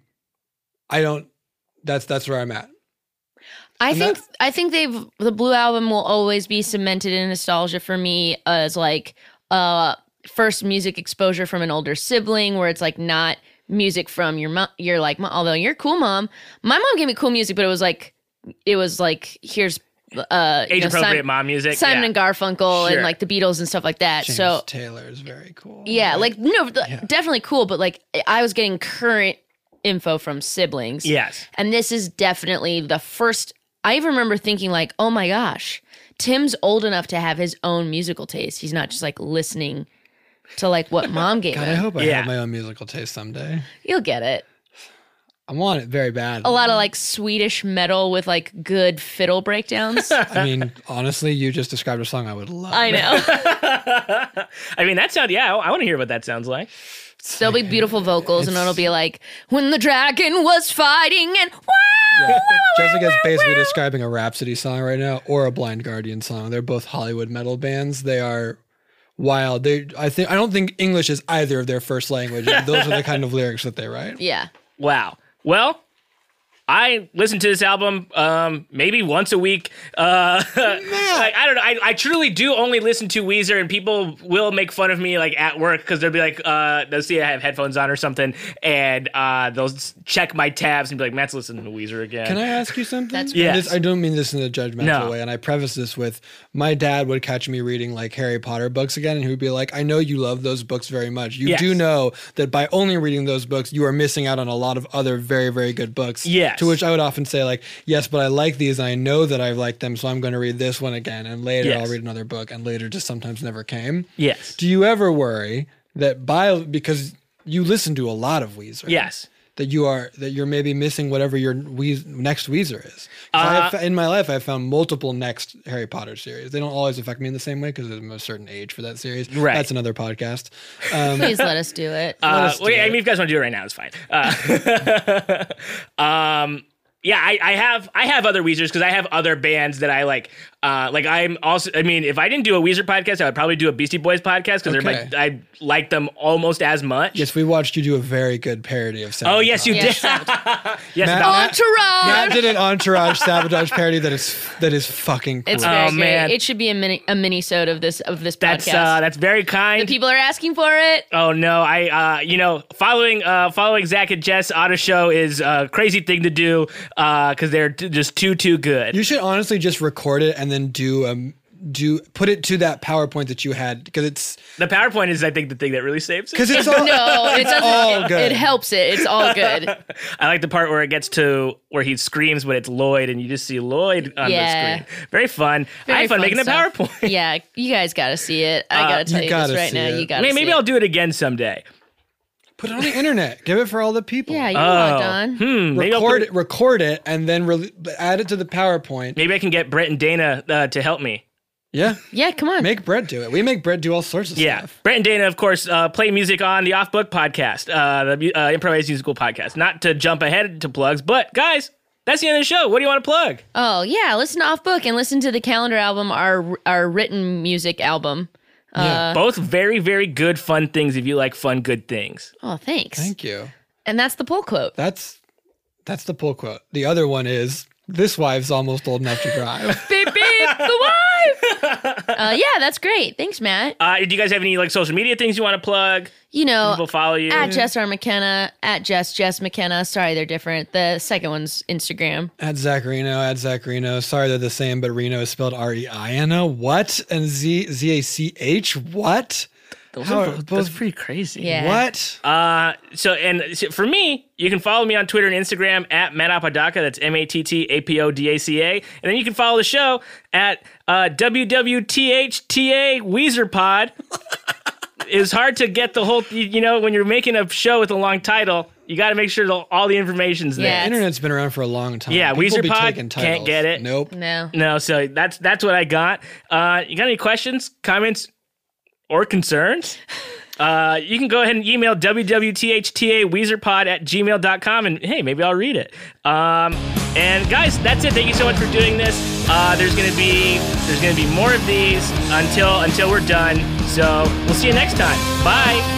[SPEAKER 3] I don't. That's that's where I'm at.
[SPEAKER 2] I
[SPEAKER 3] And
[SPEAKER 2] think,
[SPEAKER 3] that-
[SPEAKER 2] I think they've, the Blue Album will always be cemented in nostalgia for me as like, uh, first music exposure from an older sibling where it's like not music from your mom you're like "Mom, although you're cool mom my mom gave me cool music but it was like it was like here's uh you
[SPEAKER 1] age
[SPEAKER 2] know,
[SPEAKER 1] appropriate
[SPEAKER 2] Sim-
[SPEAKER 1] mom music.
[SPEAKER 2] simon
[SPEAKER 1] yeah.
[SPEAKER 2] and garfunkel
[SPEAKER 1] Sure.
[SPEAKER 2] and like the beatles and stuff like that
[SPEAKER 3] James
[SPEAKER 2] so
[SPEAKER 3] Taylor is very cool.
[SPEAKER 2] yeah like no th-
[SPEAKER 3] Yeah.
[SPEAKER 2] definitely cool but like i was getting current info from siblings
[SPEAKER 1] Yes.
[SPEAKER 2] and this is definitely the first I even remember thinking like, "Oh my gosh, Tim's old enough to have his own musical taste. He's not just like listening to like
[SPEAKER 1] [LAUGHS]
[SPEAKER 2] what mom gave
[SPEAKER 3] God, I
[SPEAKER 2] him."
[SPEAKER 3] hope I
[SPEAKER 1] Yeah.
[SPEAKER 3] have my own musical taste someday.
[SPEAKER 2] You'll get it.
[SPEAKER 3] I want it very bad.
[SPEAKER 2] A lot of like Swedish metal with like good
[SPEAKER 1] [LAUGHS]
[SPEAKER 2] fiddle breakdowns. [LAUGHS]
[SPEAKER 3] I mean, honestly, you just described a song I would love.
[SPEAKER 2] I
[SPEAKER 1] [LAUGHS]
[SPEAKER 2] know.
[SPEAKER 1] I mean, that sound. Yeah, I, want to hear what that sounds like.
[SPEAKER 2] There'll be beautiful vocals, and it'll be like, "When the dragon was fighting," and wow,
[SPEAKER 3] Yeah.
[SPEAKER 1] [LAUGHS]
[SPEAKER 2] [LAUGHS]
[SPEAKER 3] Jessica's basically describing a Rhapsody song right now or a Blind Guardian song. They're both Hollywood metal bands. They are wild. They I think I don't think English is either of their first language. and those are the kind of lyrics that they write.
[SPEAKER 2] yeah.
[SPEAKER 1] Wow. Well, I listen to this album um, maybe once a week. Uh, [LAUGHS] like, I don't know. I, I truly do only listen to Weezer, and people will make fun of me like at work because they'll be like, uh, they'll see I have headphones on or something, and uh, they'll s- check my tabs and be like, Matt's listening to Weezer again.
[SPEAKER 3] Can I ask you something?
[SPEAKER 2] That's
[SPEAKER 1] Yes.
[SPEAKER 3] And this- I don't mean this in a judgmental
[SPEAKER 1] No.
[SPEAKER 3] way. And I preface this with my dad would catch me reading like Harry Potter books again, and he would be like, I know you love those books very much. You
[SPEAKER 1] Yes.
[SPEAKER 3] do know that by only reading those books, you are missing out on a lot of other very, very good books.
[SPEAKER 1] Yes.
[SPEAKER 3] To which I would often say, like, yes, but I like these and I know that I've liked them, so I'm going to read this one again. And later
[SPEAKER 1] Yes.
[SPEAKER 3] I'll read another book, and later just sometimes never came.
[SPEAKER 1] yes.
[SPEAKER 3] Do you ever worry that by, because you listen to a lot of Weezer?
[SPEAKER 1] yes.
[SPEAKER 3] that you are that you're maybe missing whatever your Weez, next Weezer is. 'Cause I
[SPEAKER 1] Uh,
[SPEAKER 3] have fo- in my life, I've found multiple next Harry Potter series. They don't always affect me in the same way because I'm a certain age for that series.
[SPEAKER 1] Right.
[SPEAKER 3] That's another podcast. Um,
[SPEAKER 2] Please let us do it.
[SPEAKER 1] Uh,
[SPEAKER 3] us
[SPEAKER 1] well, yeah,
[SPEAKER 3] do
[SPEAKER 1] I
[SPEAKER 3] it.
[SPEAKER 1] mean, if you guys want to do it right now, it's fine. Uh, [LAUGHS] um, yeah, I, I have I have other Weezers because I have other bands that I like. Uh, like I'm also, I mean, if I didn't do a Weezer podcast, I would probably do a Beastie Boys podcast because
[SPEAKER 3] Okay.
[SPEAKER 1] they're like I like them almost as much.
[SPEAKER 3] yes, we watched you do a very good parody of.
[SPEAKER 1] Oh yes, you did. yes,
[SPEAKER 2] Yes,
[SPEAKER 3] Matt-
[SPEAKER 1] about- [LAUGHS]
[SPEAKER 3] Matt
[SPEAKER 2] Entourage.
[SPEAKER 3] did an entourage sabotage parody that is that is fucking. Cool.
[SPEAKER 2] It's very
[SPEAKER 1] Oh, man.
[SPEAKER 2] great. It should be a mini a mini sode of this of this
[SPEAKER 1] that's
[SPEAKER 2] podcast.
[SPEAKER 1] uh, that's very
[SPEAKER 2] the
[SPEAKER 1] kind.
[SPEAKER 2] people are asking for it.
[SPEAKER 1] Oh no, I uh, you know following uh, following Zach and Jess on a show is a crazy thing to do because they're t- just too too good.
[SPEAKER 3] you should honestly just record it and then do um do put it to that PowerPoint that you had because it's
[SPEAKER 1] the PowerPoint is I think the thing that really saves it.
[SPEAKER 3] because
[SPEAKER 2] [LAUGHS]
[SPEAKER 3] it's all.
[SPEAKER 2] No, it doesn't.
[SPEAKER 3] all
[SPEAKER 2] it,
[SPEAKER 3] good.
[SPEAKER 2] it helps it. It's all
[SPEAKER 3] [LAUGHS]
[SPEAKER 2] good.
[SPEAKER 1] I like the part where it gets to where he screams, but it's Lloyd, and you just see Lloyd on
[SPEAKER 2] Yeah.
[SPEAKER 1] the screen. Very fun. I
[SPEAKER 2] Very
[SPEAKER 1] had fun, making
[SPEAKER 2] stuff.
[SPEAKER 1] the PowerPoint.
[SPEAKER 2] yeah, you guys got to see it. I got to tell
[SPEAKER 3] Uh, you
[SPEAKER 2] you,
[SPEAKER 3] gotta
[SPEAKER 2] this right
[SPEAKER 3] see
[SPEAKER 2] now.
[SPEAKER 3] it.
[SPEAKER 2] You got to
[SPEAKER 1] Maybe,
[SPEAKER 2] see
[SPEAKER 1] maybe
[SPEAKER 2] it.
[SPEAKER 1] I'll do it again someday.
[SPEAKER 3] Put it on the internet. Give it for all the people.
[SPEAKER 2] Yeah, you
[SPEAKER 1] Oh,
[SPEAKER 2] logged on.
[SPEAKER 1] hmm. Maybe, I'll
[SPEAKER 3] record
[SPEAKER 1] put-
[SPEAKER 3] it, record it, and then rele add it to the PowerPoint.
[SPEAKER 1] maybe I can get Brett and Dana uh, to help me.
[SPEAKER 3] Yeah,
[SPEAKER 2] Yeah, come on.
[SPEAKER 3] make Brett do it. We make Brett do all sorts of
[SPEAKER 1] Yeah,
[SPEAKER 3] stuff.
[SPEAKER 1] Brett and Dana, of course, uh, play music on the Off Book podcast, uh, the mu- uh, improvised musical podcast. Not to jump ahead to plugs, but guys, that's the end of the show. What do you want to plug?
[SPEAKER 2] oh yeah, listen to off book and listen to the calendar album, our our written music album. Uh.
[SPEAKER 3] Yeah.
[SPEAKER 1] Both very, very good, fun things. If you like fun, good things.
[SPEAKER 2] Oh, thanks.
[SPEAKER 3] Thank you.
[SPEAKER 2] and that's the pull
[SPEAKER 3] [LAUGHS]
[SPEAKER 2] quote.
[SPEAKER 3] That's that's the pull quote. The other one is this wife's almost old enough to
[SPEAKER 1] [LAUGHS]
[SPEAKER 3] drive.
[SPEAKER 2] beep beep, [LAUGHS] the wife. Uh, yeah, that's great. Thanks, Matt.
[SPEAKER 1] Uh, do you guys have any like social media things you want to plug?
[SPEAKER 2] You know,
[SPEAKER 1] People follow you.
[SPEAKER 2] at Jess R. McKenna, at Jess Jess McKenna. Sorry, they're different. The second one's Instagram.
[SPEAKER 3] at Zacharino, at Zacharino. Sorry, they're the same, but Reno is spelled R E I N O. What and Z Z A C H? What?
[SPEAKER 1] Those
[SPEAKER 3] How
[SPEAKER 1] are
[SPEAKER 3] are
[SPEAKER 1] both,
[SPEAKER 3] both-
[SPEAKER 1] that's pretty crazy.
[SPEAKER 2] Yeah.
[SPEAKER 3] What?
[SPEAKER 1] Uh, so and so for me, you can follow me on Twitter and Instagram at Matt Apodaca. That's M A T T A P O D A C A. And then you can follow the show at uh, WWTHTA Weezer Pod. [LAUGHS] it's hard to get the whole. You, you know, when you're making a show with a long title, you got to make sure the, all the information's
[SPEAKER 2] Yeah.
[SPEAKER 1] there.
[SPEAKER 3] Internet's been around for a long time.
[SPEAKER 1] Yeah,
[SPEAKER 3] People
[SPEAKER 1] Weezer
[SPEAKER 3] be
[SPEAKER 1] Pod,
[SPEAKER 3] taking
[SPEAKER 1] can't
[SPEAKER 3] titles.
[SPEAKER 1] get it.
[SPEAKER 3] Nope.
[SPEAKER 2] No.
[SPEAKER 1] No, so that's that's what I got. Uh, you got any questions, comments, or concerns? Uh, you can go ahead and email www.thta.weezerpod at gmail.com and hey, maybe I'll read it. Um, and guys, that's it. Thank you so much for doing this. Uh, there's gonna be there's gonna be more of these until until we're done. So we'll see you next time. Bye.